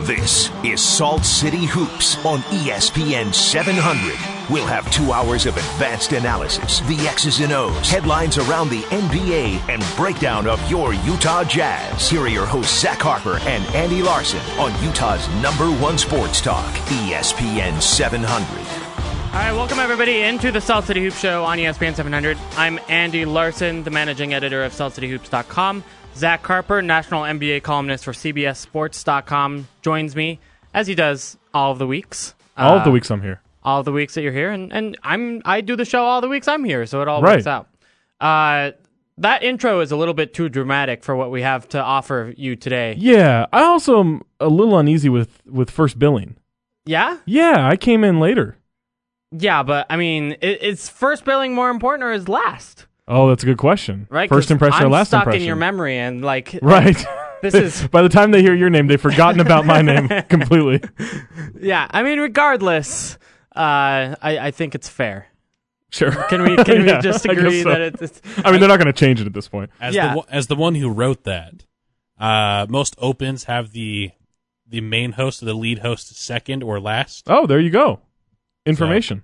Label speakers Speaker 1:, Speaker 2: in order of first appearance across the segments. Speaker 1: This is Salt City Hoops on E ESPN 700. We'll have two hours of advanced analysis, the X's and O's, headlines around the NBA, and breakdown of your Utah Jazz. Here are your hosts, Zach Harper and Andy Larson, on Utah's number one sports talk, E ESPN 700.
Speaker 2: All right, welcome everybody into the Salt City Hoop Show on E ESPN 700. I'm Andy Larson, the managing editor of SaltCityHoops.com. Zach Harper, national NBA columnist for CBSSports.com, joins me as he does all of the weeks. Uh,
Speaker 3: All of
Speaker 2: Ah.
Speaker 3: the weeks I'm here.
Speaker 2: all the weeks that you're here, and, and I'm I do the show all the weeks I'm here, so it all
Speaker 3: Right.
Speaker 2: works out. Uh, that intro is a little bit too dramatic for what we have to offer you today.
Speaker 3: Yeah, I also am a little uneasy with with first billing.
Speaker 2: Yeah,
Speaker 3: Yeah, I came in later.
Speaker 2: yeah, but I mean, i is first billing more important or is last?
Speaker 3: Oh, that's a good question.
Speaker 2: Right,
Speaker 3: First
Speaker 2: 'Cause
Speaker 3: impression
Speaker 2: I'm
Speaker 3: or last
Speaker 2: stuck
Speaker 3: impression?
Speaker 2: in your memory, and like
Speaker 3: right.
Speaker 2: This is-
Speaker 3: by the time they hear your name, they've forgotten about my name completely.
Speaker 2: Yeah, I mean, regardless, uh, I, I think it's fair.
Speaker 3: Sure.
Speaker 2: Can we can
Speaker 3: Yeah,
Speaker 2: we just
Speaker 3: I guess
Speaker 2: agree
Speaker 3: so.
Speaker 2: that it's, it's
Speaker 3: I mean, they're not going to change it at this point.
Speaker 4: as
Speaker 2: Yeah.
Speaker 4: the the as the one who wrote that. Uh, most opens have the the main host or the lead host second or last.
Speaker 3: Oh, there you go. Information.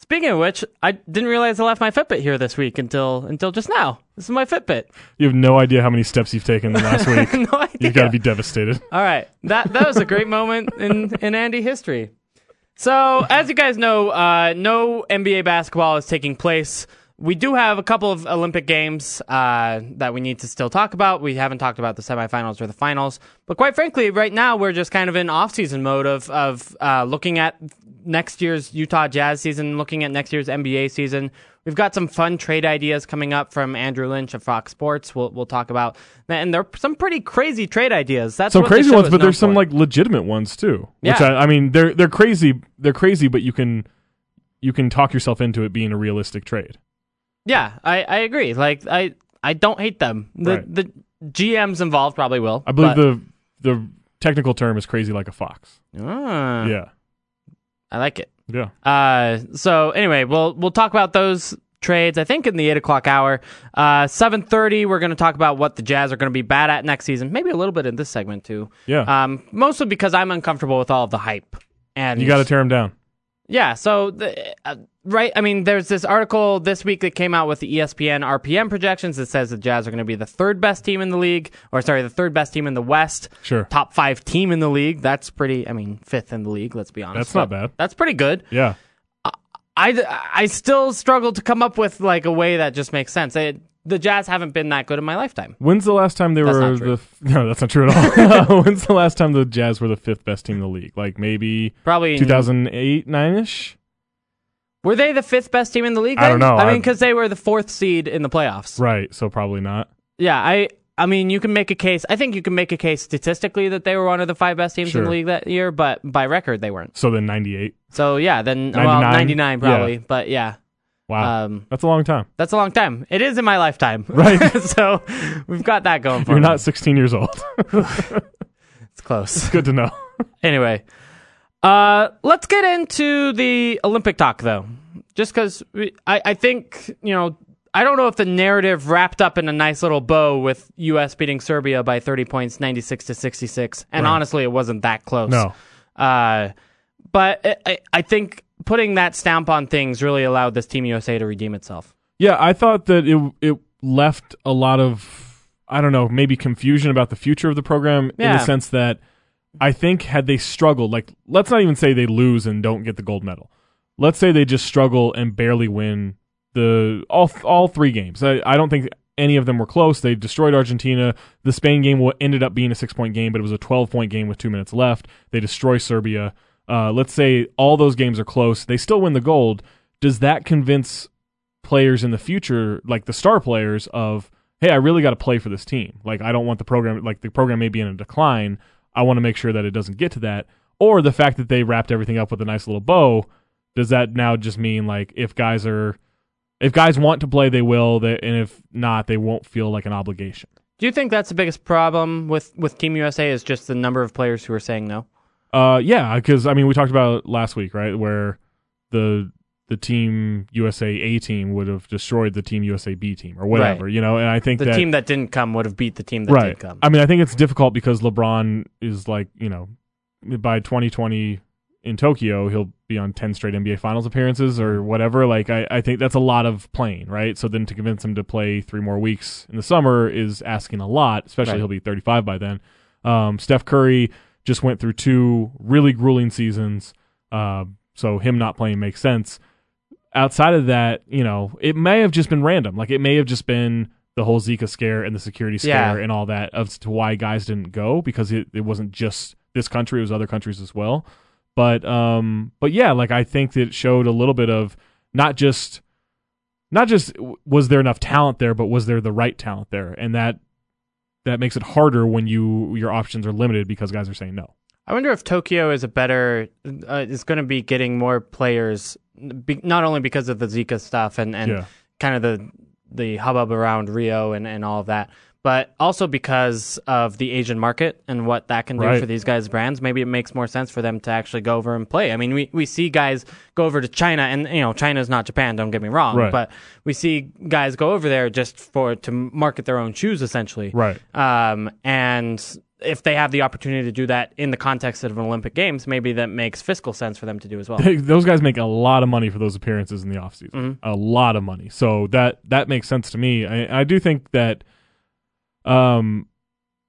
Speaker 2: speaking of which, I didn't realize I left my Fitbit here this week until until just now. This is my Fitbit.
Speaker 3: You have no idea how many steps you've taken in the last week.
Speaker 2: no idea.
Speaker 3: You've got to be devastated.
Speaker 2: All right, that that was a great moment in in Andy history. So, as you guys know, uh, no NBA basketball is taking place. We do have a couple of Olympic games uh, that we need to still talk about. We haven't talked about the semifinals or the finals, but quite frankly, right now we're just kind of in off-season mode of of uh, looking at next year's Utah Jazz season, looking at next year's NBA season. We've got some fun trade ideas coming up from Andrew Lynch of Fox Sports. We'll we'll talk about, and there are some pretty crazy trade ideas. That's
Speaker 3: some
Speaker 2: what the
Speaker 3: crazy
Speaker 2: show
Speaker 3: ones,
Speaker 2: is
Speaker 3: but
Speaker 2: known
Speaker 3: there's some
Speaker 2: for.
Speaker 3: like legitimate ones too. Which
Speaker 2: Yeah.
Speaker 3: I, I mean, they're they're crazy. They're crazy, but you can you can talk yourself into it being a realistic trade.
Speaker 2: Yeah, I, I agree. Like I I don't hate them. The
Speaker 3: Right.
Speaker 2: the GMs involved probably will.
Speaker 3: I believe
Speaker 2: but-
Speaker 3: the the technical term is crazy like a fox.
Speaker 2: Ah,
Speaker 3: Yeah,
Speaker 2: I like it.
Speaker 3: yeah.
Speaker 2: Uh, so anyway, we'll we'll talk about those trades. I think in the eight o'clock hour, uh, seven thirty, we're going to talk about what the Jazz are going to be bad at next season. Maybe a little bit in this segment too.
Speaker 3: Yeah.
Speaker 2: Um, mostly because I'm uncomfortable with all of the hype. And
Speaker 3: You got to tear him down.
Speaker 2: Yeah. So, the, uh, right. I mean, there's this article this week that came out with the E ESPN RPM projections that says the Jazz are going to be the third best team in the league, or sorry, the third best team in the West.
Speaker 3: Sure.
Speaker 2: Top five team in the league. That's pretty. I mean, fifth in the league. Let's be honest.
Speaker 3: That's not
Speaker 2: But
Speaker 3: bad.
Speaker 2: That's pretty good.
Speaker 3: Yeah,
Speaker 2: I I still struggle to come up with like a way that just makes sense. It, the Jazz haven't been that good in my lifetime.
Speaker 3: When's the last time they
Speaker 2: That's
Speaker 3: were
Speaker 2: not
Speaker 3: the
Speaker 2: true.
Speaker 3: f- no? That's not true at all. When's the last time the Jazz were the fifth best team in the league? Like maybe
Speaker 2: Probably in-
Speaker 3: 2008, nine ish.
Speaker 2: Were they the fifth best team in the league?
Speaker 3: I don't
Speaker 2: then?
Speaker 3: know.
Speaker 2: I mean,
Speaker 3: I'm-
Speaker 2: because they were the fourth seed in the playoffs.
Speaker 3: Right. So probably not.
Speaker 2: Yeah, I I mean, you can make a case. I think you can make a case statistically that they were one of the five best teams in the
Speaker 3: Sure.
Speaker 2: league that year, but by record they weren't.
Speaker 3: So then 98.
Speaker 2: So yeah, then well
Speaker 3: 99?
Speaker 2: 99 probably,
Speaker 3: Yeah.
Speaker 2: but yeah.
Speaker 3: Wow,
Speaker 2: Um,
Speaker 3: that's a long time.
Speaker 2: that's a long time. It is in my lifetime.
Speaker 3: Right.
Speaker 2: so we've got that going for
Speaker 3: You're
Speaker 2: me.
Speaker 3: not 16 years old.
Speaker 2: It's close.
Speaker 3: Good to know.
Speaker 2: anyway, uh, let's get into the Olympic talk, though. Just because I, I think, you know, I don't know if the narrative wrapped up in a nice little bow with U.S. beating Serbia by 30 points, 96 to 66. And honestly, it wasn't that close.
Speaker 3: No.
Speaker 2: Uh, but I- I, I think putting that stamp on things really allowed this Team USA to redeem itself.
Speaker 3: Yeah, I thought that it it left a lot of I don't know, maybe confusion about the future of the program in
Speaker 2: Yeah.
Speaker 3: the sense that I think had they struggled, like let's not even say they lose and don't get the gold medal. Let's say they just struggle and barely win the all all three games. I, I don't think any of them were close. They destroyed Argentina. The Spain game wa- ended up being a six point game, but it was a twelve point game with two minutes left. They destroy Serbia. Uh, let's say all those games are close. They still win the gold. Does that convince players in the future, like the star players, of hey, I really got to play for this team. Like I don't want the program, like the program may be in a decline. I want to make sure that it doesn't get to that. Or the fact that they wrapped everything up with a nice little bow. Does that now just mean like if guys are, if guys want to play, they will. They, and if not, they won't feel like an obligation.
Speaker 2: Do you think that's the biggest problem with, with Team USA is just the number of players who are saying no?
Speaker 3: Uh, yeah, because I mean, we talked about it last week, right? Where the the team USA A team would have destroyed the team USA B team or whatever, you know. And I think
Speaker 2: The
Speaker 3: that
Speaker 2: team that didn't come would have beat the team that
Speaker 3: right.
Speaker 2: did come.
Speaker 3: I mean, I think it's difficult because LeBron is like you know by 2020 in Tokyo, he'll be on 10 straight NBA Finals appearances or whatever. Like, I, I think that's a lot of playing, right? So then to convince him to play three more weeks in the summer is asking a lot, especially
Speaker 2: Right.
Speaker 3: he'll be 35 by then. Um, Steph Curry just went through two really grueling seasons. Uh, so him not playing makes sense. Outside of that, you know, it may have just been random. Like, it may have just been the whole Zika scare and the security
Speaker 2: Yeah.
Speaker 3: scare and all that as to why guys didn't go because it, it wasn't just this country, it was other countries as well but um but yeah like i think that it showed a little bit of not just not just w- was there enough talent there but was there the right talent there and that that makes it harder when you your options are limited because guys are saying no
Speaker 2: I wonder if Tokyo is a better uh, is going to be getting more players, be, not only because of the Zika stuff and and
Speaker 3: Yeah.
Speaker 2: kind of the the hubbub around Rio and and all of that, but also because of the Asian market and what that can do
Speaker 3: Right.
Speaker 2: for these guys' brands. Maybe it makes more sense for them to actually go over and play. I mean, we we see guys go over to China, and you know, China's not Japan. Don't get me wrong,
Speaker 3: Right.
Speaker 2: but we see guys go over there just for to market their own shoes, essentially
Speaker 3: Right.
Speaker 2: um, and if they have the opportunity to do that in the context of an Olympic Games, maybe that makes fiscal sense for them to do as well.
Speaker 3: those guys make a lot of money for those appearances in the offseason a lot of money so that that makes sense to me i, I do think that um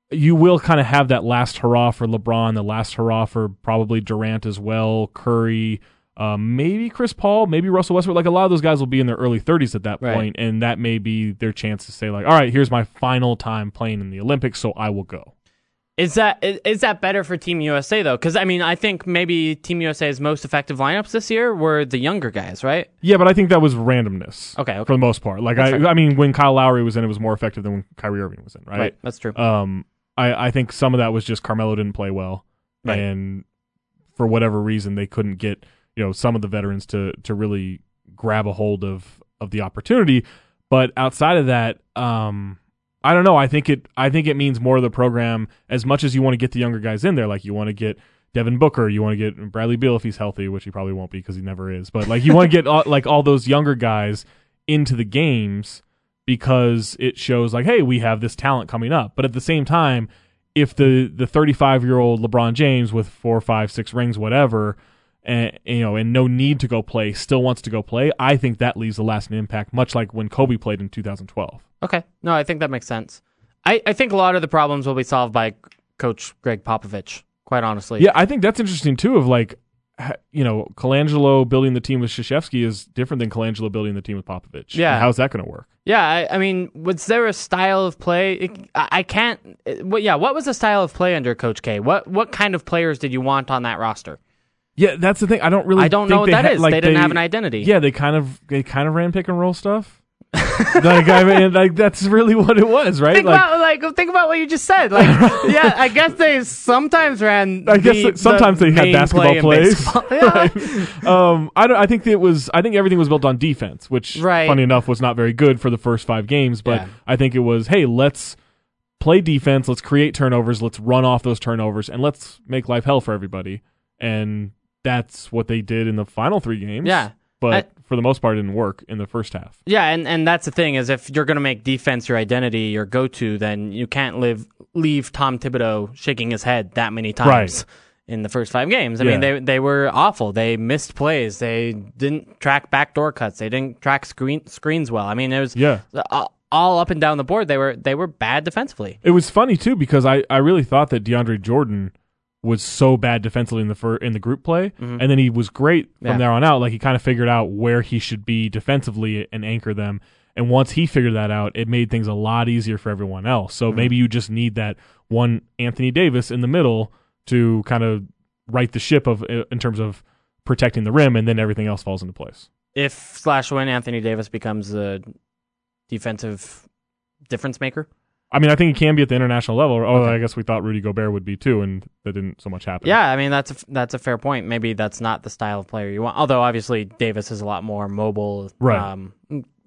Speaker 3: you will kind of have that last hurrah for LeBron, the last hurrah for probably Durant as well, Curry, uh, maybe Chris Paul, maybe Russell Westbrook. Like a lot of those guys will be in their early 30s at that
Speaker 2: Right.
Speaker 3: point, and that may be their chance to say like, "All right, here's my final time playing in the Olympics, so I will go."
Speaker 2: Is that is, is that better for Team USA though? Because I mean, I think maybe Team USA's most effective lineups this year were the younger guys, right?
Speaker 3: Yeah, but I think that was randomness.
Speaker 2: Okay, okay.
Speaker 3: for the most part. Like
Speaker 2: That's
Speaker 3: I,
Speaker 2: fair.
Speaker 3: I mean, when Kyle Lowry was in, it was more effective than when Kyrie Irving was in, right?
Speaker 2: that's true.
Speaker 3: Um, I, I think some of that was just Carmelo didn't play well,
Speaker 2: Right.
Speaker 3: and for whatever reason they couldn't get you know some of the veterans to to really grab a hold of of the opportunity. But outside of that, um, I don't know. I think it I think it means more to the program as much as you want to get the younger guys in there. Like you want to get Devin Booker, you want to get Bradley Beal if he's healthy, which he probably won't be because he never is. But like you want to get all, like all those younger guys into the games because it shows like hey we have this talent coming up but at the same time if the the 35 year old lebron james with four five six rings whatever and you know and no need to go play still wants to go play i think that leaves a lasting impact much like when kobe played in 2012
Speaker 2: Okay. No, I think that makes sense. I, I think a lot of the problems will be solved by Coach Greg Popovich. Quite honestly.
Speaker 3: yeah i think that's interesting too of like ha- you know colangelo building the team with Krzyzewski is different than colangelo building the team with popovich
Speaker 2: Yeah.
Speaker 3: And how's that going to work
Speaker 2: Yeah, I, I mean, was there a style of play? it- I, I can't. It, well, yeah, what was the style of play under Coach K? What what kind of players did you want on that roster?
Speaker 3: yeah that's the thing i don't really
Speaker 2: I don't
Speaker 3: think
Speaker 2: know what
Speaker 3: they
Speaker 2: that
Speaker 3: ha-
Speaker 2: is.
Speaker 3: like,
Speaker 2: they didn't have an identity.
Speaker 3: Yeah, they kind of they kind of ran pick and roll stuff. like I mean, like that's really what it was, right?
Speaker 2: Think
Speaker 3: like
Speaker 2: about like think about what you just said. Like, yeah, I guess they sometimes ran.
Speaker 3: I guess
Speaker 2: the-
Speaker 3: that sometimes
Speaker 2: the
Speaker 3: they had
Speaker 2: main
Speaker 3: basketball
Speaker 2: play in
Speaker 3: plays.
Speaker 2: baseball. yeah.
Speaker 3: um, I don't. I think it was. I think everything was built on defense, which,
Speaker 2: Right.
Speaker 3: funny enough, was not very good for the first five games. But
Speaker 2: Yeah.
Speaker 3: I think it was, hey, let's play defense, let's create turnovers, let's run off those turnovers, and let's make life hell for everybody. And that's what they did in the final three games.
Speaker 2: Yeah.
Speaker 3: but for the most part, it didn't work in the first half.
Speaker 2: Yeah, and, and that's the thing is if you're going to make defense your identity, your go to, then you can't live leave Tom Thibodeau shaking his head that many times in the first five games. I mean,
Speaker 3: Yeah.
Speaker 2: they they were awful. They missed plays. They didn't track backdoor cuts. They didn't track screen screens well. I mean, it was
Speaker 3: Yeah.
Speaker 2: a- all up and down the board. They were they were bad defensively.
Speaker 3: It was funny too because I, I really thought that DeAndre Jordan was so bad defensively in the fir- in the group play, and then he was great
Speaker 2: Mm-hmm.
Speaker 3: from
Speaker 2: Yeah.
Speaker 3: there on out. Like he kind of figured out where he should be defensively and anchor them. And once he figured that out, it made things a lot easier for everyone else.
Speaker 2: Mm-hmm.
Speaker 3: So maybe you just need that one Anthony Davis in the middle to kind of right the ship of in terms of protecting the rim, and then everything else falls into place.
Speaker 2: If slash when Anthony Davis becomes a defensive difference maker.
Speaker 3: I mean, I think it can be at the international level. Oh,
Speaker 2: Okay.
Speaker 3: I guess we thought Rudy Gobert would be too, and that didn't so much happen.
Speaker 2: Yeah, I mean that's a, f- that's a fair point. Maybe that's not the style of player you want. Although obviously Davis is a lot more mobile,
Speaker 3: Right.
Speaker 2: Um,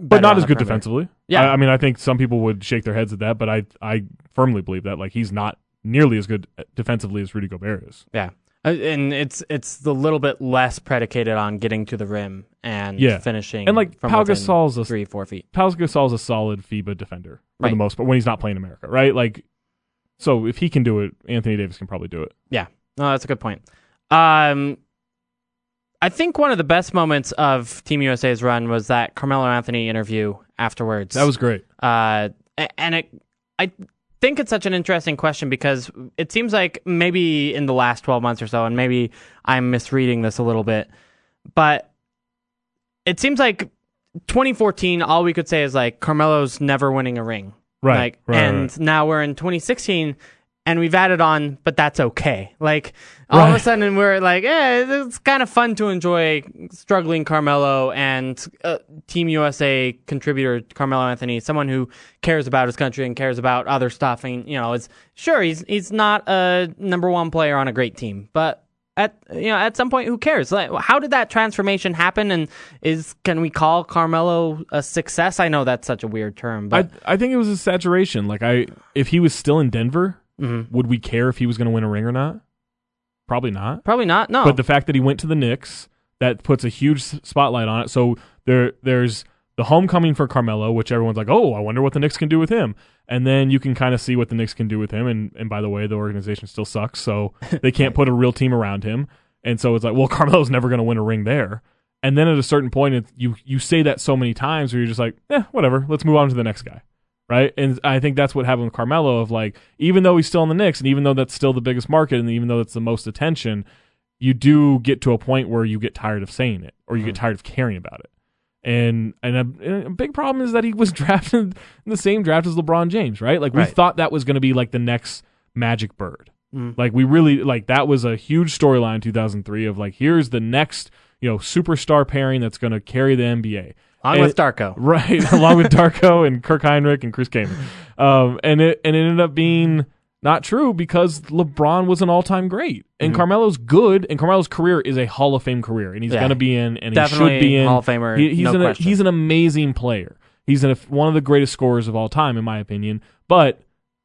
Speaker 3: but not as good defensively.
Speaker 2: Yeah.
Speaker 3: I, I mean, I think some people would shake their heads at that, but I I firmly believe that like he's not nearly as good defensively as Rudy Gobert is.
Speaker 2: Yeah, Uh, and it's it's a little bit less predicated on getting to the rim and
Speaker 3: Yeah.
Speaker 2: finishing
Speaker 3: And, like,
Speaker 2: from
Speaker 3: Pau
Speaker 2: within
Speaker 3: Gasol's a-
Speaker 2: three four feet.
Speaker 3: Pau Gasol's a solid FIBA defender for
Speaker 2: Right.
Speaker 3: the most part when he's not playing America, right? Like, so if he can do it, Anthony Davis can probably do it.
Speaker 2: Yeah, No, that's a good point. Um, I think one of the best moments of Team USA's run was that Carmelo Anthony interview afterwards.
Speaker 3: That was great.
Speaker 2: uh, a- and it, I think it's such an interesting question because it seems like maybe in the last 12 months or so, and maybe I'm misreading this a little bit, but it seems like 2014, all we could say is like Carmelo's never winning a ring.
Speaker 3: Right,
Speaker 2: Like,
Speaker 3: right,
Speaker 2: and
Speaker 3: right.
Speaker 2: now we're in 2016 and we've added on, but that's okay. Like, all of a
Speaker 3: Right.
Speaker 2: sudden we're like, eh, it's kind of fun to enjoy struggling Carmelo and uh, Team USA contributor Carmelo Anthony, someone who cares about his country and cares about other stuff. And, you know, it's sure he's, he's not a number one player on a great team, but at you know at some point who cares like how did that transformation happen and is can we call carmelo a success i know that's such a weird term but
Speaker 3: I I think it was a saturation. Like I, if he was still in Denver,
Speaker 2: Mm-hmm.
Speaker 3: would we care if he was going to win a ring or not? Probably not.
Speaker 2: probably not no
Speaker 3: But the fact that he went to the Knicks that puts a huge s- spotlight on it. So there there's the homecoming for Carmelo, which everyone's like, oh, I wonder what the Knicks can do with him. And then you can kind of see what the Knicks can do with him. And and by the way, the organization still sucks, so they can't put a real team around him. And so it's like, well, Carmelo's never going to win a ring there. And then at a certain point, it, you you say that so many times where you're just like, eh, whatever. Let's move on to the next guy right? And I think that's what happened with Carmelo of like, even though he's still in the Knicks and even though that's still the biggest market and even though it's the most attention, you do get to a point where you get tired of saying it or you
Speaker 2: Mm-hmm.
Speaker 3: get tired of caring about it. And and a, and a big problem is that he was drafted in the same draft as LeBron James, right? Like we
Speaker 2: Right.
Speaker 3: thought that was going to be like the next Magic Bird.
Speaker 2: Mm-hmm.
Speaker 3: Like we really like that was a huge storyline in 2003 of like here's the next, you know, superstar pairing that's going to carry the NBA.
Speaker 2: along
Speaker 3: And-
Speaker 2: with darko
Speaker 3: right? along with Darko and Kirk Heinrich and Chris Kaman. Um, and it and it ended up being not true because LeBron was an all time great, and
Speaker 2: Mm-hmm.
Speaker 3: Carmelo's good, and Carmelo's career is a Hall of Fame career, and he's
Speaker 2: Yeah.
Speaker 3: going to be in, and
Speaker 2: Definitely
Speaker 3: he should be in
Speaker 2: Hall of Famer,
Speaker 3: He- he's
Speaker 2: no
Speaker 3: an
Speaker 2: question.
Speaker 3: he's an amazing player. He's an, one of the greatest scorers of all time, in my opinion. But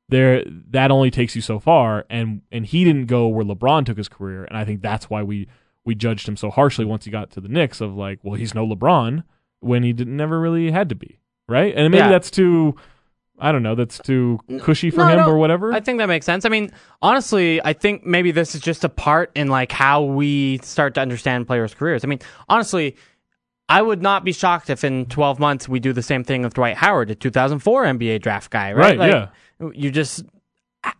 Speaker 3: there that only takes you so far and and he didn't go where LeBron took his career and I think that's why we we judged him so harshly once he got to the Knicks of like well he's no LeBron when he didn't never really had to be right and maybe
Speaker 2: Yeah.
Speaker 3: that's too I don't know that's too cushy for
Speaker 2: No,
Speaker 3: him
Speaker 2: no,
Speaker 3: or whatever
Speaker 2: I think that makes sense. I mean, honestly, I think maybe this is just a part in like how we start to understand players' careers. I mean, honestly, I would not be shocked if in 12 months we do the same thing with Dwight Howard, a 2004 NBA draft guy, right?
Speaker 3: Right,
Speaker 2: yeah. You just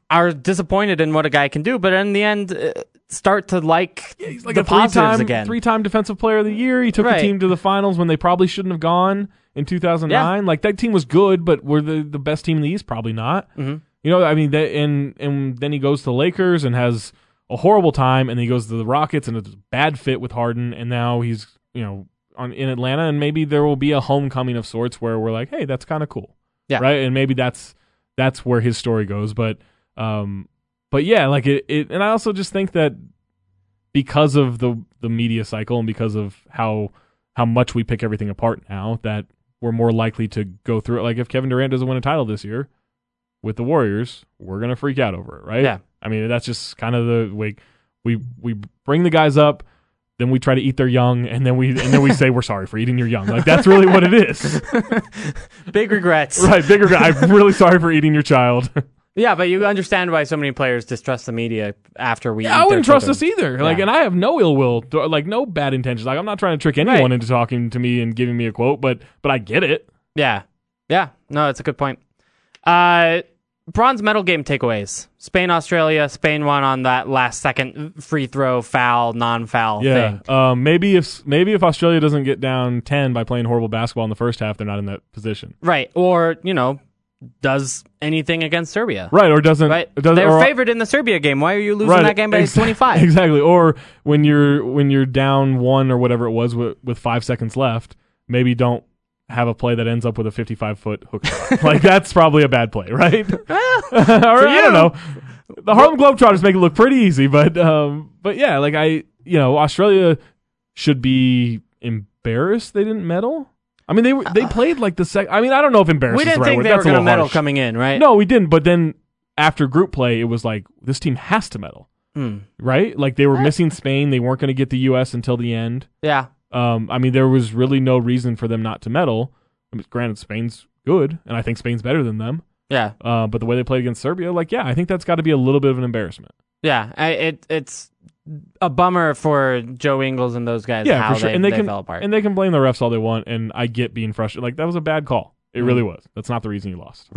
Speaker 2: are disappointed in what a guy can do, but in the end, uh, start to like,
Speaker 3: he's like
Speaker 2: the
Speaker 3: a three
Speaker 2: positives
Speaker 3: time
Speaker 2: again.
Speaker 3: three time defensive player of the year he took
Speaker 2: Right.
Speaker 3: the team to the finals when they probably shouldn't have gone in 2009 like that team was good but were the the best team in the East probably not You know, I mean, that, and and then he goes to the Lakers and has a horrible time, and then he goes to the Rockets and it's a bad fit with Harden, and now he's you know on in Atlanta, and maybe there will be a homecoming of sorts where we're like, hey, that's kind of cool,
Speaker 2: Yeah.
Speaker 3: right, and maybe that's that's where his story goes, but um, but yeah, like it, it, and I also just think that because of the the media cycle and because of how how much we pick everything apart now, that we're more likely to go through it. Like if Kevin Durant doesn't win a title this year with the Warriors, we're gonna freak out over it, right?
Speaker 2: Yeah.
Speaker 3: I mean, that's just kind of the way we we bring the guys up, then we try to eat their young, and then we and then we say we're sorry for eating your young. Like that's really what it is,
Speaker 2: big regrets.
Speaker 3: right? Bigger guy, I'm really sorry for eating your child.
Speaker 2: Yeah, but you understand why so many players distrust the media after we. eat
Speaker 3: I
Speaker 2: their
Speaker 3: wouldn't trust
Speaker 2: children.
Speaker 3: us either. Like,
Speaker 2: Yeah.
Speaker 3: and I have no ill will, to- like no bad intentions. Like, I'm not trying to trick anyone
Speaker 2: Right.
Speaker 3: into talking to me and giving me a quote, but but I get it.
Speaker 2: Yeah. Yeah. No, that's a good point. Uh, bronze medal game takeaways. Spain, Australia. Spain won on that last second free throw, foul, non foul thing.
Speaker 3: Um, maybe if maybe if Australia doesn't get down ten by playing horrible basketball in the first half, they're not in that position,
Speaker 2: Right. Or, you know, does anything against Serbia.
Speaker 3: right? Or doesn't
Speaker 2: Right?
Speaker 3: Doesn't,
Speaker 2: They were
Speaker 3: or,
Speaker 2: favored in the Serbia game. Why are you losing that game by
Speaker 3: exa-
Speaker 2: 25?
Speaker 3: Exactly. Or when you're when you're down one or whatever it was with, with five seconds left, maybe don't have a play that ends up with a 55 foot hook. shot. like that's probably a bad play, right? or I
Speaker 2: you.
Speaker 3: don't know. The Harlem Globetrotters make it look pretty easy, but um, but yeah, like I, you know, Australia should be embarrassed they didn't medal. I mean, they were, they played like the second. I mean, I don't know if embarrassed
Speaker 2: Uh, We
Speaker 3: is the
Speaker 2: didn't
Speaker 3: right
Speaker 2: think
Speaker 3: word.
Speaker 2: they were
Speaker 3: That's a
Speaker 2: going to
Speaker 3: little
Speaker 2: medal
Speaker 3: harsh.
Speaker 2: coming in, right?
Speaker 3: No, we didn't. But then after group play, it was like this team has to medal,
Speaker 2: Hmm.
Speaker 3: right? Like they were missing Spain. They weren't going to get the U.S. until the end.
Speaker 2: Yeah.
Speaker 3: Um, I mean, there was really no reason for them not to medal. I mean, granted, Spain's good, and I think Spain's better than them.
Speaker 2: Yeah.
Speaker 3: Uh, but the way they played against Serbia, like, yeah, I think that's got to be a little bit of an embarrassment.
Speaker 2: Yeah, I, it it's a bummer for Joe Ingles and those guys.
Speaker 3: yeah,
Speaker 2: how
Speaker 3: for sure.
Speaker 2: They,
Speaker 3: and they, can
Speaker 2: fell apart.
Speaker 3: and they can blame the refs all they want. And I get being frustrated. Like that was a bad call. It
Speaker 2: Mhm.
Speaker 3: really was. That's not the reason you lost.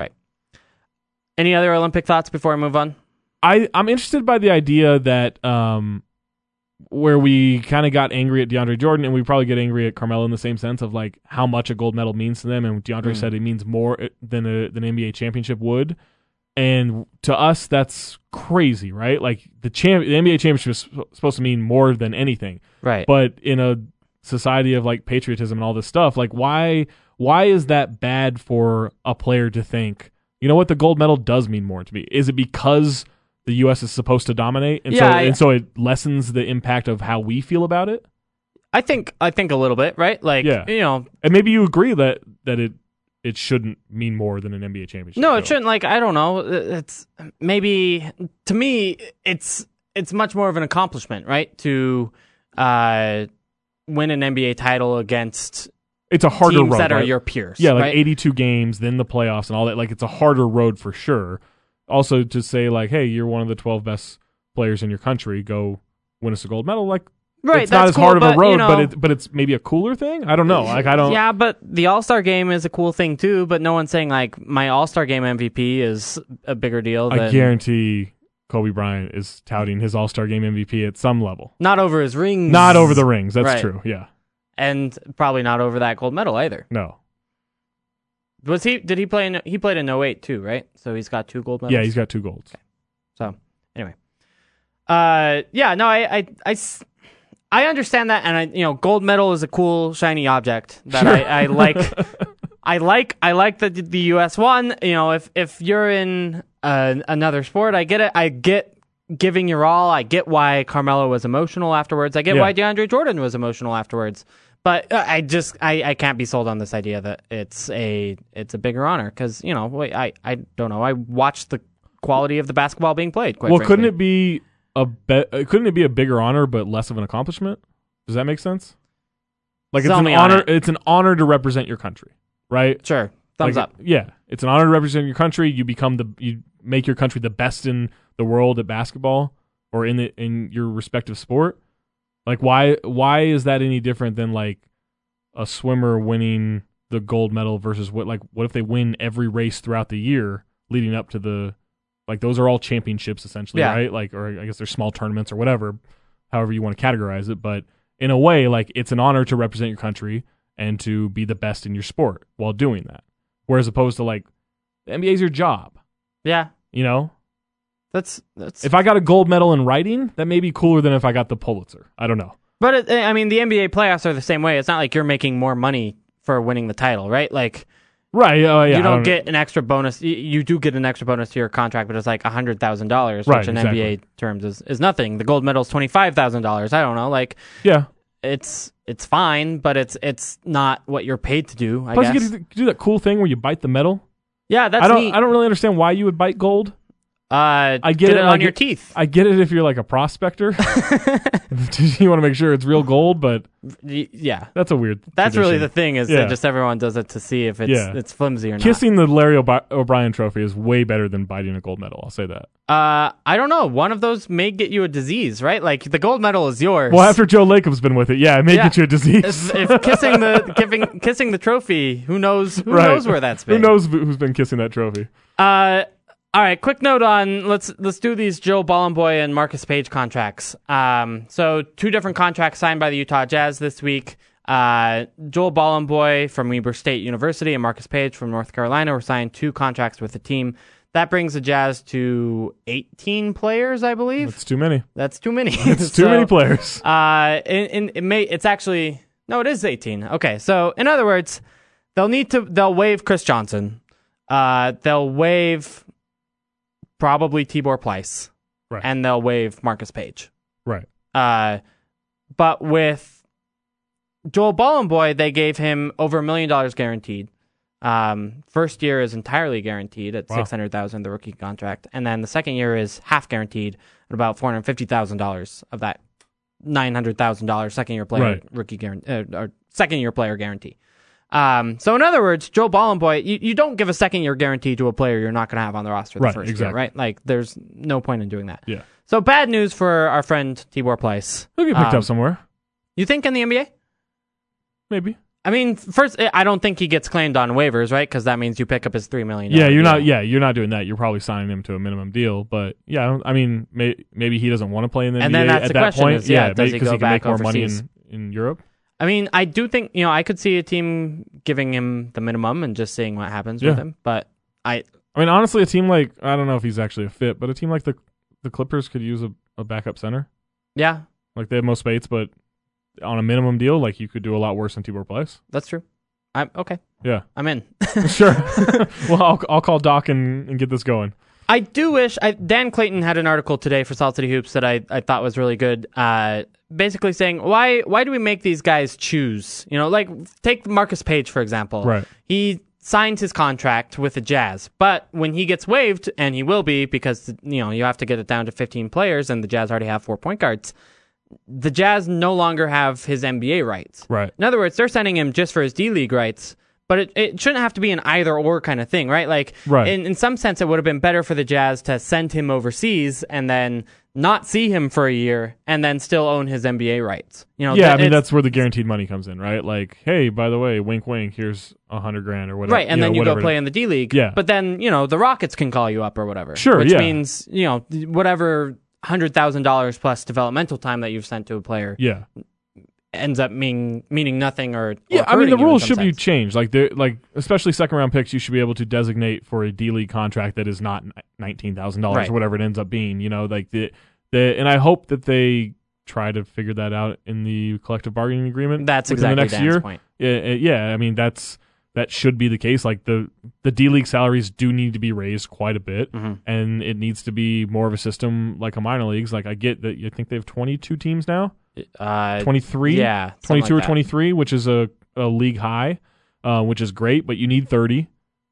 Speaker 2: Any other Olympic thoughts before I move on?
Speaker 3: I I'm interested by the idea that um where we kind of got angry at DeAndre Jordan and we probably get angry at Carmelo in the same sense of like how much a gold medal means to them and DeAndre
Speaker 2: Mm.
Speaker 3: said it means more uh, than a, than an NBA championship would and to us that's crazy right like the champ the NBA championship is sp- supposed to mean more than anything
Speaker 2: Right.
Speaker 3: but in a society of like patriotism and all this stuff like why why is that bad for a player to think you know what the gold medal does mean more to me is it because the US is supposed to dominate and so
Speaker 2: Yeah, I-
Speaker 3: and so it lessens the impact of how we feel about it
Speaker 2: I think I think a little bit, right? Like
Speaker 3: Yeah.
Speaker 2: you know,
Speaker 3: and maybe you agree that that it it shouldn't mean more than an NBA championship
Speaker 2: no,
Speaker 3: So-
Speaker 2: it shouldn't. Like I don't know. It's maybe to me, it's it's much more of an accomplishment, right? To uh, win an NBA title against
Speaker 3: it's a harder
Speaker 2: teams
Speaker 3: road
Speaker 2: that are
Speaker 3: right?
Speaker 2: your peers.
Speaker 3: yeah like
Speaker 2: right?
Speaker 3: 82 games then the playoffs and all that like it's a harder road for sure also to say like hey you're one of the 12 best players in your country go win us a gold medal like
Speaker 2: right.
Speaker 3: it's not
Speaker 2: that's
Speaker 3: as
Speaker 2: cool,
Speaker 3: hard of
Speaker 2: but,
Speaker 3: a road,
Speaker 2: you know,
Speaker 3: but it, but it's maybe a cooler thing. I don't know. Like I don't.
Speaker 2: Yeah, but the All Star Game is a cool thing too. But no one's saying like my All Star Game MVP is a bigger deal.
Speaker 3: I
Speaker 2: Than,
Speaker 3: guarantee Kobe Bryant is touting his All Star Game MVP at some level.
Speaker 2: not over his rings.
Speaker 3: Not over the rings. That's
Speaker 2: Right.
Speaker 3: true. Yeah.
Speaker 2: and probably not over that gold medal either.
Speaker 3: No.
Speaker 2: Was he? Did he play? In, he played in 08 too, right? So he's got two gold medals.
Speaker 3: Yeah, he's got two golds.
Speaker 2: So anyway, uh, yeah, no, I, I, I s- I understand that, and I, you know, gold medal is a cool shiny object that I, I like. I like, I like that the U.S. won. You know, if if you're in uh, another sport, I get it. I get giving your all. I get why Carmelo was emotional afterwards. I get
Speaker 3: Yeah.
Speaker 2: why DeAndre Jordan was emotional afterwards. But uh, I just I, I can't be sold on this idea that it's a it's a bigger honor because you know wait, I I don't know I watched the quality of the basketball being played. Quite
Speaker 3: Well,
Speaker 2: frankly.
Speaker 3: couldn't it be a be- uh, couldn't it be a bigger honor but less of an accomplishment? Does that make sense? Like
Speaker 2: Sell
Speaker 3: it's an
Speaker 2: me on
Speaker 3: honor.
Speaker 2: it.
Speaker 3: It's an honor to represent your country, right?
Speaker 2: Sure, thumbs
Speaker 3: Like,
Speaker 2: up.
Speaker 3: Yeah, it's an honor to represent your country. You become the you make your country the best in the world at basketball or in the in your respective sport. Like why why is that any different than like a swimmer winning the gold medal versus what like what if they win every race throughout the year leading up to the like those are all championships essentially,
Speaker 2: Yeah.
Speaker 3: right? Like or I guess they're small tournaments or whatever, however you want to categorize it, but in a way like it's an honor to represent your country and to be the best in your sport while doing that. Whereas opposed to like the NBA's your job,
Speaker 2: Yeah,
Speaker 3: you know?
Speaker 2: that's that's.
Speaker 3: If I got a gold medal in writing, that may be cooler than if I got the Pulitzer. I don't know.
Speaker 2: But it, I mean, the NBA playoffs are the same way. It's not like you're making more money for winning the title, right? Like
Speaker 3: Right. Uh, yeah, I
Speaker 2: you
Speaker 3: don't
Speaker 2: don't get an extra bonus. You, you do get an extra bonus to your contract, but it's like hundred thousand dollars,
Speaker 3: Right,
Speaker 2: which in
Speaker 3: exactly.
Speaker 2: NBA terms is, is nothing. The gold medal is twenty five thousand dollars. I don't know. Like
Speaker 3: Yeah.
Speaker 2: it's it's fine, but it's it's not what you're paid to do. I
Speaker 3: Plus,
Speaker 2: guess.
Speaker 3: you get to do that cool thing where you bite the medal.
Speaker 2: yeah, that's
Speaker 3: I don't.
Speaker 2: neat.
Speaker 3: I don't really understand why you would bite gold.
Speaker 2: uh,
Speaker 3: I get it,
Speaker 2: on
Speaker 3: like,
Speaker 2: your
Speaker 3: it-
Speaker 2: teeth.
Speaker 3: I get it if you're like a prospector. you want to make sure it's real gold, but
Speaker 2: Y- yeah.
Speaker 3: that's a weird.
Speaker 2: That's really the
Speaker 3: tradition.
Speaker 2: thing is
Speaker 3: Yeah.
Speaker 2: that just everyone does it to see if it's
Speaker 3: Yeah.
Speaker 2: it's flimsy or not.
Speaker 3: kissing the Larry O'Bi- O'Brien Trophy is way better than biting a gold medal. I'll say that.
Speaker 2: Uh, I don't know. One of those may get you a disease, right? Like the gold medal is yours.
Speaker 3: Well, after Joe Lacob's been with it, yeah, it may
Speaker 2: Yeah.
Speaker 3: get you a disease.
Speaker 2: if, if kissing the giving kissing the trophy, who knows? Who
Speaker 3: Right.
Speaker 2: knows where that's been?
Speaker 3: Who knows who's been kissing that trophy?
Speaker 2: Uh, all right. Quick note on let's let's do these Joe Ballenboy and Marcus Page contracts. Um, so two different contracts signed by the Utah Jazz this week. Uh, Joel Ballenboy from Weber State University and Marcus Page from North Carolina were signed two contracts with the team. That brings the Jazz to 18 players, I believe.
Speaker 3: It's too many.
Speaker 2: That's too many.
Speaker 3: It's too many
Speaker 2: So-
Speaker 3: players.
Speaker 2: Uh, in, in it may it's actually no, it is eighteen. Okay, so in other words, they'll need to they'll waive Chris Johnson. Uh, they'll waive probably Tibor Pleiss,
Speaker 3: Right.
Speaker 2: and they'll waive Marcus Page.
Speaker 3: Right.
Speaker 2: Uh, but with Joel Boy, they gave him over a million dollars guaranteed. Um, first year is entirely guaranteed at
Speaker 3: Wow.
Speaker 2: six hundred thousand, the rookie contract, and then the second year is half guaranteed at about four hundred fifty thousand dollars of that nine hundred thousand dollars second year player
Speaker 3: Right.
Speaker 2: rookie guarantee uh, or second year player guarantee. Um, so in other words, Joe Bollenboy, you, you don't give a second year guarantee to a player you're not going to have on the roster the
Speaker 3: Right,
Speaker 2: first year,
Speaker 3: exactly.
Speaker 2: right? Like there's no point in doing that.
Speaker 3: Yeah.
Speaker 2: So bad news for our friend Tibor Pleiss.
Speaker 3: He'll get picked
Speaker 2: Um,
Speaker 3: up somewhere,
Speaker 2: You think in the NBA?
Speaker 3: maybe.
Speaker 2: I mean, first, eh, I don't think he gets claimed on waivers, right? Because that means you pick up his three million.
Speaker 3: yeah,
Speaker 2: deal.
Speaker 3: you're not. Uh, Yeah, you're not doing that. You're probably signing him to a minimum deal. But yeah, I, don't, I mean, may, maybe he doesn't want to play in the
Speaker 2: And
Speaker 3: NBA
Speaker 2: then that's
Speaker 3: at
Speaker 2: the
Speaker 3: that
Speaker 2: question
Speaker 3: point.
Speaker 2: is, yeah, does
Speaker 3: because
Speaker 2: he go
Speaker 3: he, can make
Speaker 2: back
Speaker 3: more money
Speaker 2: overseas?
Speaker 3: in, in Europe.
Speaker 2: I mean, I do think you know I could see a team giving him the minimum and just seeing what happens with
Speaker 3: Yeah.
Speaker 2: him. But I,
Speaker 3: I mean, honestly, a team like I don't know if he's actually a fit, but a team like the the Clippers could use a, a backup center.
Speaker 2: yeah,
Speaker 3: Like they have most Bates, but on a minimum deal, like you could do a lot worse than Tibor Place.
Speaker 2: that's true. I'm okay.
Speaker 3: Yeah,
Speaker 2: I'm in.
Speaker 3: sure. well, I'll, I'll call Doc and, and get this going.
Speaker 2: I do wish I, Dan Clayton had an article today for Salt City Hoops that I, I thought was really good. Uh, basically saying why why do we make these guys choose? You know, like take Marcus Page for example.
Speaker 3: Right.
Speaker 2: He signs his contract with the Jazz, but when he gets waived, and he will be because you know you have to get it down to 15 players, and the Jazz already have four point guards. The Jazz no longer have his NBA rights.
Speaker 3: Right.
Speaker 2: In other words, they're sending him just for his D League rights, but it, it shouldn't have to be an either or kind of thing, right? Like,
Speaker 3: Right.
Speaker 2: In, in some sense, it would have been better for the Jazz to send him overseas and then not see him for a year and then still own his NBA rights. You know,
Speaker 3: yeah, I
Speaker 2: that-
Speaker 3: mean
Speaker 2: it's-
Speaker 3: that's where the guaranteed money comes in, right? Like, hey, by the way, wink, wink, here's a hundred grand or whatever.
Speaker 2: right. And
Speaker 3: know,
Speaker 2: then you go
Speaker 3: whatever it
Speaker 2: play
Speaker 3: is.
Speaker 2: in the D League.
Speaker 3: Yeah.
Speaker 2: But then, you know, the Rockets can call you up or whatever.
Speaker 3: Sure,
Speaker 2: Which
Speaker 3: yeah.
Speaker 2: means, you know, whatever. $100,000 plus developmental time that you've sent to a player
Speaker 3: Yeah,
Speaker 2: ends up meaning meaning nothing or, or
Speaker 3: yeah. I
Speaker 2: hurting
Speaker 3: mean, the
Speaker 2: you in
Speaker 3: rules
Speaker 2: some
Speaker 3: should be
Speaker 2: sense.
Speaker 3: changed. Like, they're- like especially second round picks, you should be able to designate for a D league contract that is not nineteen thousand dollars
Speaker 2: Right.
Speaker 3: or whatever it ends up being. You know, like the the. And I hope that they try to figure that out in the collective bargaining agreement.
Speaker 2: That's
Speaker 3: within
Speaker 2: exactly
Speaker 3: the next
Speaker 2: Dan's
Speaker 3: year.
Speaker 2: point.
Speaker 3: Yeah, uh, yeah. I mean, that's that should be the case. Like the the D league salaries do need to be raised quite a bit,
Speaker 2: Mm-hmm.
Speaker 3: and it needs to be more of a system like a minor leagues. Like I get that. I think they have twenty two teams now,
Speaker 2: Uh,
Speaker 3: twenty three,
Speaker 2: Yeah, something
Speaker 3: twenty two
Speaker 2: like
Speaker 3: or
Speaker 2: that.
Speaker 3: twenty three, which is a a league high, uh, which is great. But you need thirty.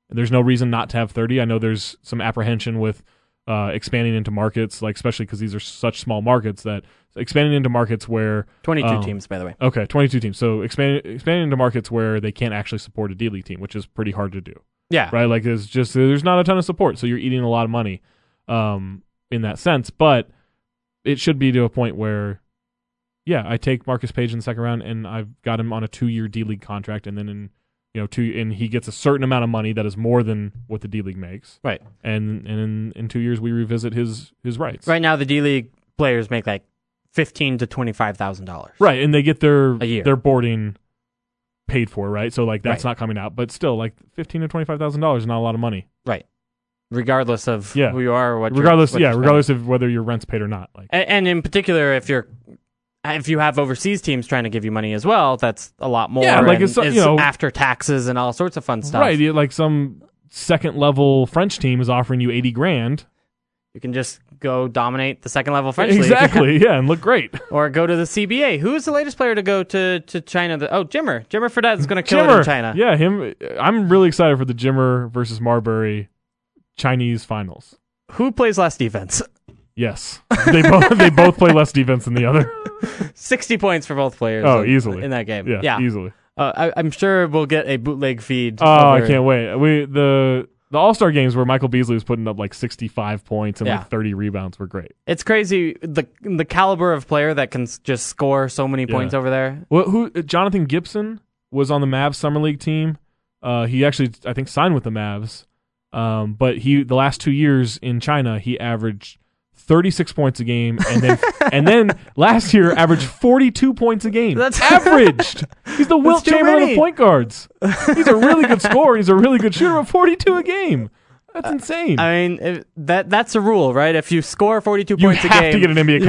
Speaker 3: There's no reason not to have thirty. I know there's some apprehension with. Uh, expanding into markets, like especially because these are such small markets, that expanding into markets where
Speaker 2: 22
Speaker 3: um,
Speaker 2: teams, by the way.
Speaker 3: Okay, 22 teams. So expand, expanding into markets where they can't actually support a D league team, which is pretty hard to do,
Speaker 2: Yeah.
Speaker 3: right? Like there's just there's not a ton of support, so you're eating a lot of money, um, in that sense. But it should be to a point where, yeah, I take Marcus Page in the second round, and I've got him on a two year D league contract, and then in you know two, and he gets a certain amount of money that is more than what the D league makes,
Speaker 2: Right.
Speaker 3: and and in, in two years we revisit his his rights,
Speaker 2: Right now, the D League players make like fifteen to twenty five thousand dollars.
Speaker 3: Right, and they get their
Speaker 2: A year.
Speaker 3: their boarding paid for, right? So like that's
Speaker 2: Right.
Speaker 3: not coming out, but still like fifteen to twenty five thousand dollars is not a lot of money.
Speaker 2: Right. Regardless of
Speaker 3: Yeah.
Speaker 2: who you are or what. you're-
Speaker 3: regardless,
Speaker 2: what
Speaker 3: yeah,
Speaker 2: you're
Speaker 3: regardless of whether your rent's paid or not. Like
Speaker 2: spending. A- And, in particular, if you're if you have overseas teams trying to give you money as well, that's a lot more.
Speaker 3: Yeah, like,
Speaker 2: and
Speaker 3: it's, uh, you
Speaker 2: is
Speaker 3: know-
Speaker 2: after taxes and all sorts of fun stuff.
Speaker 3: right, you- like some second level French team is offering you eighty grand.
Speaker 2: You can just go dominate the second level French league,
Speaker 3: exactly, yeah, and look great.
Speaker 2: or go to the CBA. Who is the latest player to go to to China? The, oh, Jimmer. Jimmer Fredette is going to kill it in
Speaker 3: Jimmer,
Speaker 2: China.
Speaker 3: yeah, him. I'm really excited for the Jimmer versus Marbury Chinese finals.
Speaker 2: Who plays less defense?
Speaker 3: Yes, they both they both play less defense than the other.
Speaker 2: Sixty points for both players.
Speaker 3: Oh,
Speaker 2: in-
Speaker 3: easily.
Speaker 2: in that game.
Speaker 3: Yeah,
Speaker 2: yeah.
Speaker 3: easily.
Speaker 2: Uh, I, I'm sure we'll get a bootleg feed.
Speaker 3: Oh, I
Speaker 2: over-
Speaker 3: can't wait. We the the All Star games where Michael Beasley was putting up like sixty five points and
Speaker 2: Yeah.
Speaker 3: like thirty rebounds were great.
Speaker 2: It's crazy the the caliber of player that can s- just score so many points over there.
Speaker 3: Well, who uh, Jonathan Gibson was on the Mavs summer league team. Uh, he actually I think signed with the Mavs, um, but he the last two years in China he averaged. 36 points a game and then and then last year averaged 42 points a game.
Speaker 2: That's-
Speaker 3: averaged. He's the Wilt
Speaker 2: too
Speaker 3: Chamberlain
Speaker 2: many.
Speaker 3: of point guards. He's a really good scorer, he's a really good shooter, but 42 a game. That's
Speaker 2: Uh,
Speaker 3: insane.
Speaker 2: I mean, if, that that's a rule, right? If you score 42
Speaker 3: you
Speaker 2: points
Speaker 3: have
Speaker 2: a game,
Speaker 3: to get an NBA
Speaker 2: you get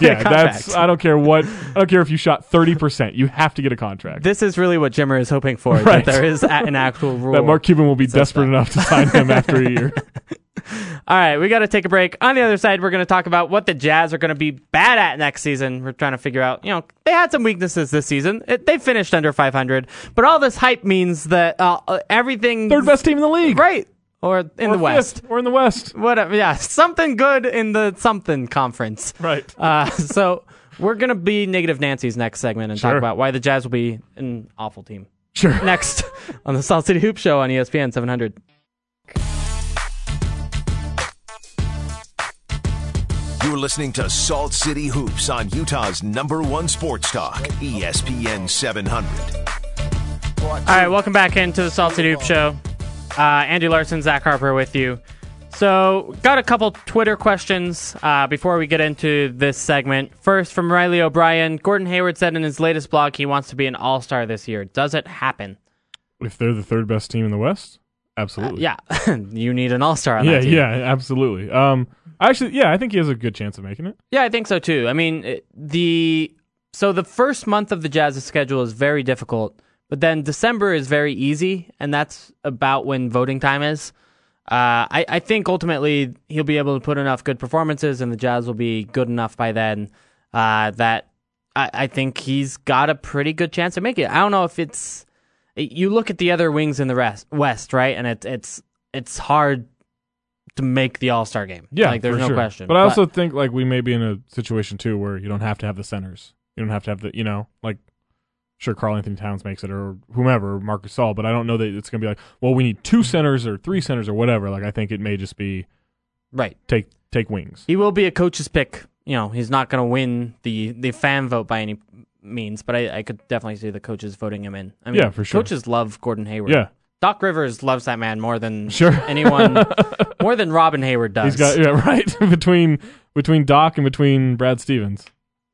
Speaker 2: an
Speaker 3: yeah,
Speaker 2: NBA contract.
Speaker 3: that's. I don't care what. I don't care if you shot thirty percent. You have to get a contract.
Speaker 2: This is really what Jimmer is hoping for. That
Speaker 3: Right.
Speaker 2: there is a, an actual rule.
Speaker 3: that Mark Cuban will be desperate
Speaker 2: that.
Speaker 3: enough to sign him after a year.
Speaker 2: All right, we got to take a break. On the other side, we're going to talk about what the Jazz are going to be bad at next season. We're trying to figure out, you know, they had some weaknesses this season. It, they finished under 500, but all this hype means that uh, uh, everything
Speaker 3: Third best team in the league.
Speaker 2: right or in
Speaker 3: Or
Speaker 2: the West,
Speaker 3: Fifth. We're in the West.
Speaker 2: whatever. Yeah, something good in the something conference.
Speaker 3: Right.
Speaker 2: Uh, so we're gonna be negative Nancy's next segment and talk
Speaker 3: Sure.
Speaker 2: about why the Jazz will be an awful team.
Speaker 3: Sure.
Speaker 2: Next on the Salt City Hoop Show on E ESPN 700.
Speaker 1: You're listening to Salt City Hoops on Utah's number one sports talk, E ESPN 700.
Speaker 2: All right, welcome back into the Salted Hoop Show. Uh, Andy Larson, Zach Harper with you. So, got a couple Twitter questions uh, before we get into this segment. First, from Riley O'Brien Gordon Hayward said in his latest blog he wants to be an all star this year. Does it happen?
Speaker 3: If they're the third best team in the West, absolutely.
Speaker 2: Yeah, you need an all star on
Speaker 3: yeah,
Speaker 2: that team.
Speaker 3: yeah, absolutely. Um, actually, yeah, I think he has a good chance of making it.
Speaker 2: Yeah, I think so too. I mean, it- the so the first month of the Jazz's schedule is very difficult, but then December is very easy, and that's about when voting time is. Uh, I, I think ultimately he'll be able to put enough good performances, and the Jazz will be good enough by then uh, that I, I think he's got a pretty good chance to make it. I don't know if it's you look at the other wings in the rest, West, right, and it's it's it's hard to make the All Star game.
Speaker 3: Yeah,
Speaker 2: like there's
Speaker 3: for
Speaker 2: no
Speaker 3: sure.
Speaker 2: question.
Speaker 3: But I also think like we may be in a situation too where you don't have to have the centers. You don't have to have the you know like sure Carl Anthony Towns makes it or whomever or Marcus Saul, but I don't know that it's gonna be like well we need two centers or three centers or whatever. Like I think it may just be
Speaker 2: right.
Speaker 3: take take wings.
Speaker 2: He will be a coach's pick. You know, he's not going to win the the fan vote by any means, but I, I could definitely see the coaches voting him in. I mean,
Speaker 3: Yeah, for sure.
Speaker 2: Coaches love Gordon Hayward.
Speaker 3: Yeah,
Speaker 2: Doc Rivers loves that man more than
Speaker 3: Sure.
Speaker 2: anyone, more than Robin Hayward does.
Speaker 3: he's got yeah right between between Doc and between Brad Stevens.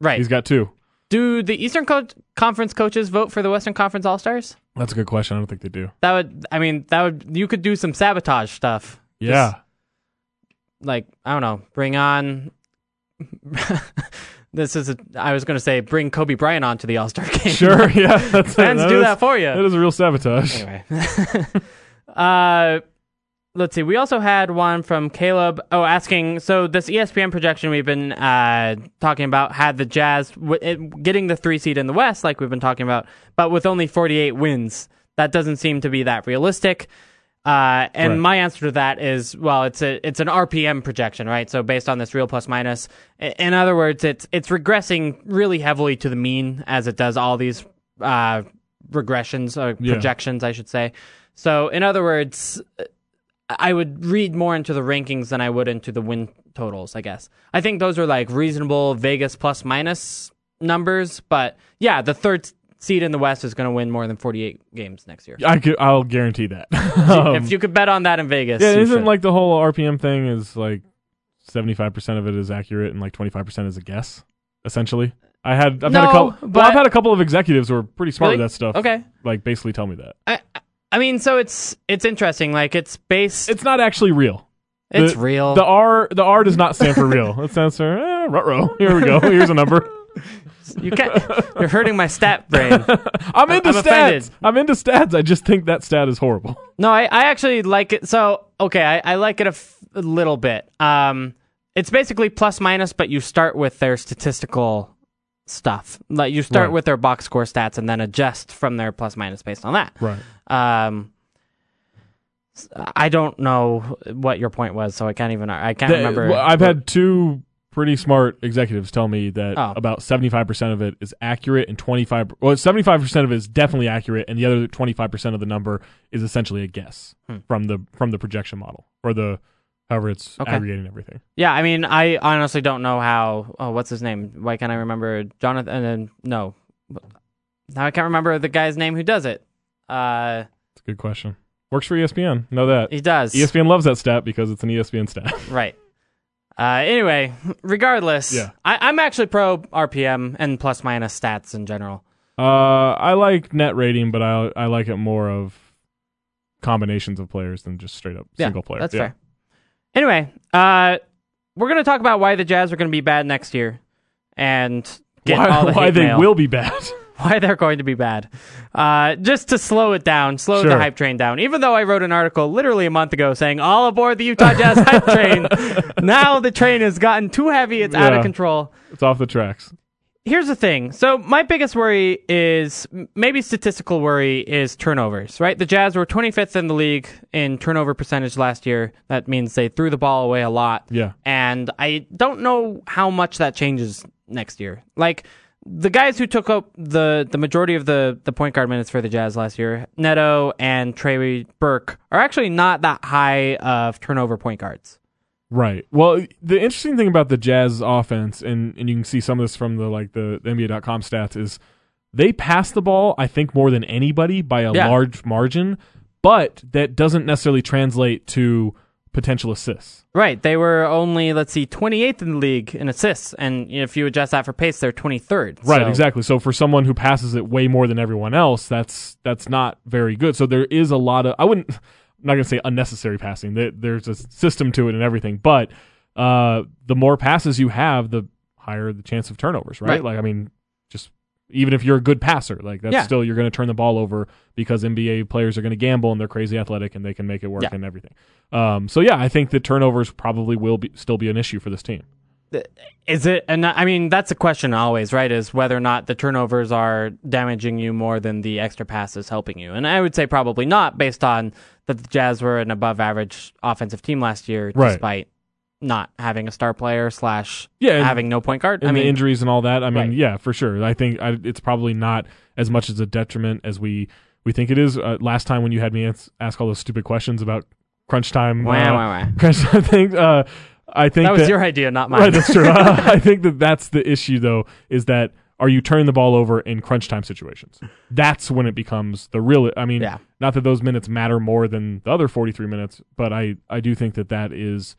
Speaker 2: right.
Speaker 3: He's got two.
Speaker 2: Do the Eastern Co- Conference coaches vote for the Western Conference All Stars?
Speaker 3: That's a good question. I don't think they do.
Speaker 2: That would, I mean, that would you could do some sabotage stuff.
Speaker 3: Yeah.
Speaker 2: like I don't know, bring on. this is a, I was going to say bring Kobe Bryant on to the All Star game.
Speaker 3: Sure. Yeah. That's
Speaker 2: fans
Speaker 3: that
Speaker 2: do
Speaker 3: is-
Speaker 2: that for you.
Speaker 3: That is a real sabotage.
Speaker 2: anyway. uh, let's see. We also had one from Caleb. Oh, asking. So this E ESPN projection we've been uh, talking about had the Jazz w- it, getting the three seed in the West, like we've been talking about, but with only 48 wins. That doesn't seem to be that realistic. Uh, and
Speaker 3: Right.
Speaker 2: my answer to that is, well, it's a it's an RPM projection, right? So based on this real plus minus. I- In other words, it's it's regressing really heavily to the mean as it does all these uh, regressions or
Speaker 3: Yeah.
Speaker 2: projections, I should say. So in other words, I would read more into the rankings than I would into the win totals, I guess. I think those are like reasonable Vegas plus minus numbers, but yeah, the third seed in the West is going to win more than 48 games next year.
Speaker 3: I could, I'll guarantee that. Um,
Speaker 2: if you could bet on that in Vegas,
Speaker 3: yeah,
Speaker 2: you
Speaker 3: isn't
Speaker 2: should.
Speaker 3: like the whole RPM thing is like seventy five percent of it is accurate and like twenty five percent is a guess, essentially. I had I've had
Speaker 2: No,
Speaker 3: a couple
Speaker 2: but-
Speaker 3: well, I've had a couple of executives who are pretty smart
Speaker 2: Really?
Speaker 3: with that stuff.
Speaker 2: Okay.
Speaker 3: Like basically tell me that.
Speaker 2: I, I mean, so it's it's interesting. Like it's based, it's,
Speaker 3: It's not actually real. the-
Speaker 2: real.
Speaker 3: The R the R does not stand for real. It stands for eh, ruh Here we go. Here's a number.
Speaker 2: you can't. You're hurting my stat brain.
Speaker 3: I'm into
Speaker 2: I'm
Speaker 3: stats.
Speaker 2: offended.
Speaker 3: I'm into stats. I just think that stat is horrible.
Speaker 2: No, I, I actually like it. So, okay, I, I like it a, f- a little bit. Um, it's basically plus minus, but you start with their statistical stuff. Like you start
Speaker 3: Right.
Speaker 2: with their box score stats and then adjust from their plus minus based on that.
Speaker 3: Right.
Speaker 2: Um, s- I don't know what your point was, so I can't even. I can't
Speaker 3: Th-
Speaker 2: remember.
Speaker 3: well, I've had two pretty smart executives tell me that
Speaker 2: Oh.
Speaker 3: about 75% of it is accurate and 25 well 75% of it is definitely accurate and the other 25% of the number is essentially a guess
Speaker 2: Hmm.
Speaker 3: from the from the projection model or the however it's
Speaker 2: Okay.
Speaker 3: aggregating everything.
Speaker 2: Yeah, I mean, I honestly don't know how. Oh, what's his name? Why can't I remember Jonathan? Uh, no, now I can't remember the guy's name who does it. Uh,
Speaker 3: It's a good question. Works for E ESPN. Know that. E
Speaker 2: he does.
Speaker 3: ESPN loves that stat because it's an E ESPN stat.
Speaker 2: Right. Uh, anyway, regardless,
Speaker 3: Yeah.
Speaker 2: I, I'm actually pro RPM and plus minus stats in general.
Speaker 3: uh, I like net rating, but I I like it more of combinations of players than just straight up
Speaker 2: Yeah,
Speaker 3: single player.
Speaker 2: That's
Speaker 3: Yeah.
Speaker 2: fair. Anyway, uh, we're going to talk about why the Jazz are going to be bad next year and get all
Speaker 3: Why,
Speaker 2: the
Speaker 3: why
Speaker 2: hate
Speaker 3: they
Speaker 2: mail.
Speaker 3: will be bad.
Speaker 2: why they're going to be bad. Uh, just to slow it down, slow the
Speaker 3: Sure.
Speaker 2: hype train down. Even though I wrote an article literally a month ago saying all aboard the Utah Jazz hype train, now the train has gotten too heavy. It's out of
Speaker 3: Yeah.
Speaker 2: control.
Speaker 3: It's off the tracks.
Speaker 2: here's the thing. So my biggest worry is m- maybe statistical worry is turnovers, right? The Jazz were 25th in the league in turnover percentage last year. That means they threw the ball away a lot.
Speaker 3: Yeah.
Speaker 2: And I don't know how much that changes next year. Like the guys who took up the, the majority of the, the point guard minutes for the Jazz last year, Neto and Trey Burke, are actually not that high of turnover point guards.
Speaker 3: Right. Well, the interesting thing about the Jazz offense, and, and you can see some of this from the like the, the NBA.com stats, is they pass the ball, I think, more than anybody by a
Speaker 2: Yeah.
Speaker 3: large margin, but that doesn't necessarily translate to potential assists.
Speaker 2: Right. They were only, let's see, 28th in the league in assists. And if you adjust that for pace, they're 23rd.
Speaker 3: Right,
Speaker 2: So-
Speaker 3: exactly. So for someone who passes it way more than everyone else, that's that's not very good. So there is a lot of I wouldn't I'm not going to say unnecessary passing. There, there's a system to it and everything, but uh, the more passes you have, the higher the chance of turnovers, right?
Speaker 2: Right.
Speaker 3: Like I mean, just even if you're a good passer, like that's
Speaker 2: Yeah.
Speaker 3: still you're going to turn the ball over because NBA players are going to gamble and they're crazy athletic and they can make it work
Speaker 2: Yeah.
Speaker 3: and everything. Um, so yeah, I think the turnovers probably will be, still be an issue for this team.
Speaker 2: Is it, and I mean, that's a question always, right? Is whether or not the turnovers are damaging you more than the extra passes helping you. And I would say probably not based on that the Jazz were an above average offensive team last year,
Speaker 3: Right.
Speaker 2: despite not having a star player slash
Speaker 3: Yeah, and-
Speaker 2: having no point guard.
Speaker 3: and
Speaker 2: I
Speaker 3: the
Speaker 2: mean,
Speaker 3: injuries and all that. I mean,
Speaker 2: Right.
Speaker 3: yeah, for sure. I think I, it's probably not as much as a detriment as we we think it is. Uh, last time when you had me ans- ask all those stupid questions about crunch time,
Speaker 2: Wah,
Speaker 3: uh,
Speaker 2: wah, wah.
Speaker 3: crunch time things, uh, I think
Speaker 2: that was
Speaker 3: that-
Speaker 2: your idea, not mine.
Speaker 3: right. That's true. I think that that's the issue though. Is that are you turning the ball over in crunch time situations? That's when it becomes the real. I mean,
Speaker 2: Yeah.
Speaker 3: not that those minutes matter more than the other 43 minutes, but I I do think that that is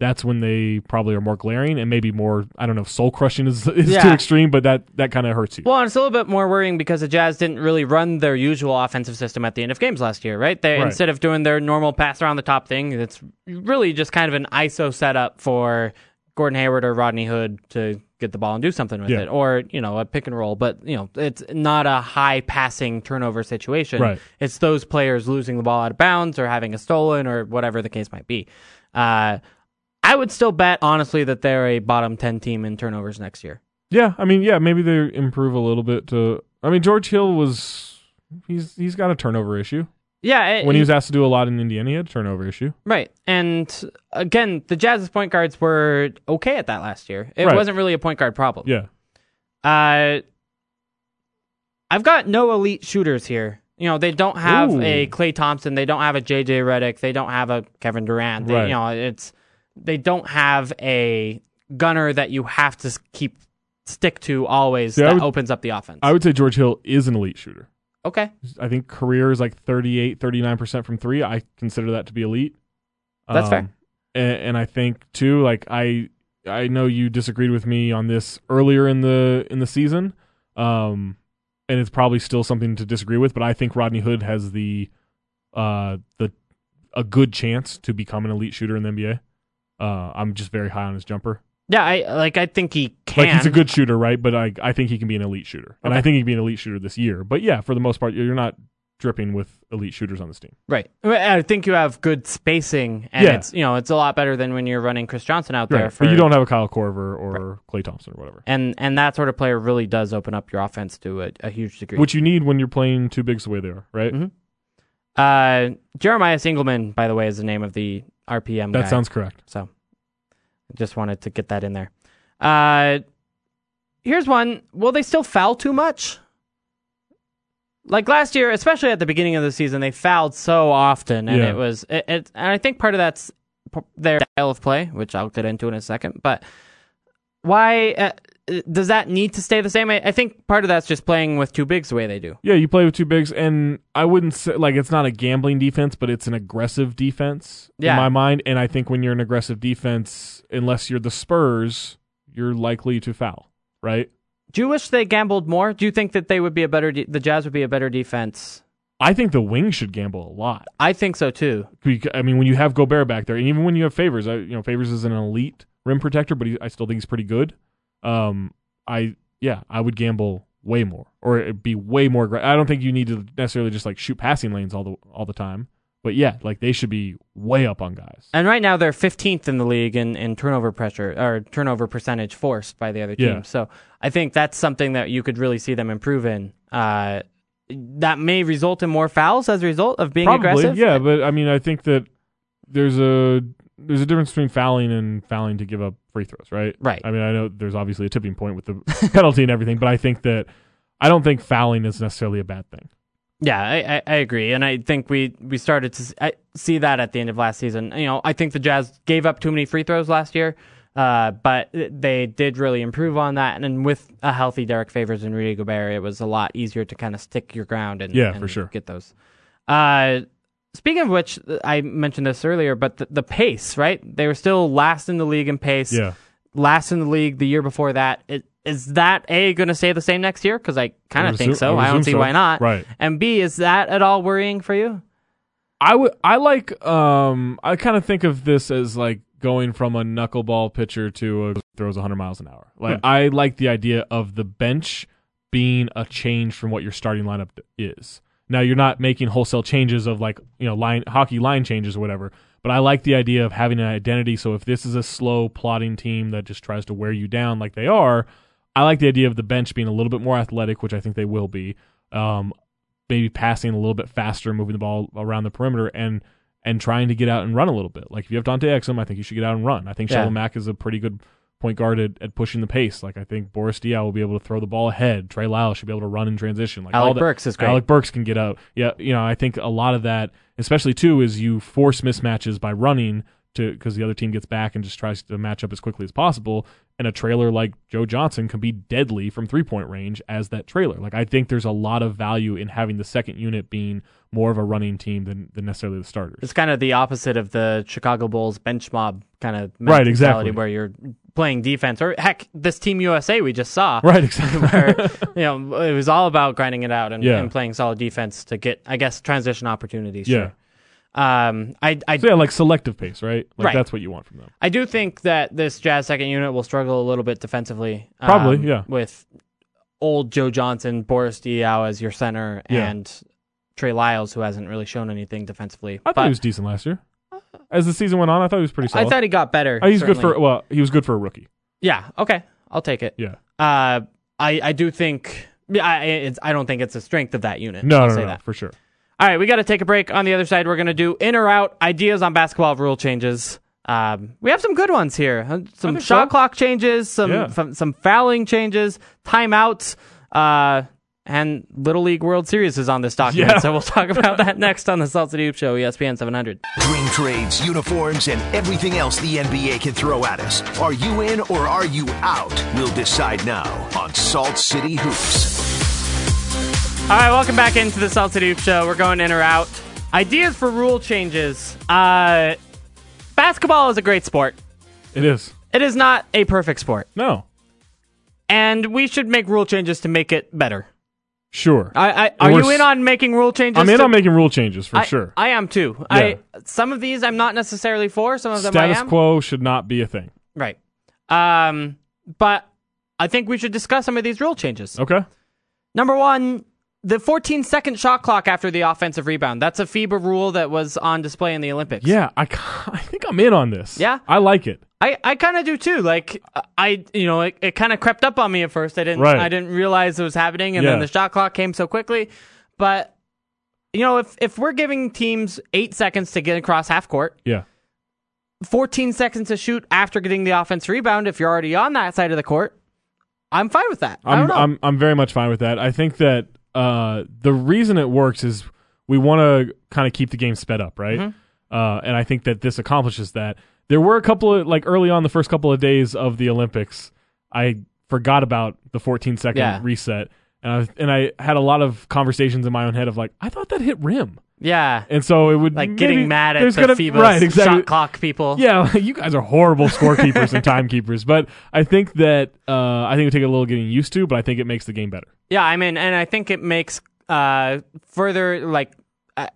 Speaker 3: that's when they probably are more glaring and maybe more. I don't know. Soul crushing is is too
Speaker 2: Yeah.
Speaker 3: extreme, but that that kind of hurts you.
Speaker 2: Well, and it's a little bit more worrying because the Jazz didn't really run their usual offensive system at the end of games last year, right? They
Speaker 3: Right.
Speaker 2: instead of doing their normal pass around the top thing, it's really just kind of an ISO setup for Gordon Hayward or Rodney Hood to get the ball and do something with
Speaker 3: Yeah.
Speaker 2: it, or you know, a pick and roll. But you know, it's not a high passing turnover situation.
Speaker 3: Right.
Speaker 2: It's those players losing the ball out of bounds or having a stolen or whatever the case might be. Uh, I would still bet honestly that they're a bottom ten team in turnovers next year.
Speaker 3: Yeah, I mean, yeah, maybe they improve a little bit. To I mean, George Hill was he's he's got a turnover issue.
Speaker 2: Yeah, it-
Speaker 3: When he was asked to do a lot in Indiana, he had a turnover issue.
Speaker 2: Right. And again, the Jazz's point guards were okay at that last year. It
Speaker 3: Right.
Speaker 2: wasn't really a point guard problem.
Speaker 3: Yeah,
Speaker 2: Uh, I've got no elite shooters here. You know, they don't have
Speaker 3: Ooh.
Speaker 2: a Clay Thompson. They don't have a JJ Redick. They don't have a Kevin Durant. They,
Speaker 3: Right.
Speaker 2: You know, it's they don't have a gunner that you have to s- keep stick to always
Speaker 3: Yeah, I
Speaker 2: that
Speaker 3: would-
Speaker 2: opens up the offense.
Speaker 3: I would say George Hill is an elite shooter.
Speaker 2: okay.
Speaker 3: I think career is like 38, 39% from three. I consider that to be elite. Um,
Speaker 2: That's fair.
Speaker 3: And, and I think too, like I, I know you disagreed with me on this earlier in the in the season, um, and it's probably still something to disagree with. But I think Rodney Hood has the, uh, the, a good chance to become an elite shooter in the NBA. Uh, I'm just very high on his jumper.
Speaker 2: Yeah, I like I think he can.
Speaker 3: Like he's a good shooter, right? But I I think he can be an elite shooter, and I
Speaker 2: Okay.
Speaker 3: think he can be an elite shooter this year. But yeah, for the most part, you're not dripping with elite shooters on this team.
Speaker 2: Right. I mean, I think you have good spacing, and
Speaker 3: Yeah.
Speaker 2: it's you know it's a lot better than when you're running Chris Johnson out there.
Speaker 3: Right.
Speaker 2: For,
Speaker 3: But you don't have a Kyle Corver or Clay Thompson or whatever,
Speaker 2: and and that sort of player really does open up your offense to a, a huge degree.
Speaker 3: which you need when you're playing two bigs the way they are, right?
Speaker 2: Mhm. uh, Jeremiah Singleman, by the way, is the name of the RPM.
Speaker 3: That
Speaker 2: guy.
Speaker 3: sounds correct.
Speaker 2: So I just wanted to get that in there. Uh, here's one. Will they still foul too much? Like last year, especially at the beginning of the season, they fouled so often, and
Speaker 3: Yeah.
Speaker 2: it was. It, it, and I think part of that's p- their style of play, which I'll get into in a second. But why uh, does that need to stay the same? I, I think part of that's just playing with two bigs the way they do.
Speaker 3: Yeah, you play with two bigs, and I wouldn't say like it's not a gambling defense, but it's an aggressive defense in
Speaker 2: Yeah.
Speaker 3: my mind. And I think when you're an aggressive defense, unless you're the Spurs, you're likely to foul, right?
Speaker 2: Do you wish they gambled more? Do you think that they would be a better? De- the Jazz would be a better defense.
Speaker 3: I think the wings should gamble a lot.
Speaker 2: I think so too.
Speaker 3: Bec- I mean, when you have Gobert back there, and even when you have Favors, I, you know, Favors is an elite rim protector, but he, I still think he's pretty good. Um, I yeah, I would gamble way more, or it'd be way more. aggra- I don't think you need to necessarily just like shoot passing lanes all the all the time, but yeah, like they should be way up on guys.
Speaker 2: And right now they're 15th in the league in, in turnover pressure or turnover percentage forced by the other team.
Speaker 3: Yeah.
Speaker 2: So I think that's something that you could really see them improve in. Uh, that may result in more fouls as a result of being
Speaker 3: Probably,
Speaker 2: aggressive.
Speaker 3: yeah, but I mean, I think that there's a there's a difference between fouling and fouling to give up free throws, right?
Speaker 2: Right.
Speaker 3: I mean, I know there's obviously a tipping point with the penalty and everything, but I think that I don't think fouling is necessarily a bad thing.
Speaker 2: Yeah, I, I, I agree, and I think we we started to s- I- see that at the end of last season. You know, I think the Jazz gave up too many free throws last year, uh, but they did really improve on that. And, then with a healthy Derek Favors and Rudy Gobert, it was a lot easier to kind of stick your ground and
Speaker 3: Yeah,
Speaker 2: and
Speaker 3: for sure.
Speaker 2: get those. Uh, speaking of which, I mentioned this earlier, but the, the pace, right? They were still last in the league in pace
Speaker 3: Yeah.
Speaker 2: last in the league the year before that. Is, is that A, going to stay the same next year? Because I kind
Speaker 3: I
Speaker 2: of
Speaker 3: would
Speaker 2: think
Speaker 3: assume- I
Speaker 2: so.
Speaker 3: would
Speaker 2: I, don't
Speaker 3: assume
Speaker 2: see
Speaker 3: so.
Speaker 2: why not.
Speaker 3: Right.
Speaker 2: And B, is that at all worrying for you?
Speaker 3: I would I like um I kind of think of this as like going from a knuckleball pitcher to a throws 100 miles an hour. Like I like the idea of the bench being a change from what your starting lineup is. Now you're not making wholesale changes of like, you know, line hockey line changes or whatever, but I like the idea of having an identity so if this is a slow plotting team that just tries to wear you down like they are, I like the idea of the bench being a little bit more athletic, which I think they will be. Um, maybe passing a little bit faster, moving the ball around the perimeter, and and trying to get out and run a little bit. Like if you have Dante Exum, I think you should get out and run. I think
Speaker 2: Yeah.
Speaker 3: Shalom Mack is a pretty good point guard at, at pushing the pace. Like I think Boris Diaw will be able to throw the ball ahead. Trey Lyles should be able to run in transition. Like all
Speaker 2: Alec
Speaker 3: that,
Speaker 2: Burks is great.
Speaker 3: Alec Burks can get out. Yeah, you know, I think a lot of that, especially too, is you force mismatches by running to because the other team gets back and just tries to match up as quickly as possible. And a trailer like Joe Johnson can be deadly from three point range as that trailer. Like I think there's a lot of value in having the second unit being more of a running team than, than necessarily the starters.
Speaker 2: It's kind of the opposite of the Chicago Bulls bench mob kind of mentality
Speaker 3: Right, exactly.
Speaker 2: where you're playing defense or heck, this Team USA we just saw.
Speaker 3: Right, exactly.
Speaker 2: where you know it was all about grinding it out and,
Speaker 3: Yeah.
Speaker 2: and playing solid defense to get, I guess, transition opportunities.
Speaker 3: Yeah.
Speaker 2: sure. Um, I I
Speaker 3: So yeah, like selective pace, right? Like
Speaker 2: Right.
Speaker 3: that's what you want from them.
Speaker 2: I do think that this Jazz second unit will struggle a little bit defensively. um,
Speaker 3: Probably, yeah.
Speaker 2: With old Joe Johnson, Boris Diaw as your center,
Speaker 3: Yeah.
Speaker 2: and Trey Lyles, who hasn't really shown anything defensively.
Speaker 3: I thought he was decent last year. As the season went on, I thought he was pretty solid.
Speaker 2: Uh, I thought he got better.
Speaker 3: Uh, he's good
Speaker 2: certainly.
Speaker 3: for well, he was good for a rookie.
Speaker 2: Yeah. Okay. I'll take it.
Speaker 3: Yeah.
Speaker 2: Uh, I I do think. Yeah, I it's, I don't think it's a strength of that unit.
Speaker 3: No,
Speaker 2: I'll
Speaker 3: no,
Speaker 2: say
Speaker 3: no, no
Speaker 2: that.
Speaker 3: for sure.
Speaker 2: All right, we got to take a break. On the other side, we're going to do in or out ideas on basketball rule changes. Um, we have some good ones here. huh? Some
Speaker 3: think
Speaker 2: shot
Speaker 3: so.
Speaker 2: clock changes, some,
Speaker 3: Yeah.
Speaker 2: some some fouling changes, timeouts, uh, and Little League World Series is on this document.
Speaker 3: Yeah.
Speaker 2: So we'll talk about that next on the Salt City Hoop Show, E ESPN 700.
Speaker 1: Green trades, uniforms, and everything else the NBA can throw at us. Are you in or are you out? We'll decide now on Salt City Hoops.
Speaker 2: All right, welcome back into the Salt City Hoop Show. We're going in or out. Ideas for rule changes. Uh, basketball is a great sport.
Speaker 3: It is.
Speaker 2: It is not a perfect sport,
Speaker 3: No.
Speaker 2: and we should make rule changes to make it better.
Speaker 3: Sure.
Speaker 2: I, I
Speaker 3: And
Speaker 2: are
Speaker 3: we're
Speaker 2: you in
Speaker 3: s-
Speaker 2: on making rule changes?
Speaker 3: I'm in
Speaker 2: to-
Speaker 3: on making rule changes for
Speaker 2: I,
Speaker 3: sure.
Speaker 2: I am too. I some of these I'm not necessarily for. Some of them
Speaker 3: Status
Speaker 2: I am.
Speaker 3: quo should not be a thing.
Speaker 2: Right. Um, but I think we should discuss some of these rule changes.
Speaker 3: Okay.
Speaker 2: Number one, the 14 second shot clock after the offensive rebound. That's a FIBA rule that was on display in the Olympics.
Speaker 3: Yeah, I, ca- I think I'm in on this.
Speaker 2: Yeah?
Speaker 3: I like it.
Speaker 2: I, I kind of do too. Like I, you know, it, it kind of crept up on me at first. I didn't,
Speaker 3: Right.
Speaker 2: I didn't realize it was happening, and then
Speaker 3: Yeah.
Speaker 2: the shot clock came so quickly. But you know, if if we're giving teams eight seconds to get across half court,
Speaker 3: Yeah.
Speaker 2: 14 seconds to shoot after getting the offense rebound, if you're already on that side of the court, I'm fine with that. I
Speaker 3: I'm
Speaker 2: don't know.
Speaker 3: I'm I'm very much fine with that. I think that uh, the reason it works is we want to kind of keep the game sped up, right?
Speaker 2: Mm-hmm.
Speaker 3: Uh, and I think that this accomplishes that. There were a couple of like early on the first couple of days of the Olympics, I forgot about the 14 second
Speaker 2: Yeah.
Speaker 3: reset, and I was- and I had a lot of conversations in my own head of like I thought that hit rim,
Speaker 2: yeah.
Speaker 3: and so it would
Speaker 2: Like
Speaker 3: maybe-
Speaker 2: getting mad at
Speaker 3: there's
Speaker 2: the
Speaker 3: gonna-
Speaker 2: FIBA
Speaker 3: right, exactly.
Speaker 2: shot clock people.
Speaker 3: Yeah, like, you guys are horrible scorekeepers and timekeepers, but I think that uh, I think it would take a little getting used to, but I think it makes the game better.
Speaker 2: Yeah, I mean, and I think it makes uh, further like uh,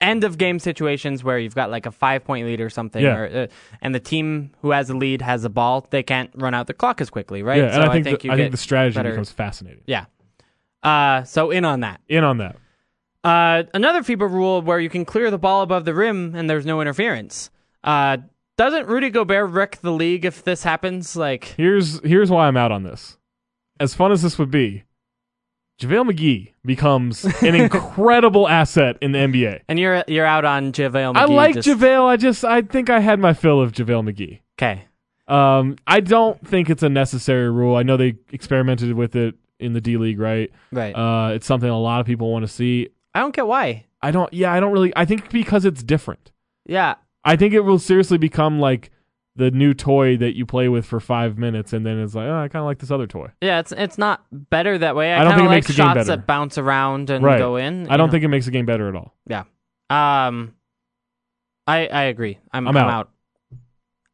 Speaker 2: end of game situations where you've got like a five point lead or something,
Speaker 3: Yeah.
Speaker 2: or, uh, and the team who has the lead has the ball, they can't run out the clock as quickly, right?
Speaker 3: Yeah, and I think the,
Speaker 2: you
Speaker 3: I
Speaker 2: get
Speaker 3: think the strategy
Speaker 2: better-
Speaker 3: becomes fascinating.
Speaker 2: yeah. Uh, so in on that.
Speaker 3: In on that.
Speaker 2: Uh, another FIBA rule where you can clear the ball above the rim and there's no interference. Uh, doesn't Rudy Gobert wreck the league if this happens? Like,
Speaker 3: Here's here's why I'm out on this. As fun as this would be, JaVale McGee becomes an incredible asset in the NBA.
Speaker 2: and you're you're out on JaVale. McGee
Speaker 3: I like
Speaker 2: just,
Speaker 3: JaVale. I just I think I had my fill of JaVale McGee.
Speaker 2: Okay.
Speaker 3: Um, I don't think it's a necessary rule. I know they experimented with it in the D League, right?
Speaker 2: Right.
Speaker 3: Uh, it's something a lot of people want to see.
Speaker 2: I don't get why.
Speaker 3: I don't. Yeah, I don't really. I think because it's different.
Speaker 2: Yeah.
Speaker 3: I think it will seriously become like the new toy that you play with for five minutes, and then it's like, oh, I kind of like this other toy.
Speaker 2: Yeah, it's it's not better that way. I,
Speaker 3: I don't
Speaker 2: kinda
Speaker 3: think it
Speaker 2: like
Speaker 3: makes the game
Speaker 2: shots
Speaker 3: better.
Speaker 2: that bounce around and
Speaker 3: Right.
Speaker 2: go in.
Speaker 3: I don't
Speaker 2: you
Speaker 3: think it makes the game better at all.
Speaker 2: know. Yeah. Um I I agree. I'm
Speaker 3: I'm
Speaker 2: I'm,
Speaker 3: out.
Speaker 2: out.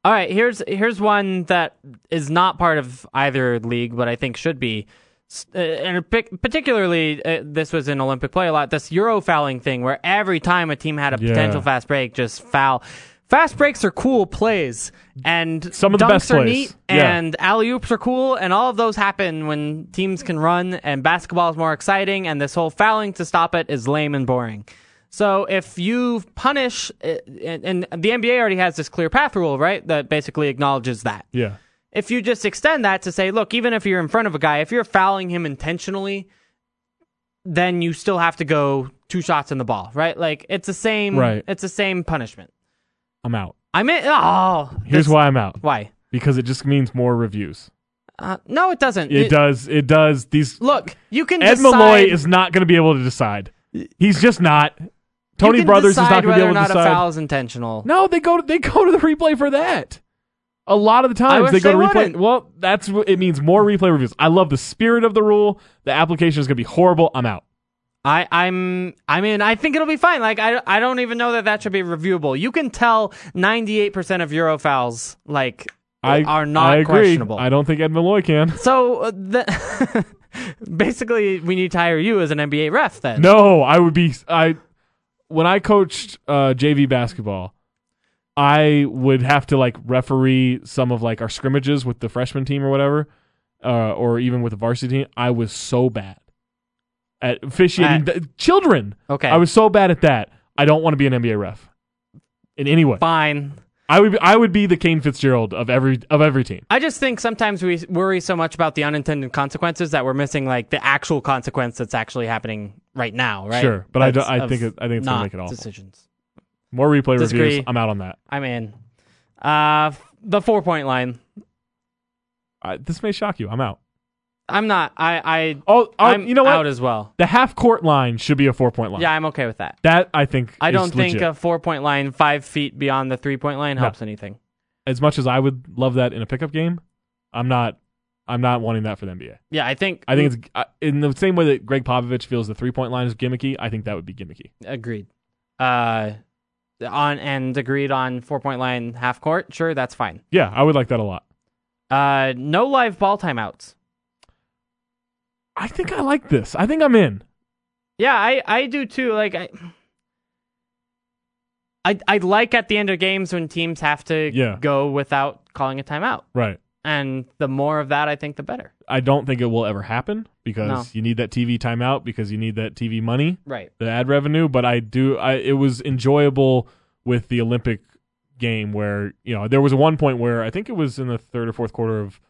Speaker 2: All right, here's here's one that is not part of either league, but I think should be, S- uh, and pic- particularly uh, this was in Olympic play a lot. This euro fouling thing, where every time a team had a
Speaker 3: Yeah.
Speaker 2: potential fast break, just foul. Fast breaks are cool plays, and
Speaker 3: Some of the
Speaker 2: dunks
Speaker 3: best
Speaker 2: are
Speaker 3: plays.
Speaker 2: neat,
Speaker 3: Yeah.
Speaker 2: and alley oops are cool, and all of those happen when teams can run, and basketball is more exciting, and this whole fouling to stop it is lame and boring. So if you punish, eh, and, and the NBA already has this clear path rule, right, that basically acknowledges that.
Speaker 3: Yeah.
Speaker 2: If you just extend that to say, look, even if you're in front of a guy, if you're fouling him intentionally, then you still have to go two shots in the ball, right? Like it's the same,
Speaker 3: Right.
Speaker 2: It's the same punishment.
Speaker 3: I'm out.
Speaker 2: I mean, oh,
Speaker 3: Here's
Speaker 2: this-
Speaker 3: why I'm out.
Speaker 2: Why?
Speaker 3: Because it just means more reviews.
Speaker 2: Uh, no, it doesn't.
Speaker 3: It,
Speaker 2: It-
Speaker 3: does. It does. These
Speaker 2: Look, you can
Speaker 3: Ed
Speaker 2: decide,
Speaker 3: Malloy is not going to be able to decide. He's just not.
Speaker 2: you
Speaker 3: Tony
Speaker 2: can
Speaker 3: Brothers is not
Speaker 2: decide
Speaker 3: going to be
Speaker 2: whether or
Speaker 3: able to
Speaker 2: not
Speaker 3: decide.
Speaker 2: a foul is intentional.
Speaker 3: No, they go to they go to the replay for that. A lot of the times
Speaker 2: wish
Speaker 3: they go to
Speaker 2: they
Speaker 3: replay.
Speaker 2: wouldn't.
Speaker 3: Well, that's what it means more replay reviews. I love the spirit of the rule. The application is going to be horrible. I'm out.
Speaker 2: I, I'm, I mean, I think it'll be fine. Like, I, I don't even know that that should be reviewable. You can tell 98% of Euro fouls, like,
Speaker 3: I
Speaker 2: are not
Speaker 3: I agree.
Speaker 2: questionable.
Speaker 3: I don't think Ed Malloy can.
Speaker 2: so, uh, the, basically, we need to hire you as an NBA ref then.
Speaker 3: No, I would be I when I coached uh, JV basketball, I would have to like referee some of like our scrimmages with the freshman team or whatever, uh, or even with the varsity team. I was so bad at officiating th- children.
Speaker 2: Okay.
Speaker 3: I was so bad at that. I don't want to be an NBA ref in any way.
Speaker 2: Fine.
Speaker 3: I would be, I would be the Kane Fitzgerald of every of every team.
Speaker 2: I just think sometimes we worry so much about the unintended consequences that we're missing, like, the actual consequence that's actually happening right now, right?
Speaker 3: Sure, but I
Speaker 2: That's
Speaker 3: don't- I
Speaker 2: of
Speaker 3: think it- I think it's gonna
Speaker 2: not
Speaker 3: make it awful.
Speaker 2: Decisions.
Speaker 3: More replay reviews.
Speaker 2: Disagree.
Speaker 3: I'm out on that.
Speaker 2: I mean, uh, f- the four point line.
Speaker 3: I, this may shock you. I'm out.
Speaker 2: I'm not. I. I
Speaker 3: Oh, oh,
Speaker 2: I'm
Speaker 3: you know what?
Speaker 2: out as well.
Speaker 3: The half court line should be a four point line.
Speaker 2: Yeah, I'm okay with that.
Speaker 3: That I think
Speaker 2: I
Speaker 3: is
Speaker 2: don't think
Speaker 3: legit.
Speaker 2: a four point line five feet beyond the three point line
Speaker 3: No.
Speaker 2: helps anything.
Speaker 3: as much as I would love that in a pickup game, I'm not I'm not wanting that for the NBA.
Speaker 2: Yeah, I think.
Speaker 3: I think it's I- in the same way that Greg Popovich feels the three point line is gimmicky. I think that would be gimmicky.
Speaker 2: agreed. Uh, on and agreed on four point line half court. Sure, that's fine.
Speaker 3: Yeah, I would like that a lot.
Speaker 2: Uh, no live ball timeouts.
Speaker 3: I think I like this. I think I'm in.
Speaker 2: Yeah, I I do too. Like I. I, I like at the end of games when teams have to
Speaker 3: Yeah.
Speaker 2: go without calling a timeout.
Speaker 3: Right.
Speaker 2: And the more of that, I think the better.
Speaker 3: I don't think it will ever happen because
Speaker 2: No.
Speaker 3: you need that TV timeout because you need that TV money,
Speaker 2: Right.
Speaker 3: the ad revenue. But I do. I it was enjoyable with the Olympic game where you know there was one point where I think it was in the third or fourth quarter of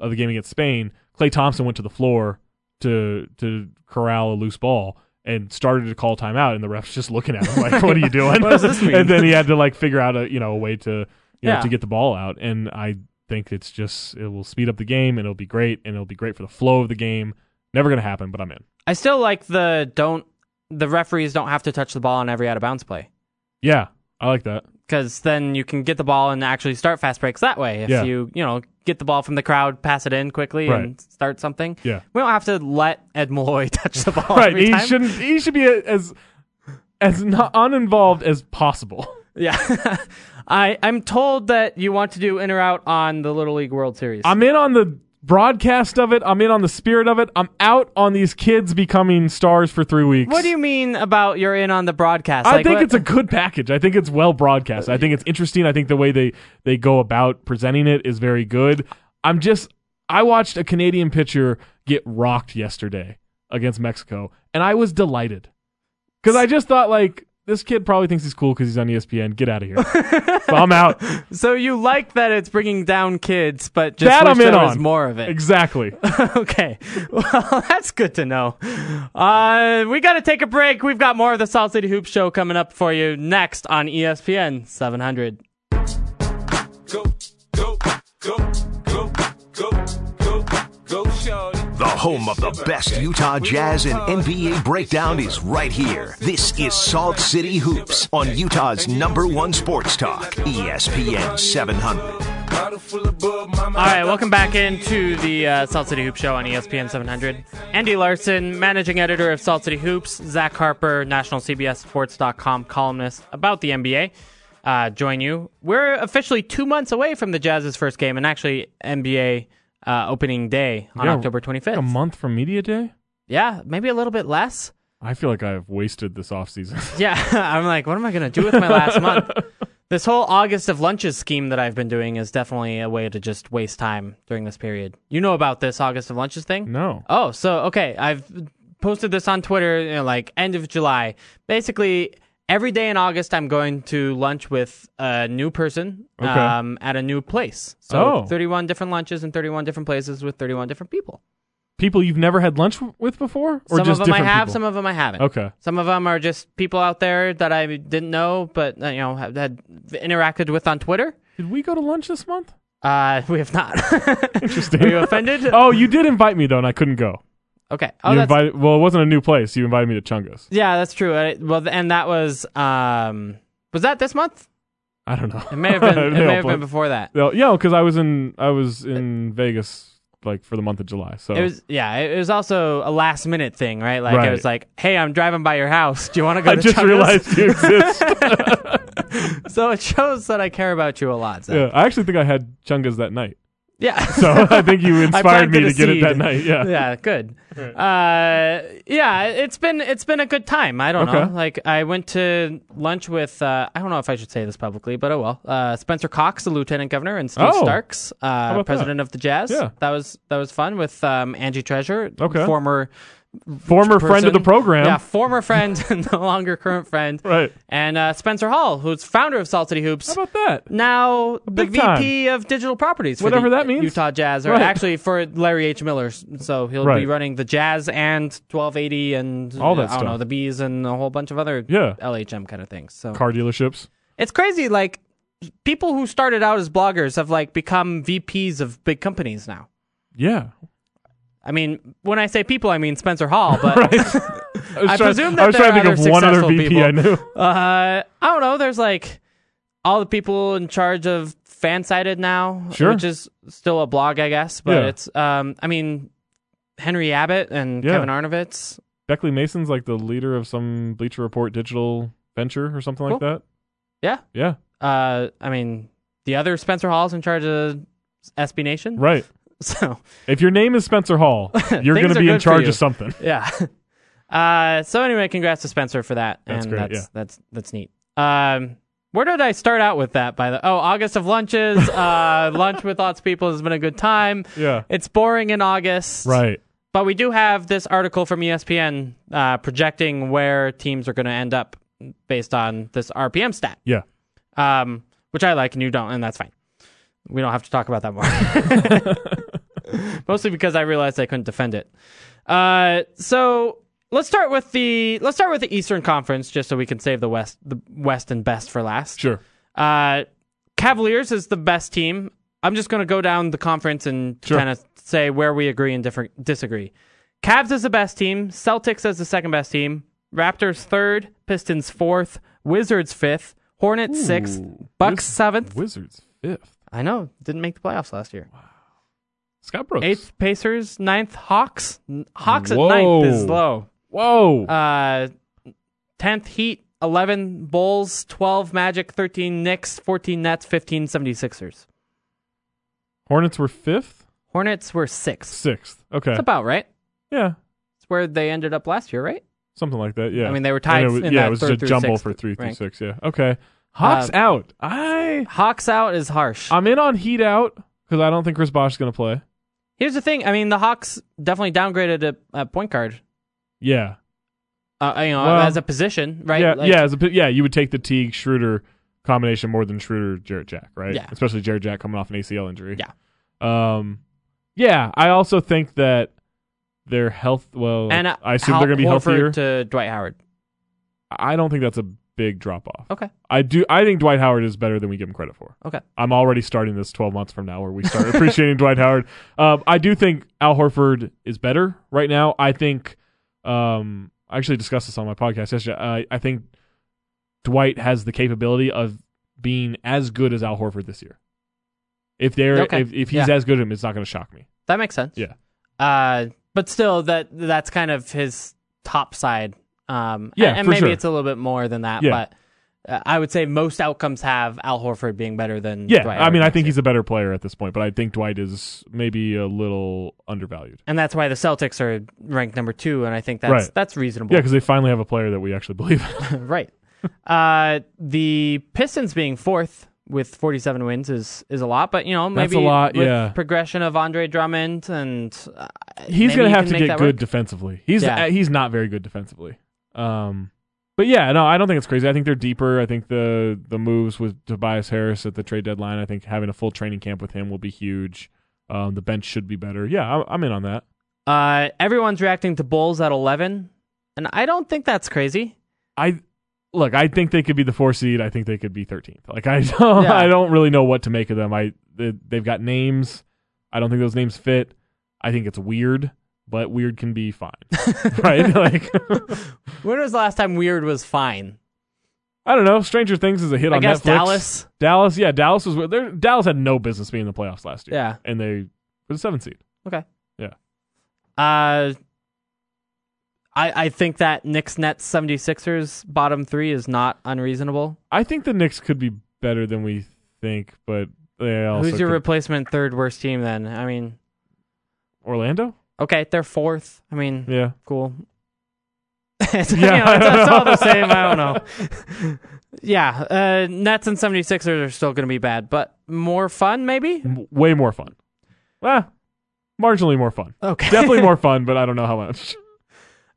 Speaker 3: of the game against Spain, Clay Thompson went to the floor to to corral a loose ball and started to call timeout, and the refs just looking at him like, "What are you doing?"
Speaker 2: What does this mean?
Speaker 3: and then he had to like figure out a you know a way to you know
Speaker 2: Yeah.
Speaker 3: to get the ball out, and I think it's just it will speed up the game and it'll be great and it'll be great for the flow of the game. Never gonna happen, but I'm in.
Speaker 2: I still like the don't the referees don't have to touch the ball on every out of bounds play
Speaker 3: Yeah, I like that.
Speaker 2: because then you can get the ball and actually start fast breaks that way. If
Speaker 3: Yeah.
Speaker 2: you you know get the ball from the crowd, pass it in quickly,
Speaker 3: Right.
Speaker 2: and start something.
Speaker 3: Yeah.
Speaker 2: We don't have to let Ed Malloy touch the ball.
Speaker 3: right,
Speaker 2: every
Speaker 3: he
Speaker 2: time.
Speaker 3: shouldn't. He should be a- as as not uninvolved as possible.
Speaker 2: Yeah. I I'm told that you want to do in or out on the Little League World Series.
Speaker 3: I'm in on the broadcast of it. I'm in on the spirit of it. I'm out on these kids becoming stars for three weeks.
Speaker 2: what do you mean about you're in on the broadcast?
Speaker 3: I
Speaker 2: Like,
Speaker 3: think
Speaker 2: what-
Speaker 3: it's a good package. I think it's well broadcast. I think it's interesting. I think the way they they go about presenting it is very good. I'm just I watched a Canadian pitcher get rocked yesterday against Mexico, and I was delighted because I just thought like this kid probably thinks he's cool because he's on E ESPN. Get out of here. so I'm out.
Speaker 2: so you like that it's bringing down kids, but just
Speaker 3: that
Speaker 2: wish
Speaker 3: I'm in
Speaker 2: there
Speaker 3: on
Speaker 2: was more of it.
Speaker 3: Exactly.
Speaker 2: okay. Well, that's good to know. Uh, we got to take a break. We've got more of the Salt City Hoop Show coming up for you next on E ESPN 700.
Speaker 5: go, go, go, go, go, go, go, shorty.
Speaker 1: The home of the best Utah Jazz and NBA breakdown is right here. This is Salt City Hoops on Utah's number one sports talk, E ESPN 700.
Speaker 2: All right, welcome back into the uh, Salt City Hoop Show on ESPN 700. Andy Larson, managing editor of Salt City Hoops, Zach Harper, national CBSSports.com columnist about the NBA, uh, join you. We're officially two months away from the Jazz's first game, and actually NBA uh, opening day on
Speaker 3: Yeah,
Speaker 2: October
Speaker 3: Like a
Speaker 2: 25th.
Speaker 3: month from media day.
Speaker 2: yeah, maybe a little bit less.
Speaker 3: I feel like I've wasted this offseason.
Speaker 2: Yeah, I'm like, what am I going to do with my last month? This whole August of lunches scheme that I've been doing is definitely a way to just waste time during this period. You know about this August of lunches thing?
Speaker 3: no.
Speaker 2: Oh, so okay, I've posted this on Twitter, you know, like end of July. Basically, every day in August, I'm going to lunch with a new person
Speaker 3: Okay.
Speaker 2: um, at a new place. So
Speaker 3: Oh.
Speaker 2: 31 different lunches in 31 different places with 31 different people.
Speaker 3: People you've never had lunch w- with before, or
Speaker 2: some
Speaker 3: just
Speaker 2: of them I
Speaker 3: different
Speaker 2: have,
Speaker 3: people?
Speaker 2: some of them I haven't.
Speaker 3: Okay.
Speaker 2: Some of them are just people out there that I didn't know, but uh, you know had, had interacted with on Twitter.
Speaker 3: Did we go to lunch this month?
Speaker 2: Uh, we have not.
Speaker 3: Interesting.
Speaker 2: Are you offended?
Speaker 3: oh, you did invite me though, and I couldn't go.
Speaker 2: Okay. Oh,
Speaker 3: you
Speaker 2: that's
Speaker 3: invited. Well, it wasn't a new place. You invited me to Chungus.
Speaker 2: yeah, that's true. I, well, and that was um, was that this month?
Speaker 3: I don't know.
Speaker 2: It may have been. it
Speaker 3: Nail
Speaker 2: may have
Speaker 3: plate.
Speaker 2: been before that.
Speaker 3: No, yeah, because I was in I was in Vegas like for the month of July. So
Speaker 2: It was yeah. It was also a last minute thing, right? Like I
Speaker 3: Right.
Speaker 2: was like, "Hey, I'm driving by your house. Do you want to go?"
Speaker 3: I
Speaker 2: to
Speaker 3: just
Speaker 2: Chungus?"
Speaker 3: realized you exist.
Speaker 2: So it shows that I care about you a lot. Zach.
Speaker 3: yeah, I actually think I had Chungas that night.
Speaker 2: Yeah.
Speaker 3: So I think you inspired
Speaker 2: planted
Speaker 3: me to
Speaker 2: a
Speaker 3: get it
Speaker 2: seed.
Speaker 3: that night. Yeah.
Speaker 2: yeah, good. Uh, yeah, it's been it's been a good time. I don't
Speaker 3: Okay.
Speaker 2: know. Like I went to lunch with uh, I don't know if I should say this publicly, but oh well. Uh, Spencer Cox, the lieutenant governor, and Steve
Speaker 3: Oh.
Speaker 2: Starks, uh,
Speaker 3: about
Speaker 2: president of the Jazz.
Speaker 3: Yeah.
Speaker 2: that was that was fun with um, Angie Treasure,
Speaker 3: Okay.
Speaker 2: former
Speaker 3: Former friend of the
Speaker 2: person.
Speaker 3: program.
Speaker 2: Yeah, former friend, no longer current friend.
Speaker 3: Right.
Speaker 2: And uh, Spencer Hall, who's founder of Salt City Hoops.
Speaker 3: How about that?
Speaker 2: now the
Speaker 3: big time.
Speaker 2: VP of digital properties, for
Speaker 3: Whatever
Speaker 2: the
Speaker 3: that means.
Speaker 2: Utah Jazz, or
Speaker 3: Right.
Speaker 2: actually for Larry H. Miller. So he'll be
Speaker 3: Right.
Speaker 2: running the Jazz and 1280 and
Speaker 3: All that
Speaker 2: I don't know
Speaker 3: stuff.
Speaker 2: the bees and a whole bunch of other
Speaker 3: Yeah.
Speaker 2: LHM kind of things. So
Speaker 3: Car dealerships.
Speaker 2: it's crazy. Like people who started out as bloggers have like become VPs of big companies now.
Speaker 3: Yeah.
Speaker 2: I mean, when I say people, I mean Spencer Hall, but.
Speaker 3: I, was
Speaker 2: I
Speaker 3: trying-
Speaker 2: presume
Speaker 3: I
Speaker 2: that
Speaker 3: was
Speaker 2: there
Speaker 3: trying to
Speaker 2: are
Speaker 3: think of
Speaker 2: other
Speaker 3: one other
Speaker 2: successful
Speaker 3: VP
Speaker 2: people.
Speaker 3: I knew.
Speaker 2: Uh, I don't know. There's like all the people in charge of Fansided now,
Speaker 3: Sure.
Speaker 2: which is still a blog, I guess. But
Speaker 3: Yeah.
Speaker 2: it's, um, I mean, Henry Abbott and
Speaker 3: Yeah.
Speaker 2: Kevin Arnovitz.
Speaker 3: Beckley Mason's like the leader of some Bleacher Report digital venture or something like
Speaker 2: Cool.
Speaker 3: that.
Speaker 2: Yeah.
Speaker 3: Yeah.
Speaker 2: Uh, I mean, the other Spencer Hall's in charge of SB Nation.
Speaker 3: Right.
Speaker 2: So,
Speaker 3: If your name is Spencer Hall, you're
Speaker 2: Things
Speaker 3: going
Speaker 2: are
Speaker 3: to be
Speaker 2: good
Speaker 3: in
Speaker 2: for
Speaker 3: charge
Speaker 2: you.
Speaker 3: of something.
Speaker 2: yeah. Uh, so anyway, congrats to Spencer for that.
Speaker 3: That's
Speaker 2: and
Speaker 3: great,
Speaker 2: That's,
Speaker 3: yeah.
Speaker 2: that's, that's neat. Um, where did I start out with that? By the oh, August of lunches. uh, lunch with lots of people has been a good time.
Speaker 3: Yeah.
Speaker 2: It's boring in August,
Speaker 3: Right.
Speaker 2: But we do have this article from E ESPN uh, projecting where teams are going to end up based on this RPM stat,
Speaker 3: Yeah.
Speaker 2: um, which I like and you don't, and that's fine. We don't have to talk about that more. Mostly because I realized I couldn't defend it. Uh, so let's start with the let's start with the Eastern Conference, just so we can save the West the West and best for last.
Speaker 3: Sure.
Speaker 2: Uh, Cavaliers is the best team. I'm just going to go down the conference and
Speaker 3: Sure.
Speaker 2: kind of say where we agree and differ- disagree. Cavs is the best team. Celtics is the second best team. Raptors third. Pistons fourth. Wizards fifth. Hornets sixth.
Speaker 3: Ooh.
Speaker 2: Bucks
Speaker 3: Wiz-
Speaker 2: seventh.
Speaker 3: Wizards fifth.
Speaker 2: I know. Didn't make the playoffs last year.
Speaker 3: Scott Brooks.
Speaker 2: Eighth Pacers. Ninth Hawks. N- Hawks
Speaker 3: Whoa.
Speaker 2: at ninth is low.
Speaker 3: Whoa.
Speaker 2: Uh, tenth Heat. 11 Bulls, 12 Magic, 13 Knicks, 14 Nets, 15 76ers.
Speaker 3: Hornets were fifth,
Speaker 2: Hornets were sixth.
Speaker 3: sixth. Okay.
Speaker 2: That's about right.
Speaker 3: yeah.
Speaker 2: It's where they ended up last year, right?
Speaker 3: Something like that. Yeah.
Speaker 2: I mean, they were tied
Speaker 3: And it was-
Speaker 2: in
Speaker 3: yeah,
Speaker 2: that
Speaker 3: it was
Speaker 2: third
Speaker 3: just a
Speaker 2: through
Speaker 3: jumble
Speaker 2: sixth
Speaker 3: for three through
Speaker 2: rank.
Speaker 3: six. Yeah. Okay. Hawks
Speaker 2: Uh,
Speaker 3: out. I
Speaker 2: Hawks out is harsh.
Speaker 3: I'm in on Heat out because I don't think Chris Bosh is going to play.
Speaker 2: Here's the thing. I mean, the Hawks definitely downgraded a, a point guard,
Speaker 3: Yeah.
Speaker 2: uh, you know,
Speaker 3: Well,
Speaker 2: as a position, right?
Speaker 3: Yeah.
Speaker 2: Like,
Speaker 3: yeah. As a, yeah. You would take the Teague Schroeder combination more than Schroeder Jarrett Jack, right?
Speaker 2: Yeah.
Speaker 3: Especially Jarrett Jack coming off an ACL injury.
Speaker 2: Yeah.
Speaker 3: Um. Yeah. I also think that their health. Well,
Speaker 2: And uh,
Speaker 3: I assume
Speaker 2: Hal-
Speaker 3: they're going to be
Speaker 2: Horford
Speaker 3: healthier.
Speaker 2: to Dwight Howard.
Speaker 3: I don't think that's a big drop off.
Speaker 2: Okay.
Speaker 3: I do. I think Dwight Howard is better than we give him credit for.
Speaker 2: Okay.
Speaker 3: I'm already starting this 12 months from now where we start appreciating Dwight Howard. Um, I do think Al Horford is better right now. I think um, I actually discussed this on my podcast yesterday. I I think Dwight has the capability of being as good as Al Horford this year. If they're
Speaker 2: Okay.
Speaker 3: if, if he's
Speaker 2: Yeah.
Speaker 3: as good as him, it's not going to shock me.
Speaker 2: That makes sense.
Speaker 3: Yeah.
Speaker 2: Uh, but still, that that's kind of his top side. Um,
Speaker 3: Yeah,
Speaker 2: and, and
Speaker 3: for
Speaker 2: maybe
Speaker 3: sure.
Speaker 2: it's a little bit more than that.
Speaker 3: Yeah.
Speaker 2: But uh, I would say most outcomes have Al Horford being better than.
Speaker 3: Yeah,
Speaker 2: Dwight
Speaker 3: I mean,
Speaker 2: Howard
Speaker 3: I
Speaker 2: next
Speaker 3: think
Speaker 2: year.
Speaker 3: he's a better player at this point, but I think Dwight is maybe a little undervalued.
Speaker 2: and that's why the Celtics are ranked number two, and I think that's
Speaker 3: Right.
Speaker 2: that's reasonable.
Speaker 3: Yeah, because they finally have a player that we actually believe. in.
Speaker 2: right. Uh, the Pistons being fourth with 47 wins is is a lot, but you know maybe
Speaker 3: That's a lot,
Speaker 2: with
Speaker 3: yeah.
Speaker 2: progression of Andre Drummond and uh,
Speaker 3: he's
Speaker 2: maybe
Speaker 3: going
Speaker 2: you
Speaker 3: to have
Speaker 2: can
Speaker 3: to
Speaker 2: make
Speaker 3: get
Speaker 2: that
Speaker 3: good
Speaker 2: work.
Speaker 3: defensively. He's
Speaker 2: Yeah.
Speaker 3: uh, he's not very good defensively. Um, but yeah, no, I don't think it's crazy. I think they're deeper. I think the the moves with Tobias Harris at the trade deadline. I think having a full training camp with him will be huge. Um, the bench should be better. Yeah, I'm, I'm in on that.
Speaker 2: Uh, everyone's reacting to Bulls at 11, and I don't think that's crazy.
Speaker 3: I look. I think they could be the four seed. I think they could be 13th. Like I don't.
Speaker 2: Yeah.
Speaker 3: I don't really know what to make of them. I they, they've got names. I don't think those names fit. I think it's weird, but weird can be fine, right? Like
Speaker 2: When was the last time weird was fine?
Speaker 3: I don't know. Stranger Things is a hit
Speaker 2: I
Speaker 3: on
Speaker 2: guess
Speaker 3: Netflix.
Speaker 2: Dallas.
Speaker 3: Dallas, yeah, Dallas was. they're- Dallas had no business being in the playoffs last year.
Speaker 2: Yeah.
Speaker 3: and they were the seventh seed.
Speaker 2: Okay.
Speaker 3: Yeah.
Speaker 2: Uh, I I think that Knicks Nets 76ers bottom three is not unreasonable.
Speaker 3: I think the Knicks could be better than we think, but they also
Speaker 2: Who's your
Speaker 3: could-
Speaker 2: replacement third worst team then? I mean,
Speaker 3: Orlando.
Speaker 2: okay, they're fourth. I mean,
Speaker 3: Yeah,
Speaker 2: cool. it's,
Speaker 3: Yeah.
Speaker 2: you know, it's, it's all the same. I don't know. yeah, uh, Nets and 76ers are still going to be bad, but more fun maybe?
Speaker 3: M- way more fun. Ah, marginally more fun.
Speaker 2: Okay.
Speaker 3: Definitely more fun, but I don't know how much.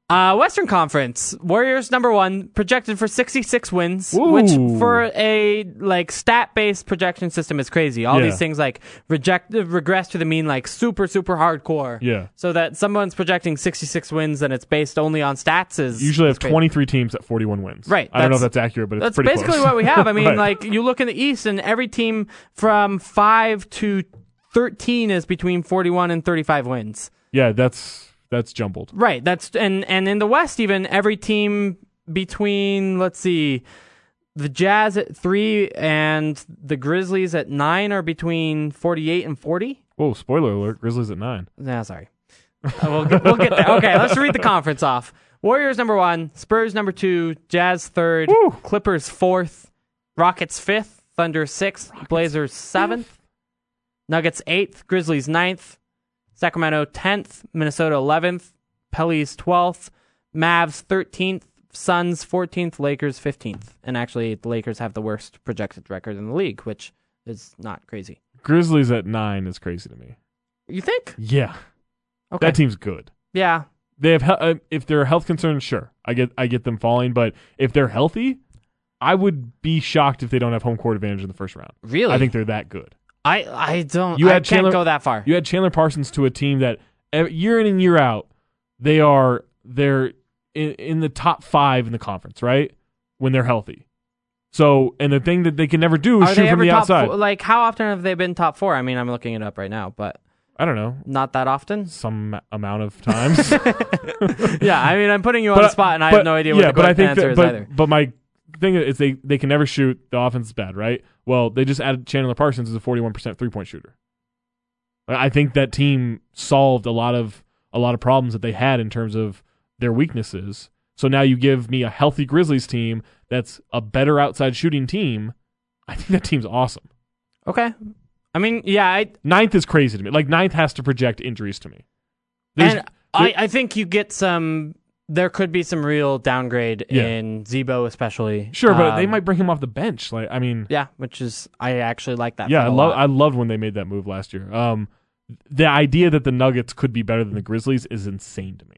Speaker 2: Uh, Western Conference Warriors number one projected for 66 wins,
Speaker 3: Ooh.
Speaker 2: which for a like stat-based projection system is crazy. All
Speaker 3: Yeah.
Speaker 2: these things like reject regress to the mean like super super hardcore.
Speaker 3: Yeah,
Speaker 2: So that someone's projecting 66 wins and it's based only on stats is
Speaker 3: usually have
Speaker 2: is crazy.
Speaker 3: 23 teams at 41 wins.
Speaker 2: Right,
Speaker 3: I don't know if
Speaker 2: that's-
Speaker 3: that's accurate, but it's
Speaker 2: That's
Speaker 3: pretty
Speaker 2: basically
Speaker 3: close.
Speaker 2: what we have. I mean,
Speaker 3: Right.
Speaker 2: like you look in the East and every team from five to 13 is between 41 and 35 wins.
Speaker 3: yeah, that's that's jumbled.
Speaker 2: Right. That's and and in the West, even every team between let's see, the Jazz at three and the Grizzlies at nine are between forty-eight and forty.
Speaker 3: Whoa, spoiler alert! Grizzlies at nine.
Speaker 2: Nah, sorry. Uh, we'll, get, we'll get there. Okay, let's read the conference off. Warriors number one, Spurs number two, Jazz third,
Speaker 3: Woo.
Speaker 2: Clippers fourth, Rockets fifth, Thunder sixth, Blazers seventh, Nuggets eighth, Grizzlies ninth, Sacramento tenth, Minnesota eleventh, Pelly's twelfth, Mavs thirteenth, Suns fourteenth, Lakers fifteenth. And actually, the Lakers have the worst projected record in the league, which is not crazy.
Speaker 3: Grizzlies at nine is crazy to me.
Speaker 2: You think?
Speaker 3: Yeah,
Speaker 2: Okay.
Speaker 3: that team's good.
Speaker 2: yeah.
Speaker 3: They have he- uh, if there are health concerns, sure, I get I get them falling, but if they're healthy, I would be shocked if they don't have home court advantage in the first round.
Speaker 2: Really?
Speaker 3: I think they're that good.
Speaker 2: I I don't.
Speaker 3: You
Speaker 2: I
Speaker 3: had
Speaker 2: can't
Speaker 3: Chandler-
Speaker 2: go that far.
Speaker 3: You had Chandler Parsons to a team that ev- year in and year out, they are they're in, in the top five in the conference, right? When they're healthy. So, and the thing that they can never do is
Speaker 2: Are
Speaker 3: shoot
Speaker 2: they
Speaker 3: from
Speaker 2: ever
Speaker 3: the
Speaker 2: top
Speaker 3: outside.
Speaker 2: four? Like how often have they been top four? I mean, I'm looking it up right now, but
Speaker 3: I don't know,
Speaker 2: not that often.
Speaker 3: some amount of times.
Speaker 2: yeah, I mean, I'm putting you on
Speaker 3: But-
Speaker 2: the spot, and I
Speaker 3: but-
Speaker 2: have no idea what
Speaker 3: yeah,
Speaker 2: the
Speaker 3: but I
Speaker 2: correct
Speaker 3: think
Speaker 2: answer
Speaker 3: that,
Speaker 2: is
Speaker 3: but,
Speaker 2: either.
Speaker 3: But my thing is they they can never shoot. The offense is bad, right? Well, they just added Chandler Parsons as a forty one percent three point shooter. I I think that team solved a lot of a lot of problems that they had in terms of their weaknesses. So now you give me a healthy Grizzlies team that's a better outside shooting team. I think that team's awesome.
Speaker 2: Okay, I mean, yeah, I
Speaker 3: Ninth is crazy to me. Like ninth has to project injuries to me. There's-
Speaker 2: and I, I think you get some. There could be some real downgrade
Speaker 3: Yeah.
Speaker 2: in Zebo, especially.
Speaker 3: sure, but they
Speaker 2: Um,
Speaker 3: might bring him off the bench. Like I mean,
Speaker 2: Yeah, which is I actually like that.
Speaker 3: Yeah,
Speaker 2: thought
Speaker 3: I
Speaker 2: a
Speaker 3: love
Speaker 2: lot.
Speaker 3: I loved when they made that move last year. Um, the idea that the Nuggets could be better than the Grizzlies is insane to me.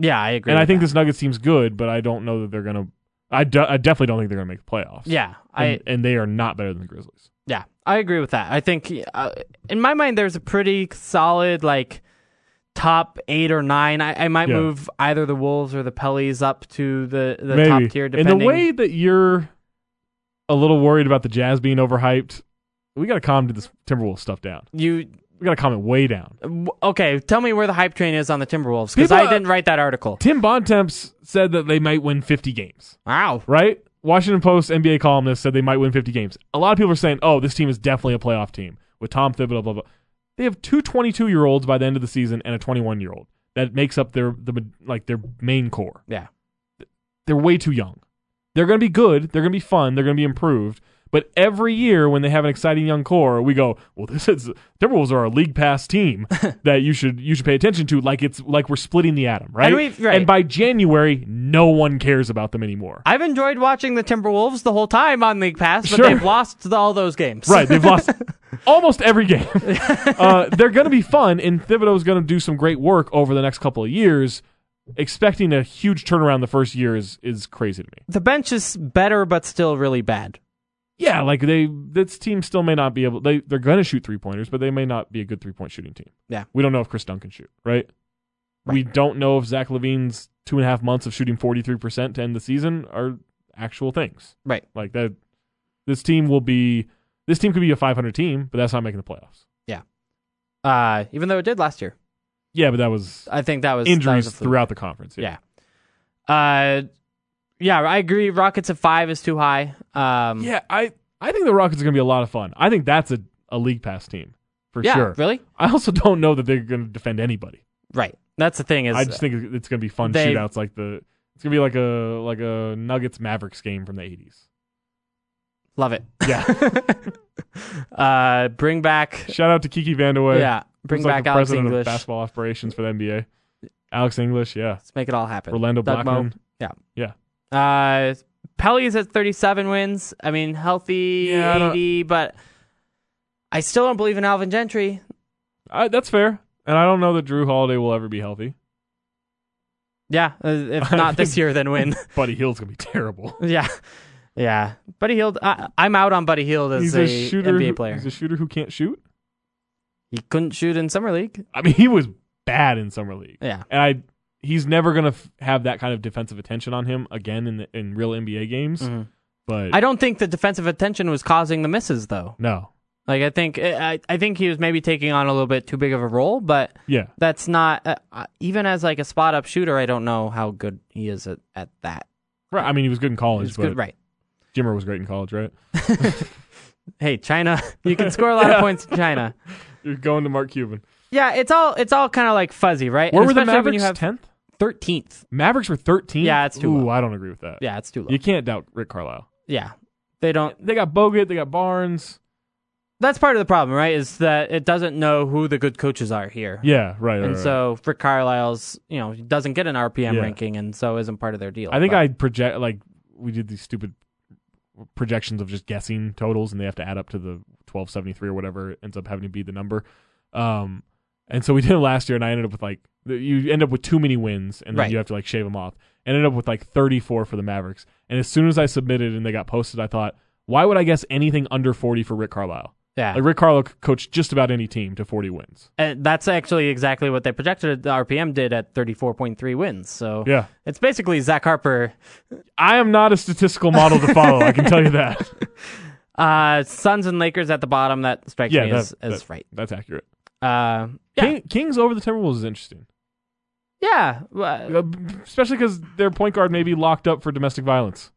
Speaker 2: yeah, I agree.
Speaker 3: and I
Speaker 2: with
Speaker 3: think
Speaker 2: that.
Speaker 3: this Nuggets team's good, but I don't know that they're gonna. I, do, I definitely don't think they're gonna make the playoffs.
Speaker 2: Yeah, I
Speaker 3: and, and they are not better than the Grizzlies.
Speaker 2: Yeah, I agree with that. I think uh, in my mind, there's a pretty solid like top eight or nine. I, I might
Speaker 3: Yeah.
Speaker 2: move either the Wolves or the Pellies up to the, the top
Speaker 3: Maybe.
Speaker 2: tier.
Speaker 3: In
Speaker 2: Depending.
Speaker 3: the way that you're a little worried about the Jazz being overhyped, we got to calm this Timberwolves stuff down.
Speaker 2: you
Speaker 3: We got to calm it way down.
Speaker 2: w- okay? Tell me where the hype train is on the Timberwolves because
Speaker 3: People
Speaker 2: I
Speaker 3: are-
Speaker 2: didn't write that article.
Speaker 3: Tim Bontemps said that they might win 50 games,
Speaker 2: Wow.
Speaker 3: right? Washington Post NBA columnist said they might win 50 games. A lot of people are saying, "Oh, this team is definitely a playoff team with Tom Thibodeau." Blah blah. They have two 22-year-olds by the end of the season and a 21-year-old that makes up their the like their main core.
Speaker 2: Yeah.
Speaker 3: they're way too young. They're going to be good. They're going to be fun. They're going to be improved. But every year when they have an exciting young core, we go, well, this is Timberwolves are a league pass team that you should you should pay attention to. Like it's like we're splitting the atom, right?
Speaker 2: And we've- right.
Speaker 3: And by January, no one cares about them anymore.
Speaker 2: I've enjoyed watching the Timberwolves the whole time on League Pass, but
Speaker 3: Sure.
Speaker 2: they've lost the, all those games.
Speaker 3: Right, they've lost almost every game. uh, they're going to be fun, and Thibodeau's going to do some great work over the next couple of years. Expecting a huge turnaround the first year is is crazy to me.
Speaker 2: The bench is better, but still really bad.
Speaker 3: yeah, like they this team still may not be able they they're gonna shoot three pointers, but they may not be a good three point shooting team.
Speaker 2: Yeah.
Speaker 3: We don't know if Chris Dunn can shoot, right? We don't know if Zach Levine's two and a half months of shooting forty three percent to end the season are actual things.
Speaker 2: Right.
Speaker 3: Like that this team will be this team could be a five hundred team, but that's not making the playoffs.
Speaker 2: Uh, even though it did last year,
Speaker 3: Yeah, but that was
Speaker 2: I think that was that was
Speaker 3: injuries
Speaker 2: a fluke.
Speaker 3: throughout the conference.
Speaker 2: Yeah. Uh, yeah, I agree. Rockets at five is too high. Um,
Speaker 3: Yeah, I I think the Rockets are gonna be a lot of fun. I think that's a, a league pass team for
Speaker 2: yeah,
Speaker 3: sure.
Speaker 2: really,
Speaker 3: I also don't know that they're gonna defend anybody.
Speaker 2: right. That's the thing is,
Speaker 3: I just think it- it's gonna be fun
Speaker 2: they-
Speaker 3: shootouts like the it's gonna be like a like a Nuggets Mavericks game from the eighties.
Speaker 2: love it.
Speaker 3: Yeah.
Speaker 2: uh, bring back,
Speaker 3: Shout out to Kiki Vandaway.
Speaker 2: yeah, bring
Speaker 3: Who's, like,
Speaker 2: back
Speaker 3: the
Speaker 2: Alex
Speaker 3: president
Speaker 2: English.
Speaker 3: Of basketball operations for the NBA. Alex English, yeah.
Speaker 2: Let's make it all happen.
Speaker 3: Orlando
Speaker 2: Doug Moe.
Speaker 3: Blackman.
Speaker 2: Uh, Pelly's at 37 wins. I mean, healthy
Speaker 3: Yeah, I don't-
Speaker 2: 80, but I still don't believe in Alvin Gentry.
Speaker 3: I, that's fair. And I don't know that Drew Holiday will ever be healthy.
Speaker 2: Yeah, uh, if not this year, then when?
Speaker 3: Buddy Hill's gonna be terrible.
Speaker 2: yeah, yeah. Buddy Hield. I, I'm out on Buddy Hield as
Speaker 3: he's a, shooter. who-
Speaker 2: NBA player.
Speaker 3: He's a shooter who can't shoot.
Speaker 2: he couldn't shoot in summer league.
Speaker 3: I mean, he was bad in summer league,
Speaker 2: Yeah,
Speaker 3: and I he's never gonna f- have that kind of defensive attention on him again in the, in real NBA games.
Speaker 2: Mhm.
Speaker 3: But
Speaker 2: I don't think the defensive attention was causing the misses though.
Speaker 3: no,
Speaker 2: Like I think eh, I, I think he was maybe taking on a little bit too big of a role, but
Speaker 3: yeah.
Speaker 2: that's not uh, uh, even as like a spot up shooter. I don't know how good he is at, at that.
Speaker 3: Right. I mean, he was good in college,
Speaker 2: It's
Speaker 3: but
Speaker 2: good, right?
Speaker 3: Jimmer was great in college, right?
Speaker 2: hey china you can score a lot of
Speaker 3: Yeah.
Speaker 2: points in china
Speaker 3: You're going to Mark Cuban.
Speaker 2: yeah it's all it's all kind of like fuzzy right
Speaker 3: Where
Speaker 2: And
Speaker 3: were the
Speaker 2: especially when
Speaker 3: Mavericks?
Speaker 2: you have
Speaker 3: Tenth.
Speaker 2: 13th
Speaker 3: Mavericks were thirteen.
Speaker 2: Yeah, it's too
Speaker 3: Ooh,
Speaker 2: low.
Speaker 3: I don't agree with that.
Speaker 2: yeah it's too low
Speaker 3: You can't doubt Rick Carlisle.
Speaker 2: yeah they don't
Speaker 3: They got Bogut. They got Barnes.
Speaker 2: that's part of the problem right is that it doesn't know who the good coaches are here
Speaker 3: Yeah, right. right,
Speaker 2: and
Speaker 3: right.
Speaker 2: so Rick Carlisle's, you know, he doesn't get an RPM
Speaker 3: Yeah.
Speaker 2: ranking, and so isn't part of their deal.
Speaker 3: I think
Speaker 2: But-
Speaker 3: I project like we did these stupid projections of just guessing totals, and they have to add up to the twelve seventy three or whatever ends up having to be the number. Um, and so we did it last year, and I ended up with like th- you end up with too many wins, and then
Speaker 2: Right.
Speaker 3: you have to like shave them off. Ended up with like thirty four for the Mavericks, and as soon as I submitted and they got posted, I thought, why would I guess anything under forty for Rick Carlisle?
Speaker 2: yeah,
Speaker 3: Like Rick Carlisle could coach just about any team to forty wins.
Speaker 2: And that's actually exactly what they projected. The RPM did at thirty four point three wins, so
Speaker 3: Yeah,
Speaker 2: it's basically Zach Harper
Speaker 3: I am not a statistical model to follow. I can tell you that.
Speaker 2: Uh, Suns and Lakers at the bottom. That strikes
Speaker 3: Yeah,
Speaker 2: me
Speaker 3: that-
Speaker 2: as, as
Speaker 3: that-
Speaker 2: right.
Speaker 3: That's accurate.
Speaker 2: Uh, yeah,
Speaker 3: King, Kings over the Timberwolves is interesting.
Speaker 2: yeah, well,
Speaker 3: Uh, especially because their point guard may be locked up for domestic violence,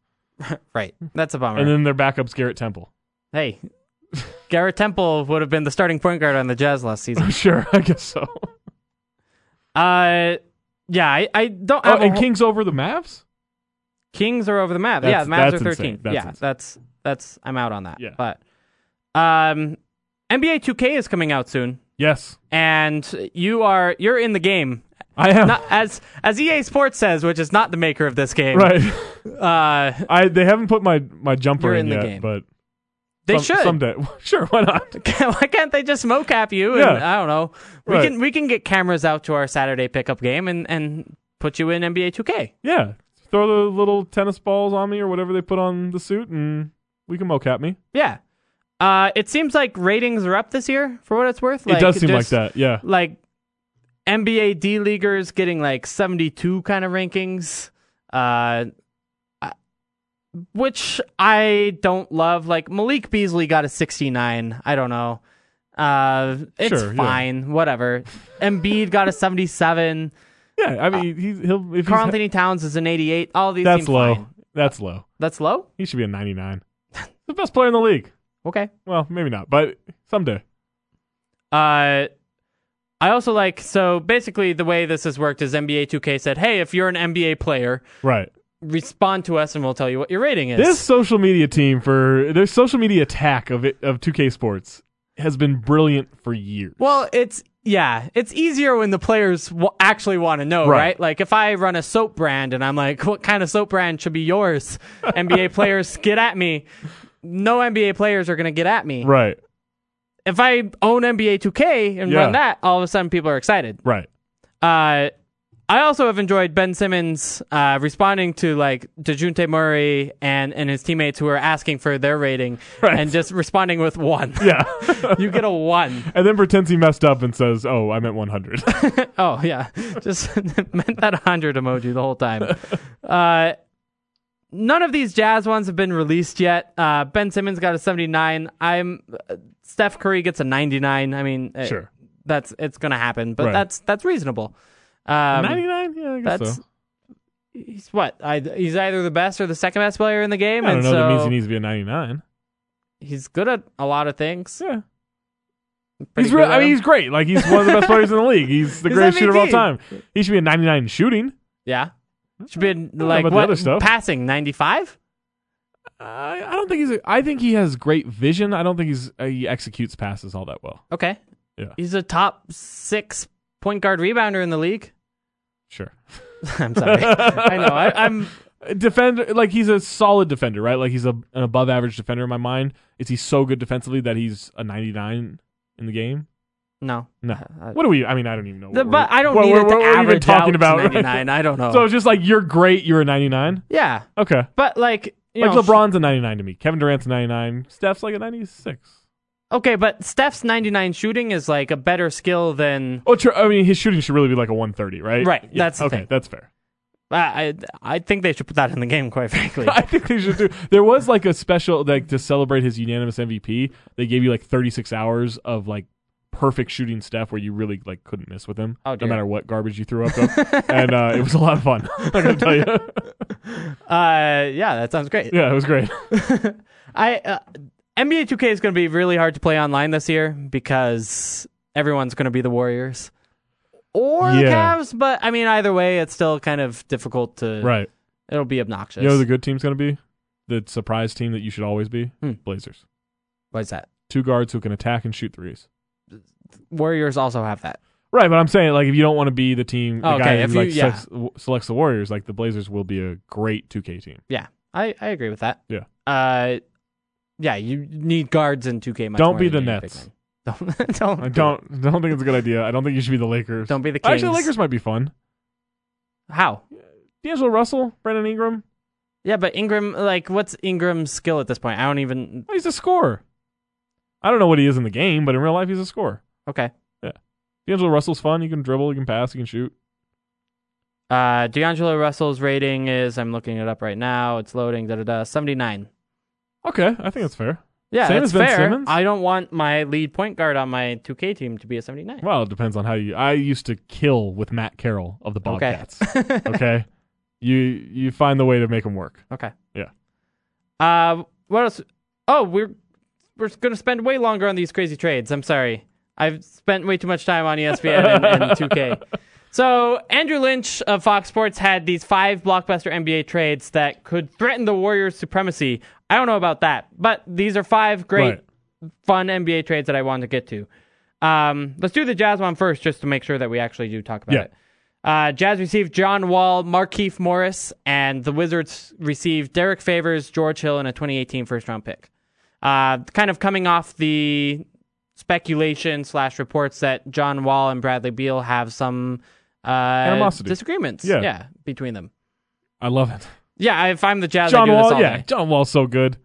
Speaker 2: right. That's a bummer.
Speaker 3: and then their backup's Garrett Temple.
Speaker 2: hey, Garrett Temple would have been the starting point guard on the Jazz last season.
Speaker 3: sure, I guess so.
Speaker 2: Uh, yeah, I, I don't.
Speaker 3: Oh,
Speaker 2: Have a
Speaker 3: and
Speaker 2: whole-
Speaker 3: Kings over the Mavs.
Speaker 2: Kings are over the map.
Speaker 3: That's-
Speaker 2: yeah, the Mavs are
Speaker 3: that's insane.
Speaker 2: 13.
Speaker 3: That's
Speaker 2: yeah,
Speaker 3: insane.
Speaker 2: that's that's. I'm out on that.
Speaker 3: Yeah.
Speaker 2: but um, NBA 2K is coming out soon,
Speaker 3: Yes,
Speaker 2: and you are you're in the game.
Speaker 3: I am.
Speaker 2: Not as as EA Sports says, which is not the maker of this game.
Speaker 3: right.
Speaker 2: Uh,
Speaker 3: I they haven't put my my jumper
Speaker 2: You're
Speaker 3: in,
Speaker 2: in the
Speaker 3: yet,
Speaker 2: game.
Speaker 3: but
Speaker 2: they
Speaker 3: some-
Speaker 2: should.
Speaker 3: someday. sure, why not?
Speaker 2: Why can't they just mocap you? And,
Speaker 3: Yeah.
Speaker 2: I don't know. We
Speaker 3: Right.
Speaker 2: can we can get cameras out to our Saturday pickup game and and put you in NBA 2K.
Speaker 3: Yeah, throw the little tennis balls on me or whatever they put on the suit, and we can mocap me.
Speaker 2: Yeah. Uh, it seems like ratings are up this year, for what it's worth. Like,
Speaker 3: it does seem
Speaker 2: just-
Speaker 3: like that. Yeah,
Speaker 2: Like NBA D leaguers getting like 72 kind of rankings, uh, I- which I don't love. Like Malik Beasley got a 69. I don't know. Uh, it's
Speaker 3: Sure, yeah.
Speaker 2: fine, whatever. Embiid got a 77.
Speaker 3: Yeah, I mean, he's, he'll if
Speaker 2: Carl
Speaker 3: he's,
Speaker 2: Anthony Towns is an 88. All these
Speaker 3: that's
Speaker 2: seem
Speaker 3: low.
Speaker 2: fine.
Speaker 3: That's low.
Speaker 2: That's low.
Speaker 3: He should be a 99. the best player in the league.
Speaker 2: Okay.
Speaker 3: Well, maybe not, but someday.
Speaker 2: Uh, I also like so basically the way this has worked is NBA 2K said, "Hey, if you're an NBA player,
Speaker 3: Right.
Speaker 2: respond to us and we'll tell you what your rating is."
Speaker 3: This social media team for their social media attack of it, of 2K Sports has been brilliant for years.
Speaker 2: well, it's yeah, it's easier when the players w- actually want to know, right.
Speaker 3: Right.
Speaker 2: Like if I run a soap brand and I'm like, "What kind of soap brand should be yours?" NBA players get at me. No NBA players are going to get at me.
Speaker 3: Right.
Speaker 2: If I own NBA 2K and
Speaker 3: Yeah.
Speaker 2: run that, all of a sudden people are excited.
Speaker 3: Right.
Speaker 2: Uh, I also have enjoyed Ben Simmons uh, responding to like DeJounte Murray and, and his teammates who are asking for their rating
Speaker 3: Right.
Speaker 2: and just responding with one.
Speaker 3: Yeah.
Speaker 2: you get a one.
Speaker 3: and then pretends he messed up and says, "Oh, I meant 100."
Speaker 2: Oh, yeah. Just meant that 100 emoji the whole time. Uh, none of these Jazz ones have been released yet. Uh, ben Simmons got a 79. I'm uh, Steph Curry gets a 99. I mean, uh,
Speaker 3: Sure.
Speaker 2: that's it's going to happen, but
Speaker 3: Right.
Speaker 2: that's that's reasonable. Um,
Speaker 3: 99? Yeah, I guess
Speaker 2: that's
Speaker 3: so.
Speaker 2: he's what? I, he's either the best or the second best player in the game,
Speaker 3: I don't
Speaker 2: and
Speaker 3: know.
Speaker 2: so
Speaker 3: that means he needs to be a 99.
Speaker 2: he's good at a lot of things.
Speaker 3: Yeah.
Speaker 2: Pretty
Speaker 3: he's real
Speaker 2: good
Speaker 3: I
Speaker 2: at
Speaker 3: mean,
Speaker 2: 'em.
Speaker 3: he's great. Like he's one of the best players in the league. He's the
Speaker 2: He's
Speaker 3: greatest shooter of all
Speaker 2: MVP.
Speaker 3: time. He should be a 99 in shooting.
Speaker 2: yeah, should be
Speaker 3: know
Speaker 2: like
Speaker 3: about the
Speaker 2: what
Speaker 3: other stuff.
Speaker 2: passing ninety five.
Speaker 3: I, I don't think he's. A, I think he has great vision. I don't think he's. Uh, he executes passes all that well.
Speaker 2: Okay,
Speaker 3: Yeah.
Speaker 2: he's a top six point guard rebounder in the league.
Speaker 3: Sure.
Speaker 2: I'm sorry, I know I, I'm
Speaker 3: Defend like he's a solid defender, right? Like he's a, an above average defender in my mind. Is he so good defensively that he's a 99 in the game?
Speaker 2: no
Speaker 3: No.
Speaker 2: Uh,
Speaker 3: what do we? I mean, I don't even know.
Speaker 2: the,
Speaker 3: what
Speaker 2: but
Speaker 3: we're-
Speaker 2: I don't
Speaker 3: what
Speaker 2: need
Speaker 3: we're,
Speaker 2: it to
Speaker 3: what we're even
Speaker 2: average
Speaker 3: talking
Speaker 2: out
Speaker 3: about right?
Speaker 2: ninety nine. I don't know.
Speaker 3: So it's just like you're great. You're a 99.
Speaker 2: yeah,
Speaker 3: Okay.
Speaker 2: but like you
Speaker 3: Like
Speaker 2: know,
Speaker 3: LeBron's a 99 to me. Kevin Durant's a 99. Steph's like a 96.
Speaker 2: Okay, but Steph's ninety nine shooting is like a better skill than
Speaker 3: Oh, true. I mean, his shooting should really be like a 130, right?
Speaker 2: Right, that's the
Speaker 3: okay.
Speaker 2: thing.
Speaker 3: That's fair.
Speaker 2: I I I think they should put that in the game, quite frankly.
Speaker 3: I think they should do. There was like a special like to celebrate his unanimous MVP. They gave you like 36 hours of like perfect shooting Steph where you really like couldn't miss with him,
Speaker 2: Oh, dear.
Speaker 3: no matter what garbage you threw up. though. and uh, it was a lot of fun. I'm gonna tell you.
Speaker 2: Uh, yeah, that sounds great.
Speaker 3: yeah, it was great.
Speaker 2: I uh, NBA 2K is going to be really hard to play online this year because everyone's going to be the Warriors or the
Speaker 3: Yeah.
Speaker 2: Cavs. But I mean, either way, it's still kind of difficult to.
Speaker 3: Right.
Speaker 2: It'll be obnoxious.
Speaker 3: You know, who the good team's gonna be the surprise team that you should always be.
Speaker 2: Hmm.
Speaker 3: Blazers.
Speaker 2: what is that?
Speaker 3: Two guards who can attack and shoot threes.
Speaker 2: Warriors also have that.
Speaker 3: Right, but I'm saying like if you don't want to be the team, the
Speaker 2: Okay,
Speaker 3: guy
Speaker 2: if
Speaker 3: who
Speaker 2: you-
Speaker 3: like
Speaker 2: yeah.
Speaker 3: selects, w- selects the Warriors, like the Blazers will be a great 2K team.
Speaker 2: Yeah, I, I agree with that.
Speaker 3: Yeah.
Speaker 2: Uh, yeah, you need guards in 2K. Much
Speaker 3: Don't
Speaker 2: more
Speaker 3: be
Speaker 2: than
Speaker 3: the
Speaker 2: you need big
Speaker 3: Nets.
Speaker 2: men. Don't don't
Speaker 3: I
Speaker 2: do it.
Speaker 3: don't don't think it's a good idea. I don't think you should be the Lakers.
Speaker 2: don't be the Kings.
Speaker 3: Actually, the Lakers might be fun.
Speaker 2: How?
Speaker 3: D'Angelo Russell, Brandon Ingram,
Speaker 2: Yeah, but Ingram, like, what's Ingram's skill at this point? I don't even.
Speaker 3: well, he's a scorer. I don't know what he is in the game, but in real life, he's a scorer.
Speaker 2: Okay.
Speaker 3: D'Angelo Russell's fun. He can dribble, he can pass, he can shoot.
Speaker 2: Uh, D'Angelo Russell's rating is, I'm looking it up right now. It's loading, da da da, 79.
Speaker 3: Okay, I think that's fair.
Speaker 2: Yeah,
Speaker 3: Same
Speaker 2: that's
Speaker 3: as Ben
Speaker 2: fair.
Speaker 3: Simmons?
Speaker 2: I don't want my lead point guard on my 2K team to be a 79.
Speaker 3: Well, it depends on how you. I used to kill with Matt Carroll of the
Speaker 2: Okay.
Speaker 3: Bobcats. Okay, you you find the way to make him work.
Speaker 2: Okay.
Speaker 3: Yeah.
Speaker 2: Uh, what else? Oh, we're we're going to spend way longer on these crazy trades. I'm sorry. I've spent way too much time on E ESPN and, and 2K. So Andrew Lynch of Fox Sports had these five blockbuster NBA trades that could threaten the Warriors' supremacy. I don't know about that, but these are five great,
Speaker 3: Right.
Speaker 2: fun NBA trades that I wanted to get to. Um, let's do the Jazz one first, just to make sure that we actually do talk about
Speaker 3: Yeah.
Speaker 2: it. Uh, Jazz received John Wall, Markeith Morris, and the Wizards received Derek Favors, George Hill, and a 2018 first round pick. Uh, kind of coming off the speculation slash reports that John Wall and Bradley Beal have some uh,
Speaker 3: Animosity.
Speaker 2: disagreements,
Speaker 3: Yeah.
Speaker 2: between them.
Speaker 3: I love it.
Speaker 2: Yeah, if I'm the Jazz, I
Speaker 3: John
Speaker 2: do this
Speaker 3: Wall,
Speaker 2: all
Speaker 3: yeah,
Speaker 2: day.
Speaker 3: John Wall's so good.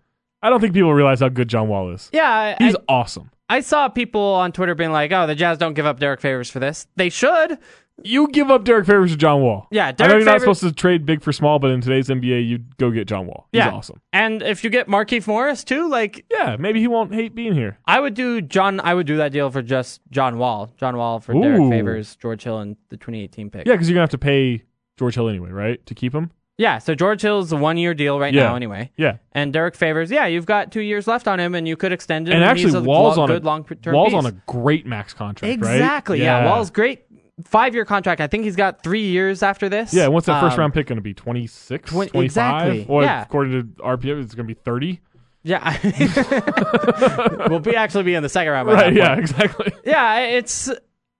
Speaker 3: I don't think people realize how good John Wall is.
Speaker 2: yeah, I-
Speaker 3: He's
Speaker 2: I-
Speaker 3: awesome.
Speaker 2: I saw people on Twitter being like, "Oh, the Jazz don't give up Derek Favors for this. They should."
Speaker 3: You give up Derek Favors to John Wall.
Speaker 2: Yeah,
Speaker 3: I know
Speaker 2: Derek
Speaker 3: you're not
Speaker 2: Favors-
Speaker 3: supposed to trade big for small, but in today's NBA, you go get John Wall.
Speaker 2: Yeah,
Speaker 3: He's awesome.
Speaker 2: And if you get Markeith Morris too, like
Speaker 3: Yeah, maybe he won't hate being here.
Speaker 2: I would do John. I would do that deal for just John Wall. John Wall for Derek
Speaker 3: Ooh.
Speaker 2: Favors, George Hill, and the 2018 pick.
Speaker 3: Yeah, because you're gonna have to pay George Hill anyway, right, to keep him.
Speaker 2: Yeah, So George Hill's a one-year deal right
Speaker 3: Yeah.
Speaker 2: now, anyway.
Speaker 3: Yeah,
Speaker 2: And Derek Favors, yeah, you've got two years left on him, and you could extend him.
Speaker 3: and
Speaker 2: he's
Speaker 3: actually,
Speaker 2: a
Speaker 3: Wall's
Speaker 2: lo-
Speaker 3: on
Speaker 2: good
Speaker 3: a
Speaker 2: long-term
Speaker 3: Wall's
Speaker 2: piece.
Speaker 3: on a great max contract, right?
Speaker 2: Exactly. Yeah. Wall's great. Five year contract. I think he's got three years after this.
Speaker 3: Yeah, and what's that first
Speaker 2: Um,
Speaker 3: round pick going to be? 26,
Speaker 2: Twen-
Speaker 3: 25?
Speaker 2: exactly,
Speaker 3: Or
Speaker 2: yeah.
Speaker 3: according to RPO, it's going to be 30.
Speaker 2: Yeah. we'll be actually be in the second round. By that
Speaker 3: Right, yeah,
Speaker 2: point.
Speaker 3: exactly.
Speaker 2: Yeah. It's.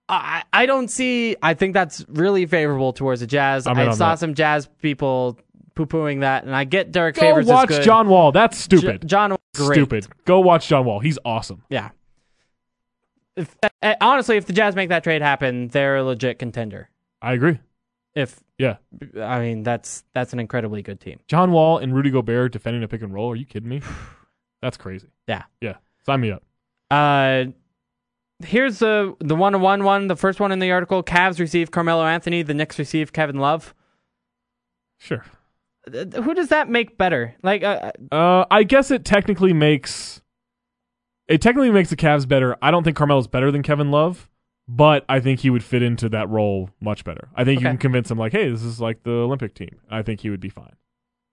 Speaker 2: I, I don't see. I think that's really favorable towards the Jazz.
Speaker 3: I'm in
Speaker 2: I
Speaker 3: on
Speaker 2: saw
Speaker 3: that.
Speaker 2: some Jazz people poo pooing that, and I get Derek
Speaker 3: Go
Speaker 2: Favors. is
Speaker 3: watch
Speaker 2: good.
Speaker 3: John Wall. That's
Speaker 2: J-
Speaker 3: stupid.
Speaker 2: John. Great.
Speaker 3: Stupid. Go watch John Wall. He's awesome.
Speaker 2: Yeah. If, uh, honestly, if the Jazz make that trade happen, they're a legit contender.
Speaker 3: I agree.
Speaker 2: If
Speaker 3: Yeah.
Speaker 2: I mean, that's that's an incredibly good team.
Speaker 3: John Wall and Rudy Gobert defending a pick and roll. Are you kidding me? That's crazy.
Speaker 2: Yeah.
Speaker 3: Yeah. Sign me up.
Speaker 2: Uh, here's the the one one one. The first one in the article: Cavs receive Carmelo Anthony. The Knicks receive Kevin Love.
Speaker 3: Sure.
Speaker 2: Th- Who does that make better? Like, uh,
Speaker 3: Uh, I guess it technically makes it technically makes the Cavs better. I don't think Carmelo's better than Kevin Love, but I think he would fit into that role much better. I think you
Speaker 2: Okay.
Speaker 3: can convince him like, hey, this is like the Olympic team. I think he would be fine.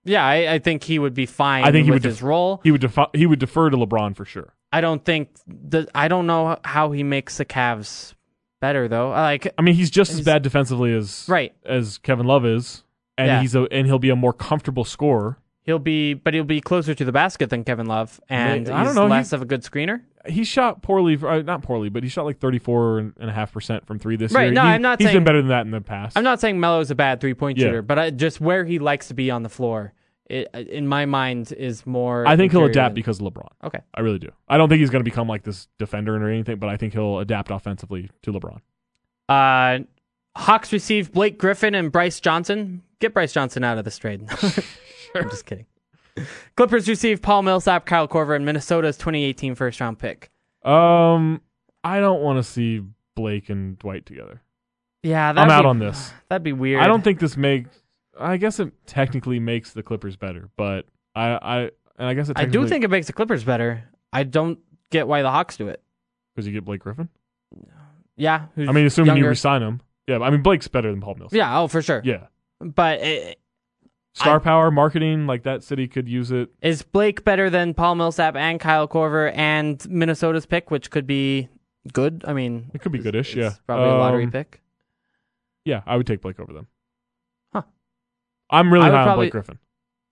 Speaker 2: yeah, I, I think he would be fine.
Speaker 3: I think he
Speaker 2: with
Speaker 3: would
Speaker 2: his
Speaker 3: def-
Speaker 2: role.
Speaker 3: He would defi- he would defer to LeBron for sure.
Speaker 2: I don't think the. I don't know how he makes the Cavs better though. Like,
Speaker 3: I mean, he's just as
Speaker 2: He's-
Speaker 3: bad defensively as
Speaker 2: right?
Speaker 3: as Kevin Love is, and
Speaker 2: Yeah.
Speaker 3: he's a and he'll be a more comfortable scorer.
Speaker 2: He'll be, but he'll be closer to the basket than Kevin Love, and
Speaker 3: May- I don't
Speaker 2: he's
Speaker 3: know,
Speaker 2: less
Speaker 3: he-
Speaker 2: of a good screener.
Speaker 3: He shot poorly, for, uh, not poorly, but he shot like thirty four and a half percent from three this
Speaker 2: Right,
Speaker 3: year.
Speaker 2: no,
Speaker 3: He-
Speaker 2: I'm not
Speaker 3: He's
Speaker 2: saying-
Speaker 3: been better than that in the past.
Speaker 2: I'm not saying Melo's a bad three point
Speaker 3: Yeah.
Speaker 2: shooter, but I, just where he likes to be on the floor, it, in my mind, is more.
Speaker 3: I think he'll
Speaker 2: inferior
Speaker 3: adapt
Speaker 2: than-
Speaker 3: because of LeBron.
Speaker 2: Okay.
Speaker 3: I really do. I don't think he's going to become like this defender or anything, but I think he'll adapt offensively to LeBron.
Speaker 2: Uh, Hawks received Blake Griffin and Bryce Johnson. Get Bryce Johnson out of this trade. I'm just kidding. Clippers received Paul Millsap, Kyle Corver, and Minnesota's 2018 first round pick.
Speaker 3: Um, I don't want to see Blake and Dwight together.
Speaker 2: Yeah, that'd
Speaker 3: I'm out
Speaker 2: be,
Speaker 3: on this.
Speaker 2: That'd be weird.
Speaker 3: I don't think this makes. I guess it technically makes the Clippers better, but I I and I guess it
Speaker 2: I do
Speaker 3: technically-
Speaker 2: think it makes the Clippers better. I don't get why the Hawks do it.
Speaker 3: because you get Blake Griffin.
Speaker 2: Yeah, who's
Speaker 3: I mean, assuming
Speaker 2: younger.
Speaker 3: you resign him. Yeah, I mean Blake's better than Paul Mills.
Speaker 2: Yeah, oh for sure.
Speaker 3: yeah.
Speaker 2: But it,
Speaker 3: Star
Speaker 2: I-
Speaker 3: power, marketing, like that city could use it.
Speaker 2: is Blake better than Paul Millsap and Kyle Corver and Minnesota's pick, which could be good? I mean,
Speaker 3: It could be
Speaker 2: it's-
Speaker 3: goodish,
Speaker 2: it's
Speaker 3: yeah.
Speaker 2: probably a lottery
Speaker 3: Um,
Speaker 2: pick.
Speaker 3: Yeah, I would take Blake over them.
Speaker 2: Huh.
Speaker 3: I'm really
Speaker 2: I
Speaker 3: high
Speaker 2: would
Speaker 3: on
Speaker 2: probably-
Speaker 3: Blake Griffin.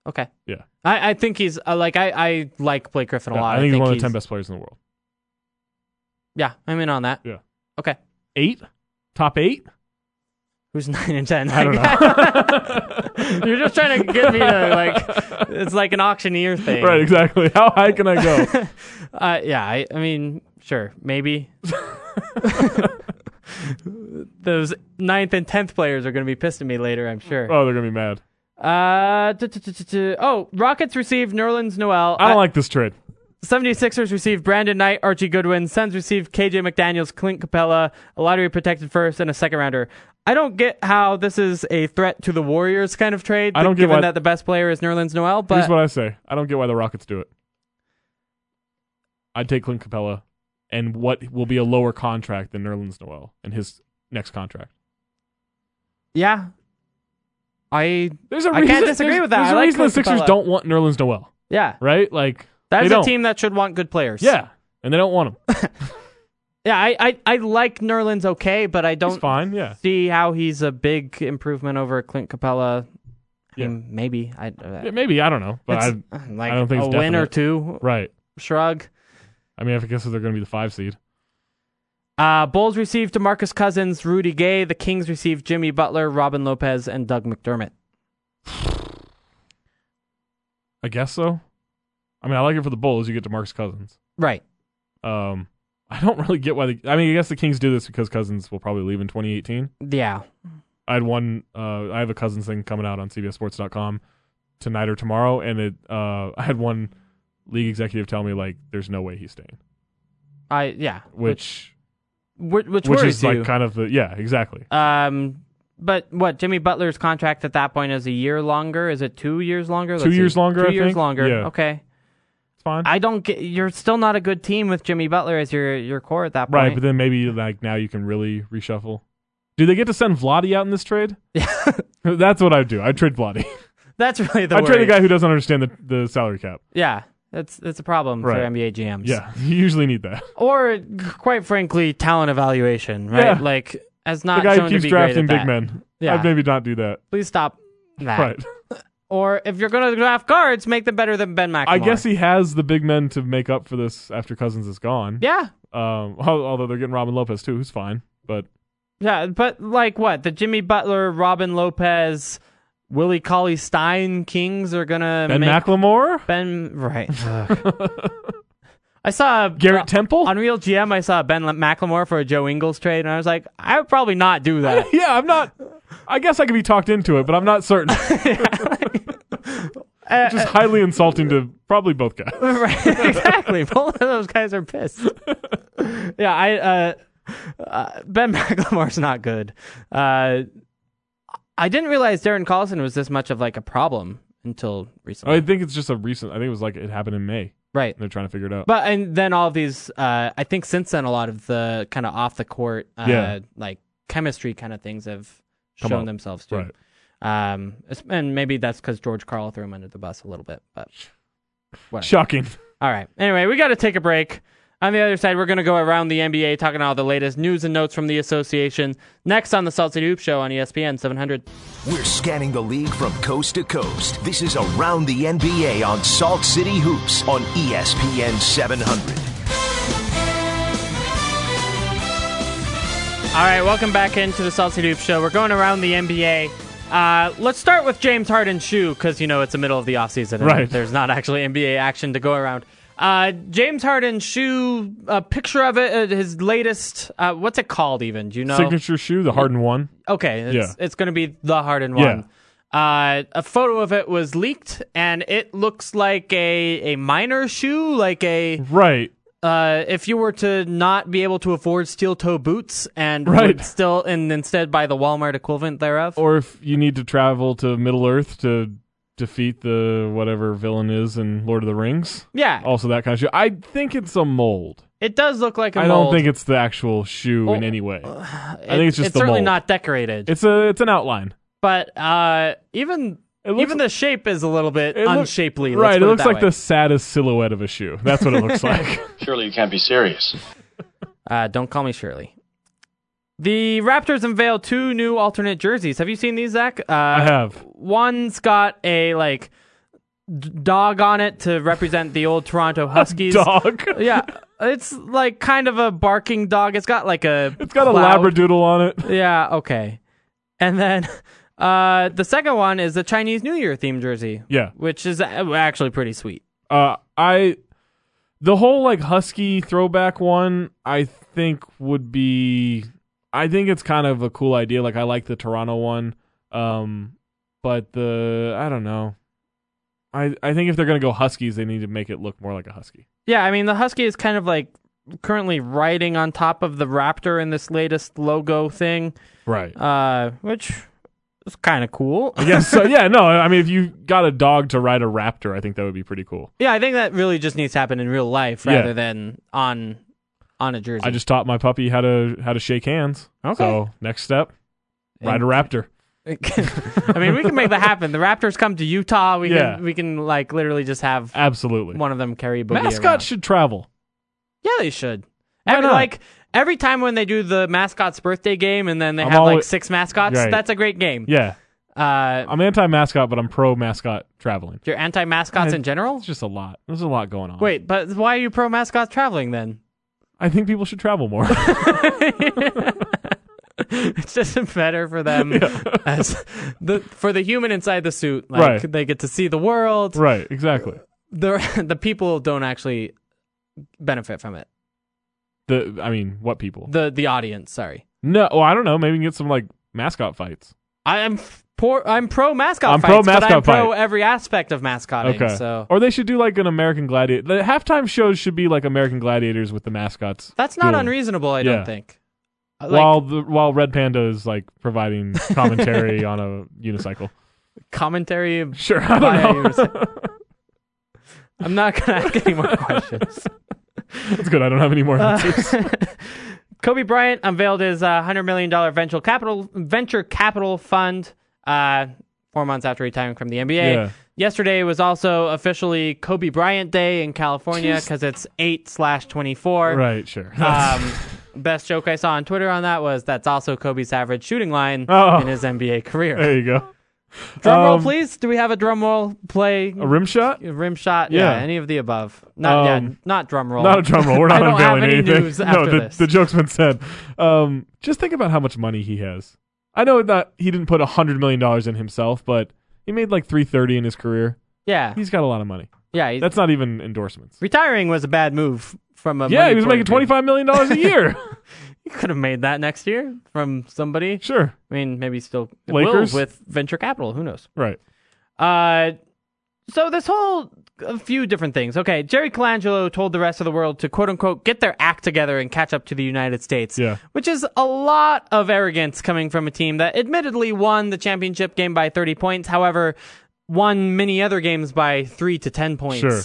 Speaker 2: Okay.
Speaker 3: Yeah.
Speaker 2: I, I think he's uh, like I, I like Blake Griffin a
Speaker 3: Yeah,
Speaker 2: lot.
Speaker 3: I think he's one of the ten best players in the world.
Speaker 2: Yeah, I'm in on that.
Speaker 3: Yeah.
Speaker 2: Okay.
Speaker 3: Eight, top eight.
Speaker 2: Who's nine and ten?
Speaker 3: I don't know.
Speaker 2: You're just trying to get me to like it's like an auctioneer thing.
Speaker 3: Right, exactly. How high can I go?
Speaker 2: Uh, yeah, I, I mean, sure, maybe. Those ninth and tenth players are going to be pissed at me later, I'm sure.
Speaker 3: oh, they're gonna be mad.
Speaker 2: Uh, tu- tu- tu- tu- tu. oh, Rockets received Nerlens Noel.
Speaker 3: I don't like this trade.
Speaker 2: 76ers received Brandon Knight, Archie Goodwin. Suns received KJ McDaniels, Clint Capella, a lottery protected first, and a second rounder. I don't get how this is a threat to the Warriors kind of trade.
Speaker 3: I don't get
Speaker 2: given
Speaker 3: why-
Speaker 2: that the best player is Nerlens Noel, but
Speaker 3: Here's what I say. I don't get why the Rockets do it. I'd take Clint Capella and what will be a lower contract than Nerlens Noel and his next contract.
Speaker 2: yeah, I
Speaker 3: There's a
Speaker 2: I
Speaker 3: reason,
Speaker 2: can't disagree
Speaker 3: there's-
Speaker 2: with that.
Speaker 3: There's
Speaker 2: I
Speaker 3: a
Speaker 2: like
Speaker 3: reason the
Speaker 2: Clint
Speaker 3: Sixers
Speaker 2: Capella.
Speaker 3: don't want Nerlens Noel,
Speaker 2: yeah,
Speaker 3: right? Like
Speaker 2: that
Speaker 3: they
Speaker 2: is a
Speaker 3: don't.
Speaker 2: team that should want good players.
Speaker 3: Yeah, and they don't want him.
Speaker 2: yeah. I I, I like Nerlens okay, but I
Speaker 3: It's
Speaker 2: don't
Speaker 3: fine. Yeah,
Speaker 2: see how he's a big improvement over Clint Capella. I
Speaker 3: Yeah.
Speaker 2: mean, maybe I. Uh,
Speaker 3: Yeah, maybe I don't know, but I,
Speaker 2: it's- uh, like
Speaker 3: I don't think
Speaker 2: a
Speaker 3: it's
Speaker 2: win or
Speaker 3: definite.
Speaker 2: two.
Speaker 3: right.
Speaker 2: Shrug.
Speaker 3: I mean, I guess they're going to be the five seed.
Speaker 2: Uh, Bulls received DeMarcus Cousins, Rudy Gay. The Kings received Jimmy Butler, Robin Lopez, and Doug McDermott.
Speaker 3: I guess so. I mean, I like it for the Bulls. You get DeMarcus Cousins.
Speaker 2: Right.
Speaker 3: Um, I don't really get why. The, I mean, I guess the Kings do this because Cousins will probably leave in 2018.
Speaker 2: Yeah.
Speaker 3: I had one. Uh, I have a Cousins thing coming out on CBSSports.com tonight or tomorrow, and it. Uh, I had one league executive tell me like, "There's no way he's staying."
Speaker 2: I yeah,
Speaker 3: which
Speaker 2: which, which,
Speaker 3: which
Speaker 2: worries
Speaker 3: is like
Speaker 2: you.
Speaker 3: kind of the yeah, exactly.
Speaker 2: um, but what Jimmy Butler's contract at that point is a year longer. Is it two years longer? Let's
Speaker 3: years
Speaker 2: see.
Speaker 3: longer,
Speaker 2: Two
Speaker 3: I
Speaker 2: years
Speaker 3: think.
Speaker 2: longer.
Speaker 3: Yeah.
Speaker 2: Okay.
Speaker 3: It's fine.
Speaker 2: I don't get. You're still not a good team with Jimmy Butler as your your core at that
Speaker 3: right,
Speaker 2: point.
Speaker 3: but then maybe like now you can really reshuffle. Do they get to send Vladi out in this trade? That's what I would do. I'd trade Vladi.
Speaker 2: That's really the
Speaker 3: I'd trade a
Speaker 2: worry.
Speaker 3: guy who doesn't understand the, the salary cap.
Speaker 2: Yeah, that's that's a problem for
Speaker 3: Right.
Speaker 2: NBA GMs.
Speaker 3: Yeah, you usually need that.
Speaker 2: or g- quite frankly, talent evaluation. Right,
Speaker 3: Yeah.
Speaker 2: like has
Speaker 3: The
Speaker 2: not
Speaker 3: guy
Speaker 2: shown
Speaker 3: who
Speaker 2: to
Speaker 3: keeps
Speaker 2: be great
Speaker 3: drafting big
Speaker 2: at that.
Speaker 3: men.
Speaker 2: Yeah.
Speaker 3: I'd maybe not do that.
Speaker 2: Please stop that.
Speaker 3: Right.
Speaker 2: Or if you're going to draft guards, make them better than Ben McLemore.
Speaker 3: I guess he has the big men to make up for this after Cousins is gone.
Speaker 2: yeah.
Speaker 3: Um, al- although they're getting Robin Lopez too, who's fine. But
Speaker 2: Yeah, but like what? The Jimmy Butler, Robin Lopez, Willie Cauley Stein Kings are gonna
Speaker 3: Ben
Speaker 2: make
Speaker 3: McLemore,
Speaker 2: Ben right. I saw
Speaker 3: Garrett Temple.
Speaker 2: on Real GM. I saw Ben McLemore for a Joe Ingles trade, and I was like, I would probably not do that.
Speaker 3: yeah, I'm not. I guess I could be talked into it, but I'm not certain. Which is highly insulting to probably both guys.
Speaker 2: right, exactly. Both of those guys are pissed. yeah, I uh, uh, Ben McLemore's not good. Uh, I didn't realize Darren Collison was this much of like a problem until recently.
Speaker 3: I think it's just a recent. I think it was like it happened in May. and
Speaker 2: right.
Speaker 3: They're trying to figure it out.
Speaker 2: But and then all of these, uh, I think since then a lot of the kind of off the court, uh,
Speaker 3: Yeah.
Speaker 2: like chemistry kind of things have
Speaker 3: Come
Speaker 2: shown
Speaker 3: up.
Speaker 2: themselves too.
Speaker 3: right.
Speaker 2: Um, es- and maybe that's because George Carl threw him under the bus a little bit. But Right.
Speaker 3: Shocking.
Speaker 2: all right, anyway, we got to take a break. On the other side, we're going to go around the NBA talking all the latest news and notes from the association. Next on the Salt City Hoop Show on E ESPN 700.
Speaker 1: We're scanning the league from coast to coast. This is Around the NBA on Salt City Hoops on E ESPN 700.
Speaker 2: All right, welcome back into the Salty Loop Show. We're going around the NBA. Uh, let's start with James Harden's shoe because you know it's the middle of the offseason. and
Speaker 3: Right.
Speaker 2: There's not actually NBA action to go around. Uh, James Harden's shoe, a picture of it, uh, his latest. Uh, what's it called? Even do you know?
Speaker 3: Signature shoe, the Harden one.
Speaker 2: Okay, it's,
Speaker 3: Yeah.
Speaker 2: it's going to be the Harden one. Uh, a photo of it was leaked, and it looks like a a minor shoe, like a
Speaker 3: Right.
Speaker 2: uh, if you were to not be able to afford steel toe boots and would
Speaker 3: Right.
Speaker 2: still and instead buy the Walmart equivalent thereof.
Speaker 3: Or if you need to travel to Middle Earth to defeat the whatever villain is in Lord of the Rings.
Speaker 2: yeah,
Speaker 3: Also that kind of shoe. I think it's a mold.
Speaker 2: it does look like a
Speaker 3: I
Speaker 2: mold.
Speaker 3: don't think it's the actual shoe in any way.
Speaker 2: I
Speaker 3: think it's just the
Speaker 2: certainly
Speaker 3: mold.
Speaker 2: not decorated.
Speaker 3: It's a it's an outline.
Speaker 2: but uh, even
Speaker 3: It looks-
Speaker 2: even the shape is a little bit
Speaker 3: It look-
Speaker 2: unshapely. let's
Speaker 3: right.
Speaker 2: put
Speaker 3: It looks
Speaker 2: that
Speaker 3: like
Speaker 2: way.
Speaker 3: the saddest silhouette of a shoe. That's what it looks like.
Speaker 5: Surely you can't be serious.
Speaker 2: Uh, don't call me Shirley. The Raptors unveil two new alternate jerseys. Have you seen these, Zach? Uh,
Speaker 3: I have.
Speaker 2: One's got a like d- dog on it to represent the old Toronto Huskies.
Speaker 3: Dog.
Speaker 2: yeah, it's like kind of a barking dog. It's got like a.
Speaker 3: It's got a
Speaker 2: cloud.
Speaker 3: labradoodle on it.
Speaker 2: Yeah. Okay. And then uh, the second one is the Chinese New Year themed jersey.
Speaker 3: Yeah.
Speaker 2: Which is a- actually pretty sweet.
Speaker 3: Uh, I the whole like husky throwback one. I think would be. I think it's kind of a cool idea. Like I like the Toronto one. Um, but the I don't know. I I think if they're gonna go huskies, they need to make it look more like a husky.
Speaker 2: Yeah, I mean the Husky is kind of like currently riding on top of the Raptor in this latest logo thing,
Speaker 3: Right.
Speaker 2: uh, which is kind of cool.
Speaker 3: Yeah, so yeah, no, I mean if you got a dog to ride a raptor, I think that would be pretty cool.
Speaker 2: yeah, I think that really just needs to happen in real life
Speaker 3: Yeah.
Speaker 2: rather than on on a jersey.
Speaker 3: I just taught my puppy how to how to shake hands.
Speaker 2: Okay.
Speaker 3: So next step, ride a raptor.
Speaker 2: I mean, we can make that happen. The Raptors come to Utah. We
Speaker 3: Yeah.
Speaker 2: can we can like literally just have
Speaker 3: Absolutely.
Speaker 2: one of them carry Boogie
Speaker 3: Mascots
Speaker 2: around.
Speaker 3: should travel.
Speaker 2: yeah, they should. Every,
Speaker 3: not?
Speaker 2: like every time when they do the mascot's birthday game and then they
Speaker 3: I'm
Speaker 2: have like
Speaker 3: always-
Speaker 2: six mascots,
Speaker 3: Right.
Speaker 2: that's a great game.
Speaker 3: Yeah.
Speaker 2: Uh,
Speaker 3: I'm anti mascot, but I'm pro mascot traveling.
Speaker 2: you're anti mascots
Speaker 3: I-
Speaker 2: in general.
Speaker 3: It's just a lot. There's a lot going on.
Speaker 2: Wait, but why are you pro mascots traveling then?
Speaker 3: I think people should travel more.
Speaker 2: It's just better for them Um, as the for the human inside the suit. Like
Speaker 3: Right.
Speaker 2: they get to see the world.
Speaker 3: right, exactly.
Speaker 2: The the people don't actually benefit from it.
Speaker 3: The I mean, what people?
Speaker 2: The the audience, sorry.
Speaker 3: No, well, I don't know. Maybe we can get some like mascot fights.
Speaker 2: I am f- poor, I'm pro mascot.
Speaker 3: I'm
Speaker 2: fights,
Speaker 3: pro
Speaker 2: but I'm
Speaker 3: mascot
Speaker 2: pro
Speaker 3: fight.
Speaker 2: every aspect of mascoting.
Speaker 3: Okay.
Speaker 2: So
Speaker 3: Or they should do like an American Gladiator. The halftime shows should be like American Gladiators with the mascots.
Speaker 2: that's not
Speaker 3: Dueling.
Speaker 2: unreasonable. I
Speaker 3: Yeah.
Speaker 2: don't think. Uh, Like
Speaker 3: while the while Red Panda is like providing commentary on a unicycle.
Speaker 2: commentary.
Speaker 3: Sure, I
Speaker 2: by a
Speaker 3: don't know.
Speaker 2: unicycle. I'm not gonna ask any more questions.
Speaker 3: That's good. I don't have any more
Speaker 2: Uh,
Speaker 3: answers.
Speaker 2: Kobe Bryant unveiled his uh, hundred million dollar venture capital venture capital fund uh, four months after retiring from the NBA.
Speaker 3: Yeah.
Speaker 2: Yesterday was also officially Kobe Bryant Day in California because it's eight slash twenty four.
Speaker 3: right, sure.
Speaker 2: Um, best joke I saw on Twitter on that was that's also Kobe's average shooting line
Speaker 3: Oh.
Speaker 2: in his NBA career.
Speaker 3: there you go.
Speaker 2: drum roll,
Speaker 3: um,
Speaker 2: please. Do we have a drum roll play?
Speaker 3: A rim shot?
Speaker 2: rim shot? Yeah.
Speaker 3: Yeah.
Speaker 2: any of the above. Not yeah,
Speaker 3: Um,
Speaker 2: not drum roll.
Speaker 3: Not a drum roll. We're
Speaker 2: I
Speaker 3: not
Speaker 2: don't have
Speaker 3: unveiling
Speaker 2: any
Speaker 3: anything.
Speaker 2: news
Speaker 3: no,
Speaker 2: after
Speaker 3: the,
Speaker 2: this.
Speaker 3: the joke's been said. Um, just think about how much money he has. I know that he didn't put hundred million dollars in himself, but he made like three thirty in his career.
Speaker 2: yeah,
Speaker 3: He's got a lot of money.
Speaker 2: yeah. he-
Speaker 3: That's not even endorsements.
Speaker 2: retiring was a bad move from a
Speaker 3: Yeah,
Speaker 2: money
Speaker 3: he was
Speaker 2: point
Speaker 3: making
Speaker 2: of view.
Speaker 3: twenty five million dollars a year.
Speaker 2: You could have made that next year from somebody.
Speaker 3: sure.
Speaker 2: I mean, maybe still
Speaker 3: Lakers?
Speaker 2: will with venture capital. Who knows?
Speaker 3: Right.
Speaker 2: Uh, so this whole a few different things. Okay, Jerry Colangelo told the rest of the world to quote unquote get their act together and catch up to the United States.
Speaker 3: Yeah.
Speaker 2: which is a lot of arrogance coming from a team that admittedly won the championship game by 30 points. However, won many other games by three to 10 points.
Speaker 3: Sure.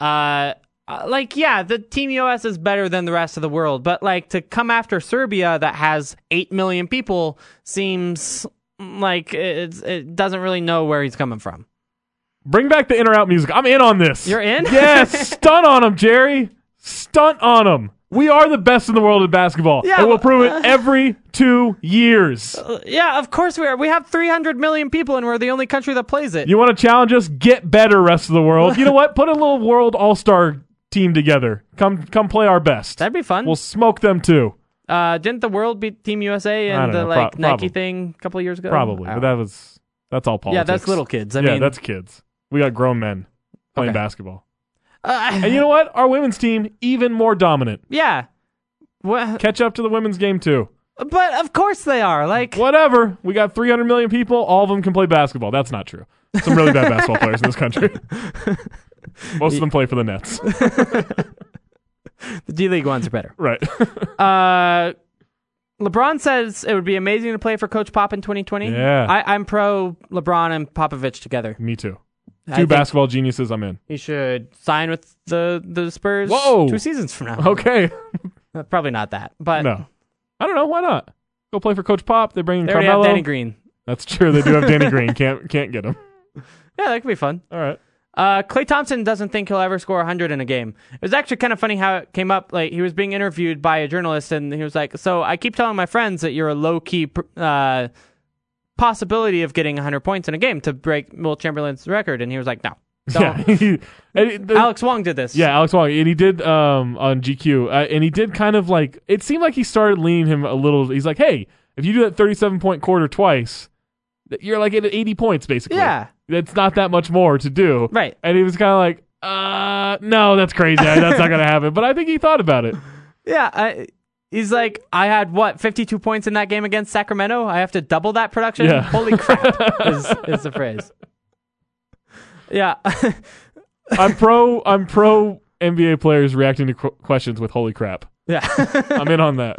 Speaker 2: Uh, uh, like yeah, the team US is better than the rest of the world, but like to come after Serbia that has eight million people seems like it's, it doesn't really know where he's coming from.
Speaker 3: Bring back the in or out music. I'm in on this.
Speaker 2: You're in?
Speaker 3: Yes. stunt on him, Jerry. Stunt on him. We are the best in the world at basketball.
Speaker 2: Yeah,
Speaker 3: and we'll prove
Speaker 2: uh,
Speaker 3: it every two years.
Speaker 2: Uh, yeah, of course we are. We have 300 million people, and we're the only country that plays it.
Speaker 3: You want to challenge us? Get better, rest of the world. You know what? Put a little world all star team together. Come, come play our best.
Speaker 2: That'd be fun.
Speaker 3: we'll smoke them too.
Speaker 2: Uh, didn't the world beat Team USA
Speaker 3: I
Speaker 2: and
Speaker 3: don't
Speaker 2: the
Speaker 3: know,
Speaker 2: like
Speaker 3: prob-
Speaker 2: Nike
Speaker 3: probably.
Speaker 2: thing a couple of years ago?
Speaker 3: Probably.
Speaker 2: I
Speaker 3: But
Speaker 2: don't
Speaker 3: that was that's all
Speaker 2: know.
Speaker 3: politics.
Speaker 2: yeah, that's little kids. I
Speaker 3: yeah,
Speaker 2: mean,
Speaker 3: that's kids. We got grown men playing
Speaker 2: Okay.
Speaker 3: basketball.
Speaker 2: uh,
Speaker 3: And you know what? Our women's team even more dominant.
Speaker 2: yeah. Well,
Speaker 3: Catch up to the women's game too.
Speaker 2: but of course they are. Like,
Speaker 3: Whatever. We got 300 million people. All of them can play basketball. That's not true. Some really bad basketball players in this country. Most of them play for the Nets.
Speaker 2: the D League ones are better.
Speaker 3: right.
Speaker 2: Uh, LeBron says it would be amazing to play for Coach Pop in 2020.
Speaker 3: Yeah.
Speaker 2: I, I'm pro LeBron and Popovich together.
Speaker 3: Me too.
Speaker 2: I
Speaker 3: Two
Speaker 2: think
Speaker 3: basketball geniuses. I'm in.
Speaker 2: He should sign with the the Spurs.
Speaker 3: Whoa.
Speaker 2: Two seasons from now.
Speaker 3: Okay.
Speaker 2: Uh, Probably not that, but
Speaker 3: No. I don't know. Why not? Go play for Coach Pop. They bring in
Speaker 2: they already have
Speaker 3: Carmelo.
Speaker 2: Danny Green.
Speaker 3: That's true. They do have Danny Green. Can't can't get him.
Speaker 2: Yeah, that could be fun.
Speaker 3: All right.
Speaker 2: Uh, Clay Thompson doesn't think he'll ever score 100 in a game. It was actually kind of funny how it came up. Like he was being interviewed by a journalist, and he was like, "So I keep telling my friends that you're a low key pr- uh, possibility of getting 100 points in a game to break Will Chamberlain's record," and he was like, "No, don't."
Speaker 3: Yeah. He- and it- the-
Speaker 2: Alex Wong did this.
Speaker 3: Yeah, Alex Wong, and he did um, on GQ, uh, and he did kind of like it seemed like he started leaning him a little. He's like, "Hey, if you do that thirty-seven point quarter twice, th- you're like at eighty points basically.
Speaker 2: Yeah.
Speaker 3: that's not that much more to do,
Speaker 2: Right.
Speaker 3: And he was kind of like, "Uh, no, that's crazy. that's not gonna happen." But I think he thought about it.
Speaker 2: yeah. I, he's like, "I had what 52 points in that game against Sacramento. I have to double that production.
Speaker 3: Yeah.
Speaker 2: Holy crap!" is, is the phrase. Yeah.
Speaker 3: I'm pro. I'm pro NBA players reacting to qu- questions with "Holy crap."
Speaker 2: yeah.
Speaker 3: I'm in on that.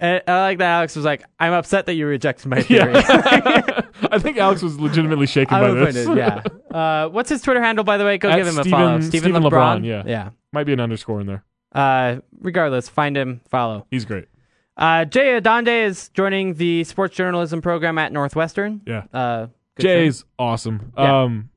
Speaker 2: And I like that Alex was like, I'm upset that you rejected my theory.
Speaker 3: Yeah. I think Alex was legitimately shaken
Speaker 2: I'm
Speaker 3: by this.
Speaker 2: offended, yeah. Uh, what's his Twitter handle, by the way? Go
Speaker 3: At
Speaker 2: give him a
Speaker 3: Steven-
Speaker 2: follow. Stephen
Speaker 3: Steven
Speaker 2: LeBron.
Speaker 3: LeBron, yeah.
Speaker 2: Yeah.
Speaker 3: Might be an underscore in there.
Speaker 2: Uh, regardless, find him, follow.
Speaker 3: He's great.
Speaker 2: Uh, Jay Adonde is joining the sports journalism program at Northwestern.
Speaker 3: Yeah.
Speaker 2: Uh, good
Speaker 3: Jay's awesome.
Speaker 2: Yeah.
Speaker 3: Um,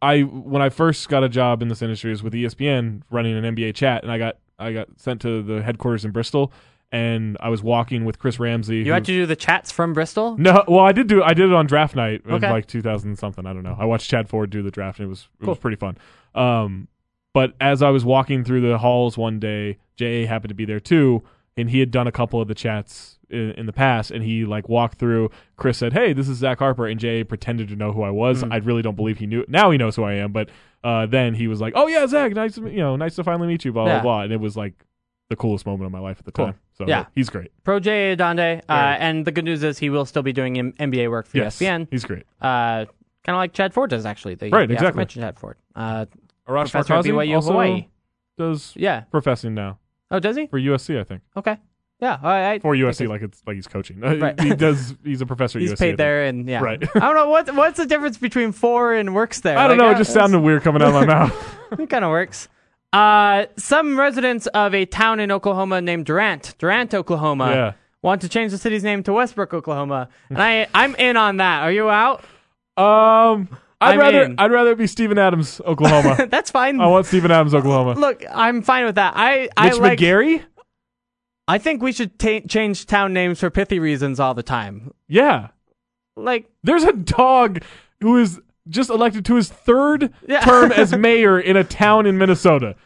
Speaker 3: I when I first got a job in this industry was with E ESPN running an NBA chat, and I got I got sent to the headquarters in Bristol, and I was walking with Chris
Speaker 2: show.
Speaker 3: Ramsey. who-
Speaker 2: You had to do the chats from Bristol?
Speaker 3: no, well, I did do I did it on draft night in
Speaker 2: Okay.
Speaker 3: like 2000 something. I don't know. I watched Chad Ford do the draft, and it was it was pretty fun. Um, but as I was walking through the halls one day, Jay happened to be there too, and he had done a couple of the chats in, in the past, and he like walked through. Chris said, "Hey, this is Zach Harper," and Jay pretended to know who I was.
Speaker 2: Mm.
Speaker 3: I really don't believe he knew. Now he knows who I am, but uh, then he was like, "Oh yeah, Zach, nice, to, me- you know, nice to finally meet you." Blah blah
Speaker 2: Yeah.
Speaker 3: blah, and it was like the coolest moment of my life at the time. So
Speaker 2: Yeah.
Speaker 3: he's great.
Speaker 2: Pro J Adonde, uh, and the good news is he will still be doing M- NBA work for E
Speaker 3: Yes,
Speaker 2: ESPN.
Speaker 3: he's great.
Speaker 2: Uh, kind of like Chad Ford does actually. The,
Speaker 3: Right,
Speaker 2: the
Speaker 3: exactly.
Speaker 2: aforementioned Chad Ford. Uh,
Speaker 3: Arash
Speaker 2: professor at
Speaker 3: Farkazi
Speaker 2: BYU
Speaker 3: also
Speaker 2: Hawaii.
Speaker 3: does
Speaker 2: Yeah.
Speaker 3: professing now
Speaker 2: Oh, does he?
Speaker 3: for USC, I think.
Speaker 2: Okay. Yeah. All right.
Speaker 3: For USC, like it's like he's coaching.
Speaker 2: Right.
Speaker 3: he does. He's a professor. at
Speaker 2: He's
Speaker 3: USC, I
Speaker 2: paid
Speaker 3: think.
Speaker 2: there, and yeah.
Speaker 3: Right.
Speaker 2: I don't know what what's the difference between four and works there.
Speaker 3: I don't
Speaker 2: Like,
Speaker 3: know.
Speaker 2: uh,
Speaker 3: It just sounded weird coming out of my mouth.
Speaker 2: It kind of works. Uh, some residents of a town in Oklahoma named Durant, Durant, Oklahoma,
Speaker 3: Yeah.
Speaker 2: want to change the city's name to Westbrook, Oklahoma, and I I'm in on that. Are you out?
Speaker 3: Um, I'd
Speaker 2: I'm
Speaker 3: rather
Speaker 2: in.
Speaker 3: I'd rather it be Steven Adams, Oklahoma.
Speaker 2: That's fine.
Speaker 3: I want Steven Adams, Oklahoma.
Speaker 2: Look, I'm fine with that. I I
Speaker 3: Oh, Mitch
Speaker 2: like.
Speaker 3: McGarry.
Speaker 2: I think we should ta change town names for pithy reasons all the time.
Speaker 3: Yeah,
Speaker 2: Like,
Speaker 3: there's a dog who is just elected to his third
Speaker 2: Yeah.
Speaker 3: term as mayor in a town in Minnesota.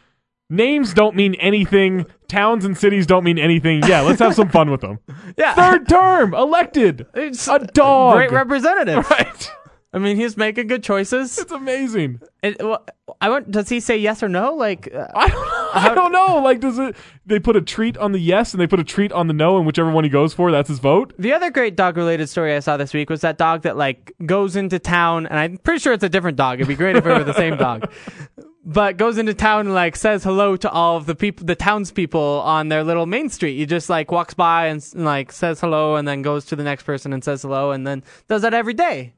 Speaker 3: Names don't mean anything. Towns and cities don't mean anything. Yeah, let's have some fun with them.
Speaker 2: yeah,
Speaker 3: Third term elected.
Speaker 2: It's
Speaker 3: a dog.
Speaker 2: great representative.
Speaker 3: right.
Speaker 2: I mean, he's making good choices.
Speaker 3: It's amazing.
Speaker 2: It, well, I want. Does he say yes or no? Like, uh,
Speaker 3: I don't know. I don't know. Like, does it? They put a treat on the yes and they put a treat on the no, and whichever one he goes for, that's his vote.
Speaker 2: The other great dog related story I saw this week was that dog that like goes into town and I'm pretty sure it's a different dog. It'd be great if it were the same dog. But goes into town and like says hello to all of the people the townspeople on their little main street. He just like walks by and s- like says hello and then goes to the next person and says hello and then does that every day.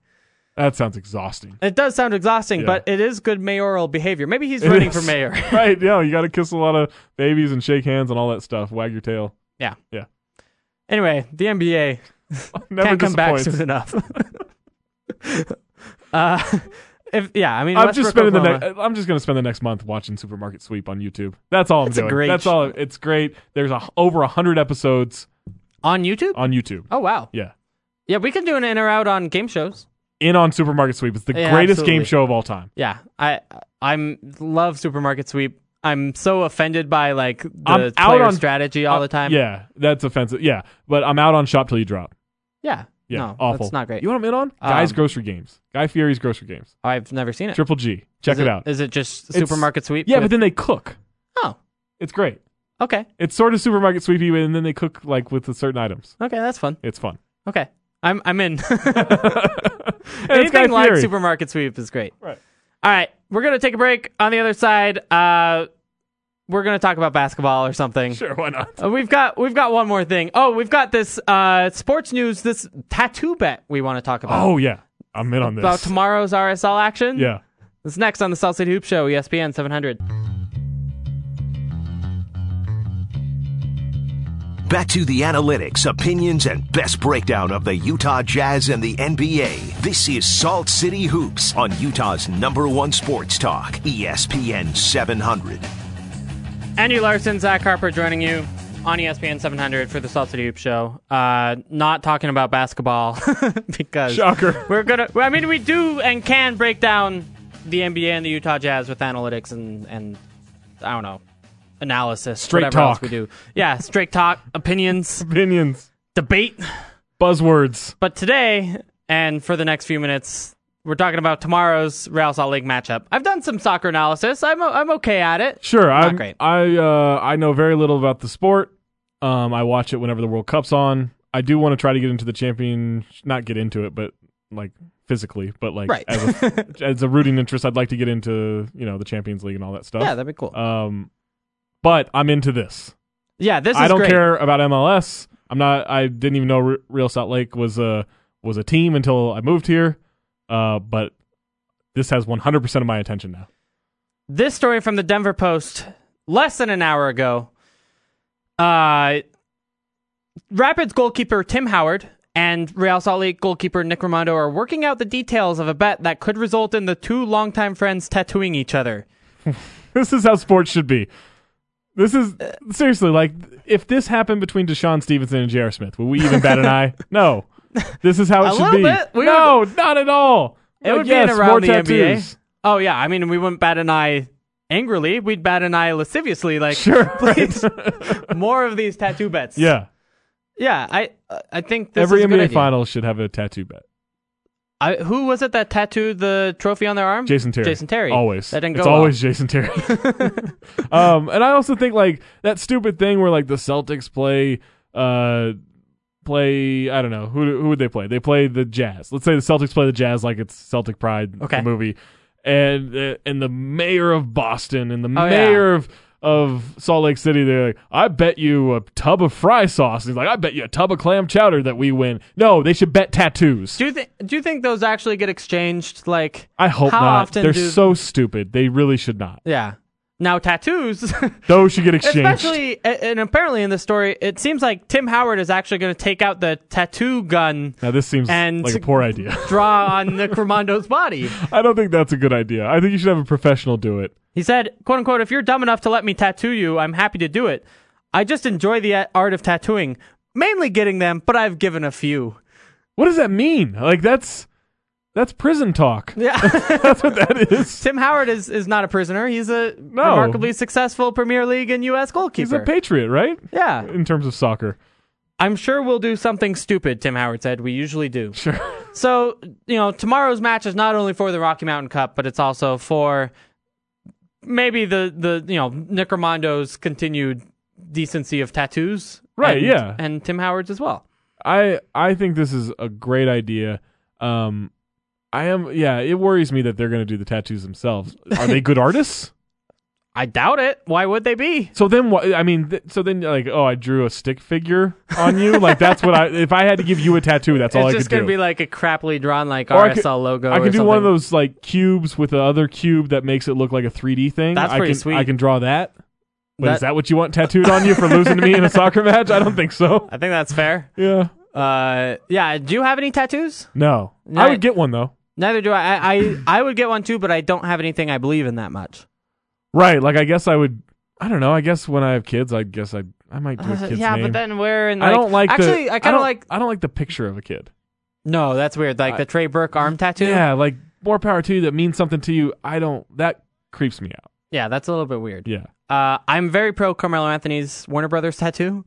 Speaker 3: That sounds exhausting.
Speaker 2: It does sound exhausting,
Speaker 3: Yeah.
Speaker 2: but it is good mayoral behavior. Maybe he's running for
Speaker 3: is.
Speaker 2: mayor.
Speaker 3: right? Yeah, you got to kiss a lot of babies and shake hands and all that stuff. Wag your tail.
Speaker 2: yeah.
Speaker 3: Yeah.
Speaker 2: Anyway, the NBA
Speaker 3: Never
Speaker 2: can't come back
Speaker 3: disappoints.
Speaker 2: soon enough. uh, if yeah, I mean,
Speaker 3: I'm just
Speaker 2: Westbrook,
Speaker 3: spending
Speaker 2: Oklahoma.
Speaker 3: the next. I'm just going to spend the next month watching Supermarket Sweep on YouTube. That's all I'm
Speaker 2: It's a
Speaker 3: doing.
Speaker 2: great
Speaker 3: That's all. It's great. There's a, over hundred episodes
Speaker 2: on YouTube.
Speaker 3: on YouTube.
Speaker 2: oh wow,
Speaker 3: Yeah,
Speaker 2: yeah, we can do an in or out on game shows.
Speaker 3: in on Supermarket Sweep. It's the
Speaker 2: Yeah,
Speaker 3: greatest
Speaker 2: absolutely.
Speaker 3: game show of all time.
Speaker 2: Yeah, I I'm love supermarket sweep. I'm so offended by like the
Speaker 3: I'm out
Speaker 2: player
Speaker 3: on-
Speaker 2: strategy all
Speaker 3: Uh,
Speaker 2: the time.
Speaker 3: Yeah, that's offensive. Yeah, but I'm out on Shop Till You Drop.
Speaker 2: yeah,
Speaker 3: Yeah,
Speaker 2: no,
Speaker 3: awful.
Speaker 2: That's not great.
Speaker 3: You want them in on Guy's
Speaker 2: Um,
Speaker 3: Grocery Games? Guy Fieri's Grocery Games.
Speaker 2: I've never seen it.
Speaker 3: Triple G. Check
Speaker 2: Is
Speaker 3: it, out.
Speaker 2: Is it just
Speaker 3: It's-
Speaker 2: supermarket sweep?
Speaker 3: Yeah,
Speaker 2: with-
Speaker 3: but then they cook.
Speaker 2: oh,
Speaker 3: It's great.
Speaker 2: okay,
Speaker 3: It's sort of Supermarket Sweepy, and then they cook like with the certain items.
Speaker 2: okay, that's fun.
Speaker 3: It's fun.
Speaker 2: Okay, I'm I'm in.
Speaker 3: And it's Guy
Speaker 2: Anything like
Speaker 3: Fieri.
Speaker 2: supermarket sweep is great.
Speaker 3: Right.
Speaker 2: All right, we're gonna take a break. On the other side, uh, we're gonna talk about basketball or something.
Speaker 3: Sure, why not?
Speaker 2: Uh, we've got we've got one more thing. Oh, we've got this uh, sports news. This tattoo bet we want to talk about.
Speaker 3: Oh yeah, I'm in on this.
Speaker 2: about tomorrow's RSL action.
Speaker 3: Yeah.
Speaker 2: It's next on the Salt City Hoop Show, E ESPN 700.
Speaker 1: Back to the analytics, opinions, and best breakdown of the Utah Jazz and the NBA. This is Salt City Hoops on Utah's number one sports talk, E ESPN 700.
Speaker 2: Andrew Larson, Zach Harper joining you on E ESPN 700 for the Salt City Hoop Show. Uh, not talking about basketball because
Speaker 3: Shocker.
Speaker 2: we're gonna. well, I mean, we do and can break down the NBA and the Utah Jazz with analytics and and I don't know analysis.
Speaker 3: Straight
Speaker 2: whatever Else
Speaker 3: talk.
Speaker 2: we do. Yeah, straight talk, opinions,
Speaker 3: Opinions,
Speaker 2: debate.
Speaker 3: buzzwords.
Speaker 2: But today and for the next few minutes. We're talking about tomorrow's Real Salt Lake matchup. I've done some soccer analysis. I'm, o- I'm okay at it.
Speaker 3: Sure, I
Speaker 2: great.
Speaker 3: I uh, I know very little about the sport. Um, I watch it whenever the World Cup's on. I do want to try to get into the champion, not get into it, but like physically, but like
Speaker 2: Right.
Speaker 3: as a as a rooting interest, I'd like to get into you know the Champions League and all that stuff.
Speaker 2: Yeah, that'd be cool.
Speaker 3: um, but I'm into this.
Speaker 2: yeah, this is
Speaker 3: I don't
Speaker 2: great.
Speaker 3: care about MLS. I'm not. I didn't even know Re- Real Salt Lake was a was a team until I moved here. Uh, but this has 100 percent of my attention now.
Speaker 2: this story from the Denver Post less than an hour ago. Uh, Rapids goalkeeper Tim Howard and Real Salt Lake goalkeeper Nick Romano are working out the details of a bet that could result in the two longtime friends tattooing each other.
Speaker 3: This is how sports should be. This is
Speaker 2: Uh,
Speaker 3: seriously like if this happened between Deshaun Stevenson and J.R. Smith, would we even bat an eye? No. This is how it
Speaker 2: A
Speaker 3: should
Speaker 2: little
Speaker 3: be.
Speaker 2: bit. We
Speaker 3: no, not at all.
Speaker 2: It
Speaker 3: Like,
Speaker 2: would
Speaker 3: yes,
Speaker 2: be in
Speaker 3: more
Speaker 2: around the
Speaker 3: tattoos.
Speaker 2: NBA. Oh yeah, I mean we wouldn't bat an eye angrily, we'd bat an eye lasciviously. Like
Speaker 3: Sure.
Speaker 2: please, more of these tattoo bets.
Speaker 3: Yeah.
Speaker 2: yeah. I I think this
Speaker 3: Every
Speaker 2: is a good
Speaker 3: NBA
Speaker 2: idea.
Speaker 3: final should have a tattoo bet.
Speaker 2: I, who was it that tattooed the trophy on their arm?
Speaker 3: Jason Terry.
Speaker 2: Jason Terry.
Speaker 3: Always.
Speaker 2: That didn't go
Speaker 3: it's
Speaker 2: well.
Speaker 3: always Jason Terry. um, and I also think like that stupid thing where like the Celtics play uh play I don't know who who would they play? They play the Jazz. Let's say the Celtics play the Jazz like it's Celtic Pride
Speaker 2: Okay.
Speaker 3: the movie, and uh, and the mayor of Boston and the
Speaker 2: Oh, yeah.
Speaker 3: mayor of of Salt Lake City, they're like, I bet you a tub of fry sauce. He's like, I bet you a tub of clam chowder that we win. No, they should bet tattoos.
Speaker 2: Do you think? Do you think those actually get exchanged? Like,
Speaker 3: I hope
Speaker 2: how
Speaker 3: not.
Speaker 2: Often
Speaker 3: They're
Speaker 2: do,
Speaker 3: so stupid. They really should not.
Speaker 2: Yeah. Now tattoos,
Speaker 3: Those should get exchanged.
Speaker 2: especially, a- and apparently in the story, it seems like Tim Howard is actually going to take out the tattoo gun,
Speaker 3: now this seems
Speaker 2: and-
Speaker 3: like a poor idea.
Speaker 2: draw on Nick Romando's body.
Speaker 3: I don't think that's a good idea. I think you should have a professional do it.
Speaker 2: He said, "quote unquote," if you're dumb enough to let me tattoo you, I'm happy to do it. I just enjoy the a- art of tattooing, mainly getting them, but I've given a few.
Speaker 3: What does that mean? Like that's that's prison talk.
Speaker 2: Yeah.
Speaker 3: That's what that is.
Speaker 2: Tim Howard is, is not a prisoner. He's a remarkably successful Premier League and U.S. goalkeeper.
Speaker 3: He's a patriot, right?
Speaker 2: yeah.
Speaker 3: In terms of soccer.
Speaker 2: I'm sure we'll do something stupid, Tim Howard said. We usually do.
Speaker 3: Sure.
Speaker 2: So, you know, tomorrow's match is not only for the Rocky Mountain Cup, but it's also for maybe the, the you know, Nick Romando's continued decency of tattoos.
Speaker 3: Right,
Speaker 2: and-
Speaker 3: yeah.
Speaker 2: And Tim Howard's as well.
Speaker 3: I I think this is a great idea. Um I am yeah, it worries me that they're going to do the tattoos themselves. Are they good artists?
Speaker 2: I doubt it. Why would they be?
Speaker 3: So then what I mean th- so then like oh, I drew a stick figure on you? like that's what I if I had to give you a tattoo, that's all
Speaker 2: it's
Speaker 3: I
Speaker 2: just
Speaker 3: could
Speaker 2: going
Speaker 3: do.
Speaker 2: to be like a crappily drawn, like
Speaker 3: Or I
Speaker 2: RSL
Speaker 3: could-
Speaker 2: logo.
Speaker 3: I
Speaker 2: or
Speaker 3: can do one of
Speaker 2: something.
Speaker 3: those like cubes with the other cube that makes it look like a 3D thing.
Speaker 2: That's
Speaker 3: I
Speaker 2: pretty
Speaker 3: can,
Speaker 2: sweet.
Speaker 3: I can draw that. But is
Speaker 2: That-
Speaker 3: that what you want tattooed on you for losing to me in a soccer match? I don't think so.
Speaker 2: I think that's fair.
Speaker 3: Yeah.
Speaker 2: Uh, yeah. Do you have any tattoos?
Speaker 3: No. I
Speaker 2: Right.
Speaker 3: would get one though.
Speaker 2: Neither do I. I, I. I would get one too, but I don't have anything I believe in that much.
Speaker 3: Right. Like I guess I would. I don't know. I guess when I have kids, I guess I I might do a kid's
Speaker 2: Uh, yeah,
Speaker 3: name.
Speaker 2: but then where? And
Speaker 3: I don't like.
Speaker 2: Actually,
Speaker 3: the,
Speaker 2: I kind of
Speaker 3: don't-
Speaker 2: like.
Speaker 3: I don't like the picture of a kid.
Speaker 2: No, that's weird. Like
Speaker 3: I-
Speaker 2: the Trey Burke arm tattoo.
Speaker 3: Yeah. Like more power to you. That means something to you. I don't. That creeps me out.
Speaker 2: Yeah, that's a little bit weird.
Speaker 3: Yeah.
Speaker 2: Uh, I'm very pro Carmelo Anthony's Warner Brothers tattoo.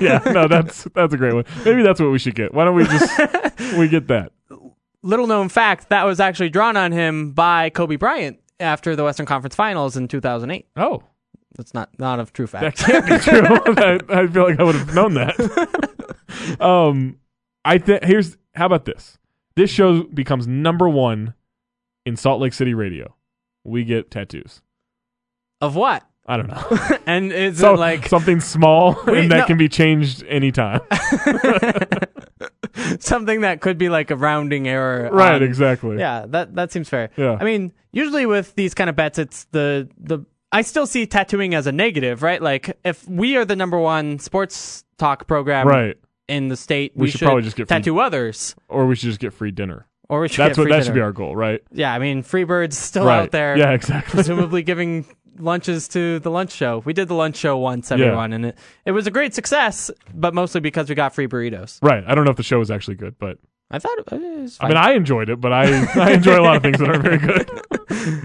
Speaker 3: Yeah. no. That's that's a great one. Maybe that's what we should get. Why don't we just we get that?
Speaker 2: Little known fact that was actually drawn on him by Kobe Bryant after the Western Conference Finals in 2008.
Speaker 3: Oh.
Speaker 2: That's not not a true fact.
Speaker 3: That can't be true. I, I feel like I would have known that. um, I think here's how about this? This show becomes number one in Salt Lake City radio. We get tattoos.
Speaker 2: Of what?
Speaker 3: I don't know.
Speaker 2: And is
Speaker 3: So
Speaker 2: it like
Speaker 3: something small
Speaker 2: We-
Speaker 3: and that
Speaker 2: no. Um,
Speaker 3: can be changed anytime.
Speaker 2: something that could be like a rounding error?
Speaker 3: right,
Speaker 2: on-
Speaker 3: exactly.
Speaker 2: Yeah, that that seems fair.
Speaker 3: Yeah.
Speaker 2: I mean, usually with these kind of bets, it's the the I still see tattooing as a negative, right? Like if we are the number one sports talk program
Speaker 3: Right.
Speaker 2: in the state, we,
Speaker 3: We should probably just get free-
Speaker 2: tattoo others,
Speaker 3: Or we should just get free dinner.
Speaker 2: or we should
Speaker 3: That's
Speaker 2: get
Speaker 3: what
Speaker 2: free
Speaker 3: that
Speaker 2: dinner.
Speaker 3: should be our goal, right?
Speaker 2: yeah, I mean, Freebird's still
Speaker 3: right.
Speaker 2: out there,
Speaker 3: Yeah, exactly.
Speaker 2: presumably giving lunches to the lunch show. We did the lunch show once, everyone, and it it was a great success, but mostly because we got free burritos.
Speaker 3: Right. I don't know if the show is actually good, but
Speaker 2: I thought it was
Speaker 3: I
Speaker 2: fine.
Speaker 3: mean I enjoyed it, but I, I enjoy a lot of things that aren't very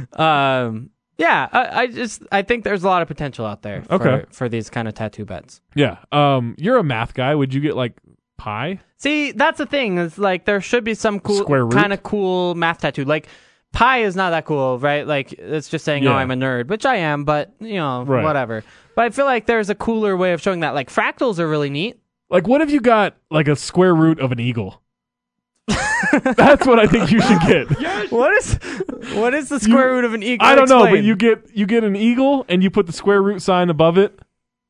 Speaker 3: good.
Speaker 2: um yeah I, I just i think there's a lot of potential out there for,
Speaker 3: Okay.
Speaker 2: for these kind of tattoo bets
Speaker 3: Yeah. Um, you're a math guy. Would you get like pi?
Speaker 2: see that's the thing is like there should be some cool
Speaker 3: Square root?
Speaker 2: kind of cool math tattoo like pi is not that cool right like it's just saying oh
Speaker 3: Yeah.
Speaker 2: i'm a nerd which i am but you know
Speaker 3: Right.
Speaker 2: whatever but i feel like there's a cooler way of showing that like fractals are really neat
Speaker 3: Like, what if you got like a square root of an eagle? That's what I think you should get.
Speaker 2: what is what is the square root of an eagle
Speaker 3: I don't know, but
Speaker 2: Explain.
Speaker 3: you get you get an eagle and you put the square root sign above it,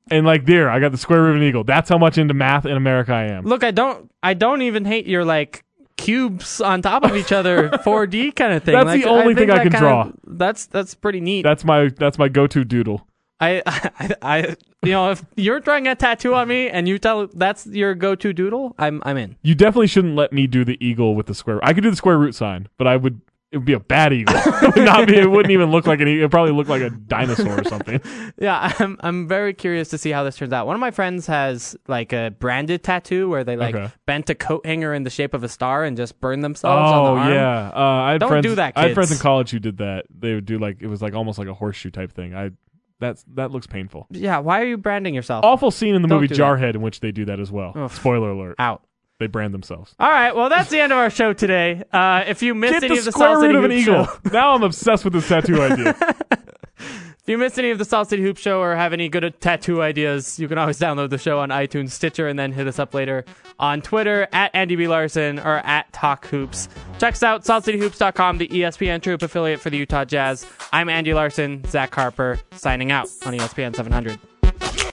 Speaker 3: and like there, I got the square root of an eagle. That's how much into math in America I am.
Speaker 2: look i don't i don't even hate your like cubes on top of each other 4d kind of thing
Speaker 3: That's
Speaker 2: Like,
Speaker 3: the only
Speaker 2: think
Speaker 3: thing I
Speaker 2: that
Speaker 3: can
Speaker 2: kinda-
Speaker 3: draw.
Speaker 2: that's that's pretty neat
Speaker 3: That's my that's my go to doodle.
Speaker 2: I, I i you know if you're drawing a tattoo on me and you tell that's your go-to doodle i'm i'm in
Speaker 3: You definitely shouldn't let me do the eagle with the square. I could do the square root sign, but I would it would be a bad eagle. it would not be. It wouldn't even look like an. eagle. It probably look like a dinosaur or something.
Speaker 2: yeah i'm i'm very curious to see how this turns out one of my friends has like a branded tattoo where they like
Speaker 3: Okay.
Speaker 2: bent a coat hanger in the shape of a star and just burned themselves on
Speaker 3: Oh
Speaker 2: the arm
Speaker 3: yeah, uh, I had
Speaker 2: Don't
Speaker 3: friends.
Speaker 2: do that,
Speaker 3: I had friends in
Speaker 2: kids. college
Speaker 3: college who did that. They would do like it was like almost like a horseshoe type thing. I that's that looks painful.
Speaker 2: yeah why are you branding yourself
Speaker 3: Oh. Awful scene in the
Speaker 2: Don't
Speaker 3: movie
Speaker 2: do that.
Speaker 3: Jarhead in which they do that as well.
Speaker 2: Oof.
Speaker 3: Spoiler alert.
Speaker 2: out
Speaker 3: They brand themselves.
Speaker 2: All right. Well, that's the end of our show today. Uh, if you missed
Speaker 3: Get
Speaker 2: any
Speaker 3: the
Speaker 2: of the
Speaker 3: square
Speaker 2: Salt City
Speaker 3: root of an
Speaker 2: Hoop
Speaker 3: eagle.
Speaker 2: show,
Speaker 3: now I'm obsessed with this tattoo idea.
Speaker 2: if you missed any of the Salt City Hoop show or have any good tattoo ideas, you can always download the show on iTunes, Stitcher, and then hit us up later on Twitter at Andy B Larson or at Talk Hoops. Check us out saltcityhoops.com, the E ESPN Troop affiliate for the Utah Jazz. I'm Andy Larson, Zach Harper, signing out on E ESPN 700.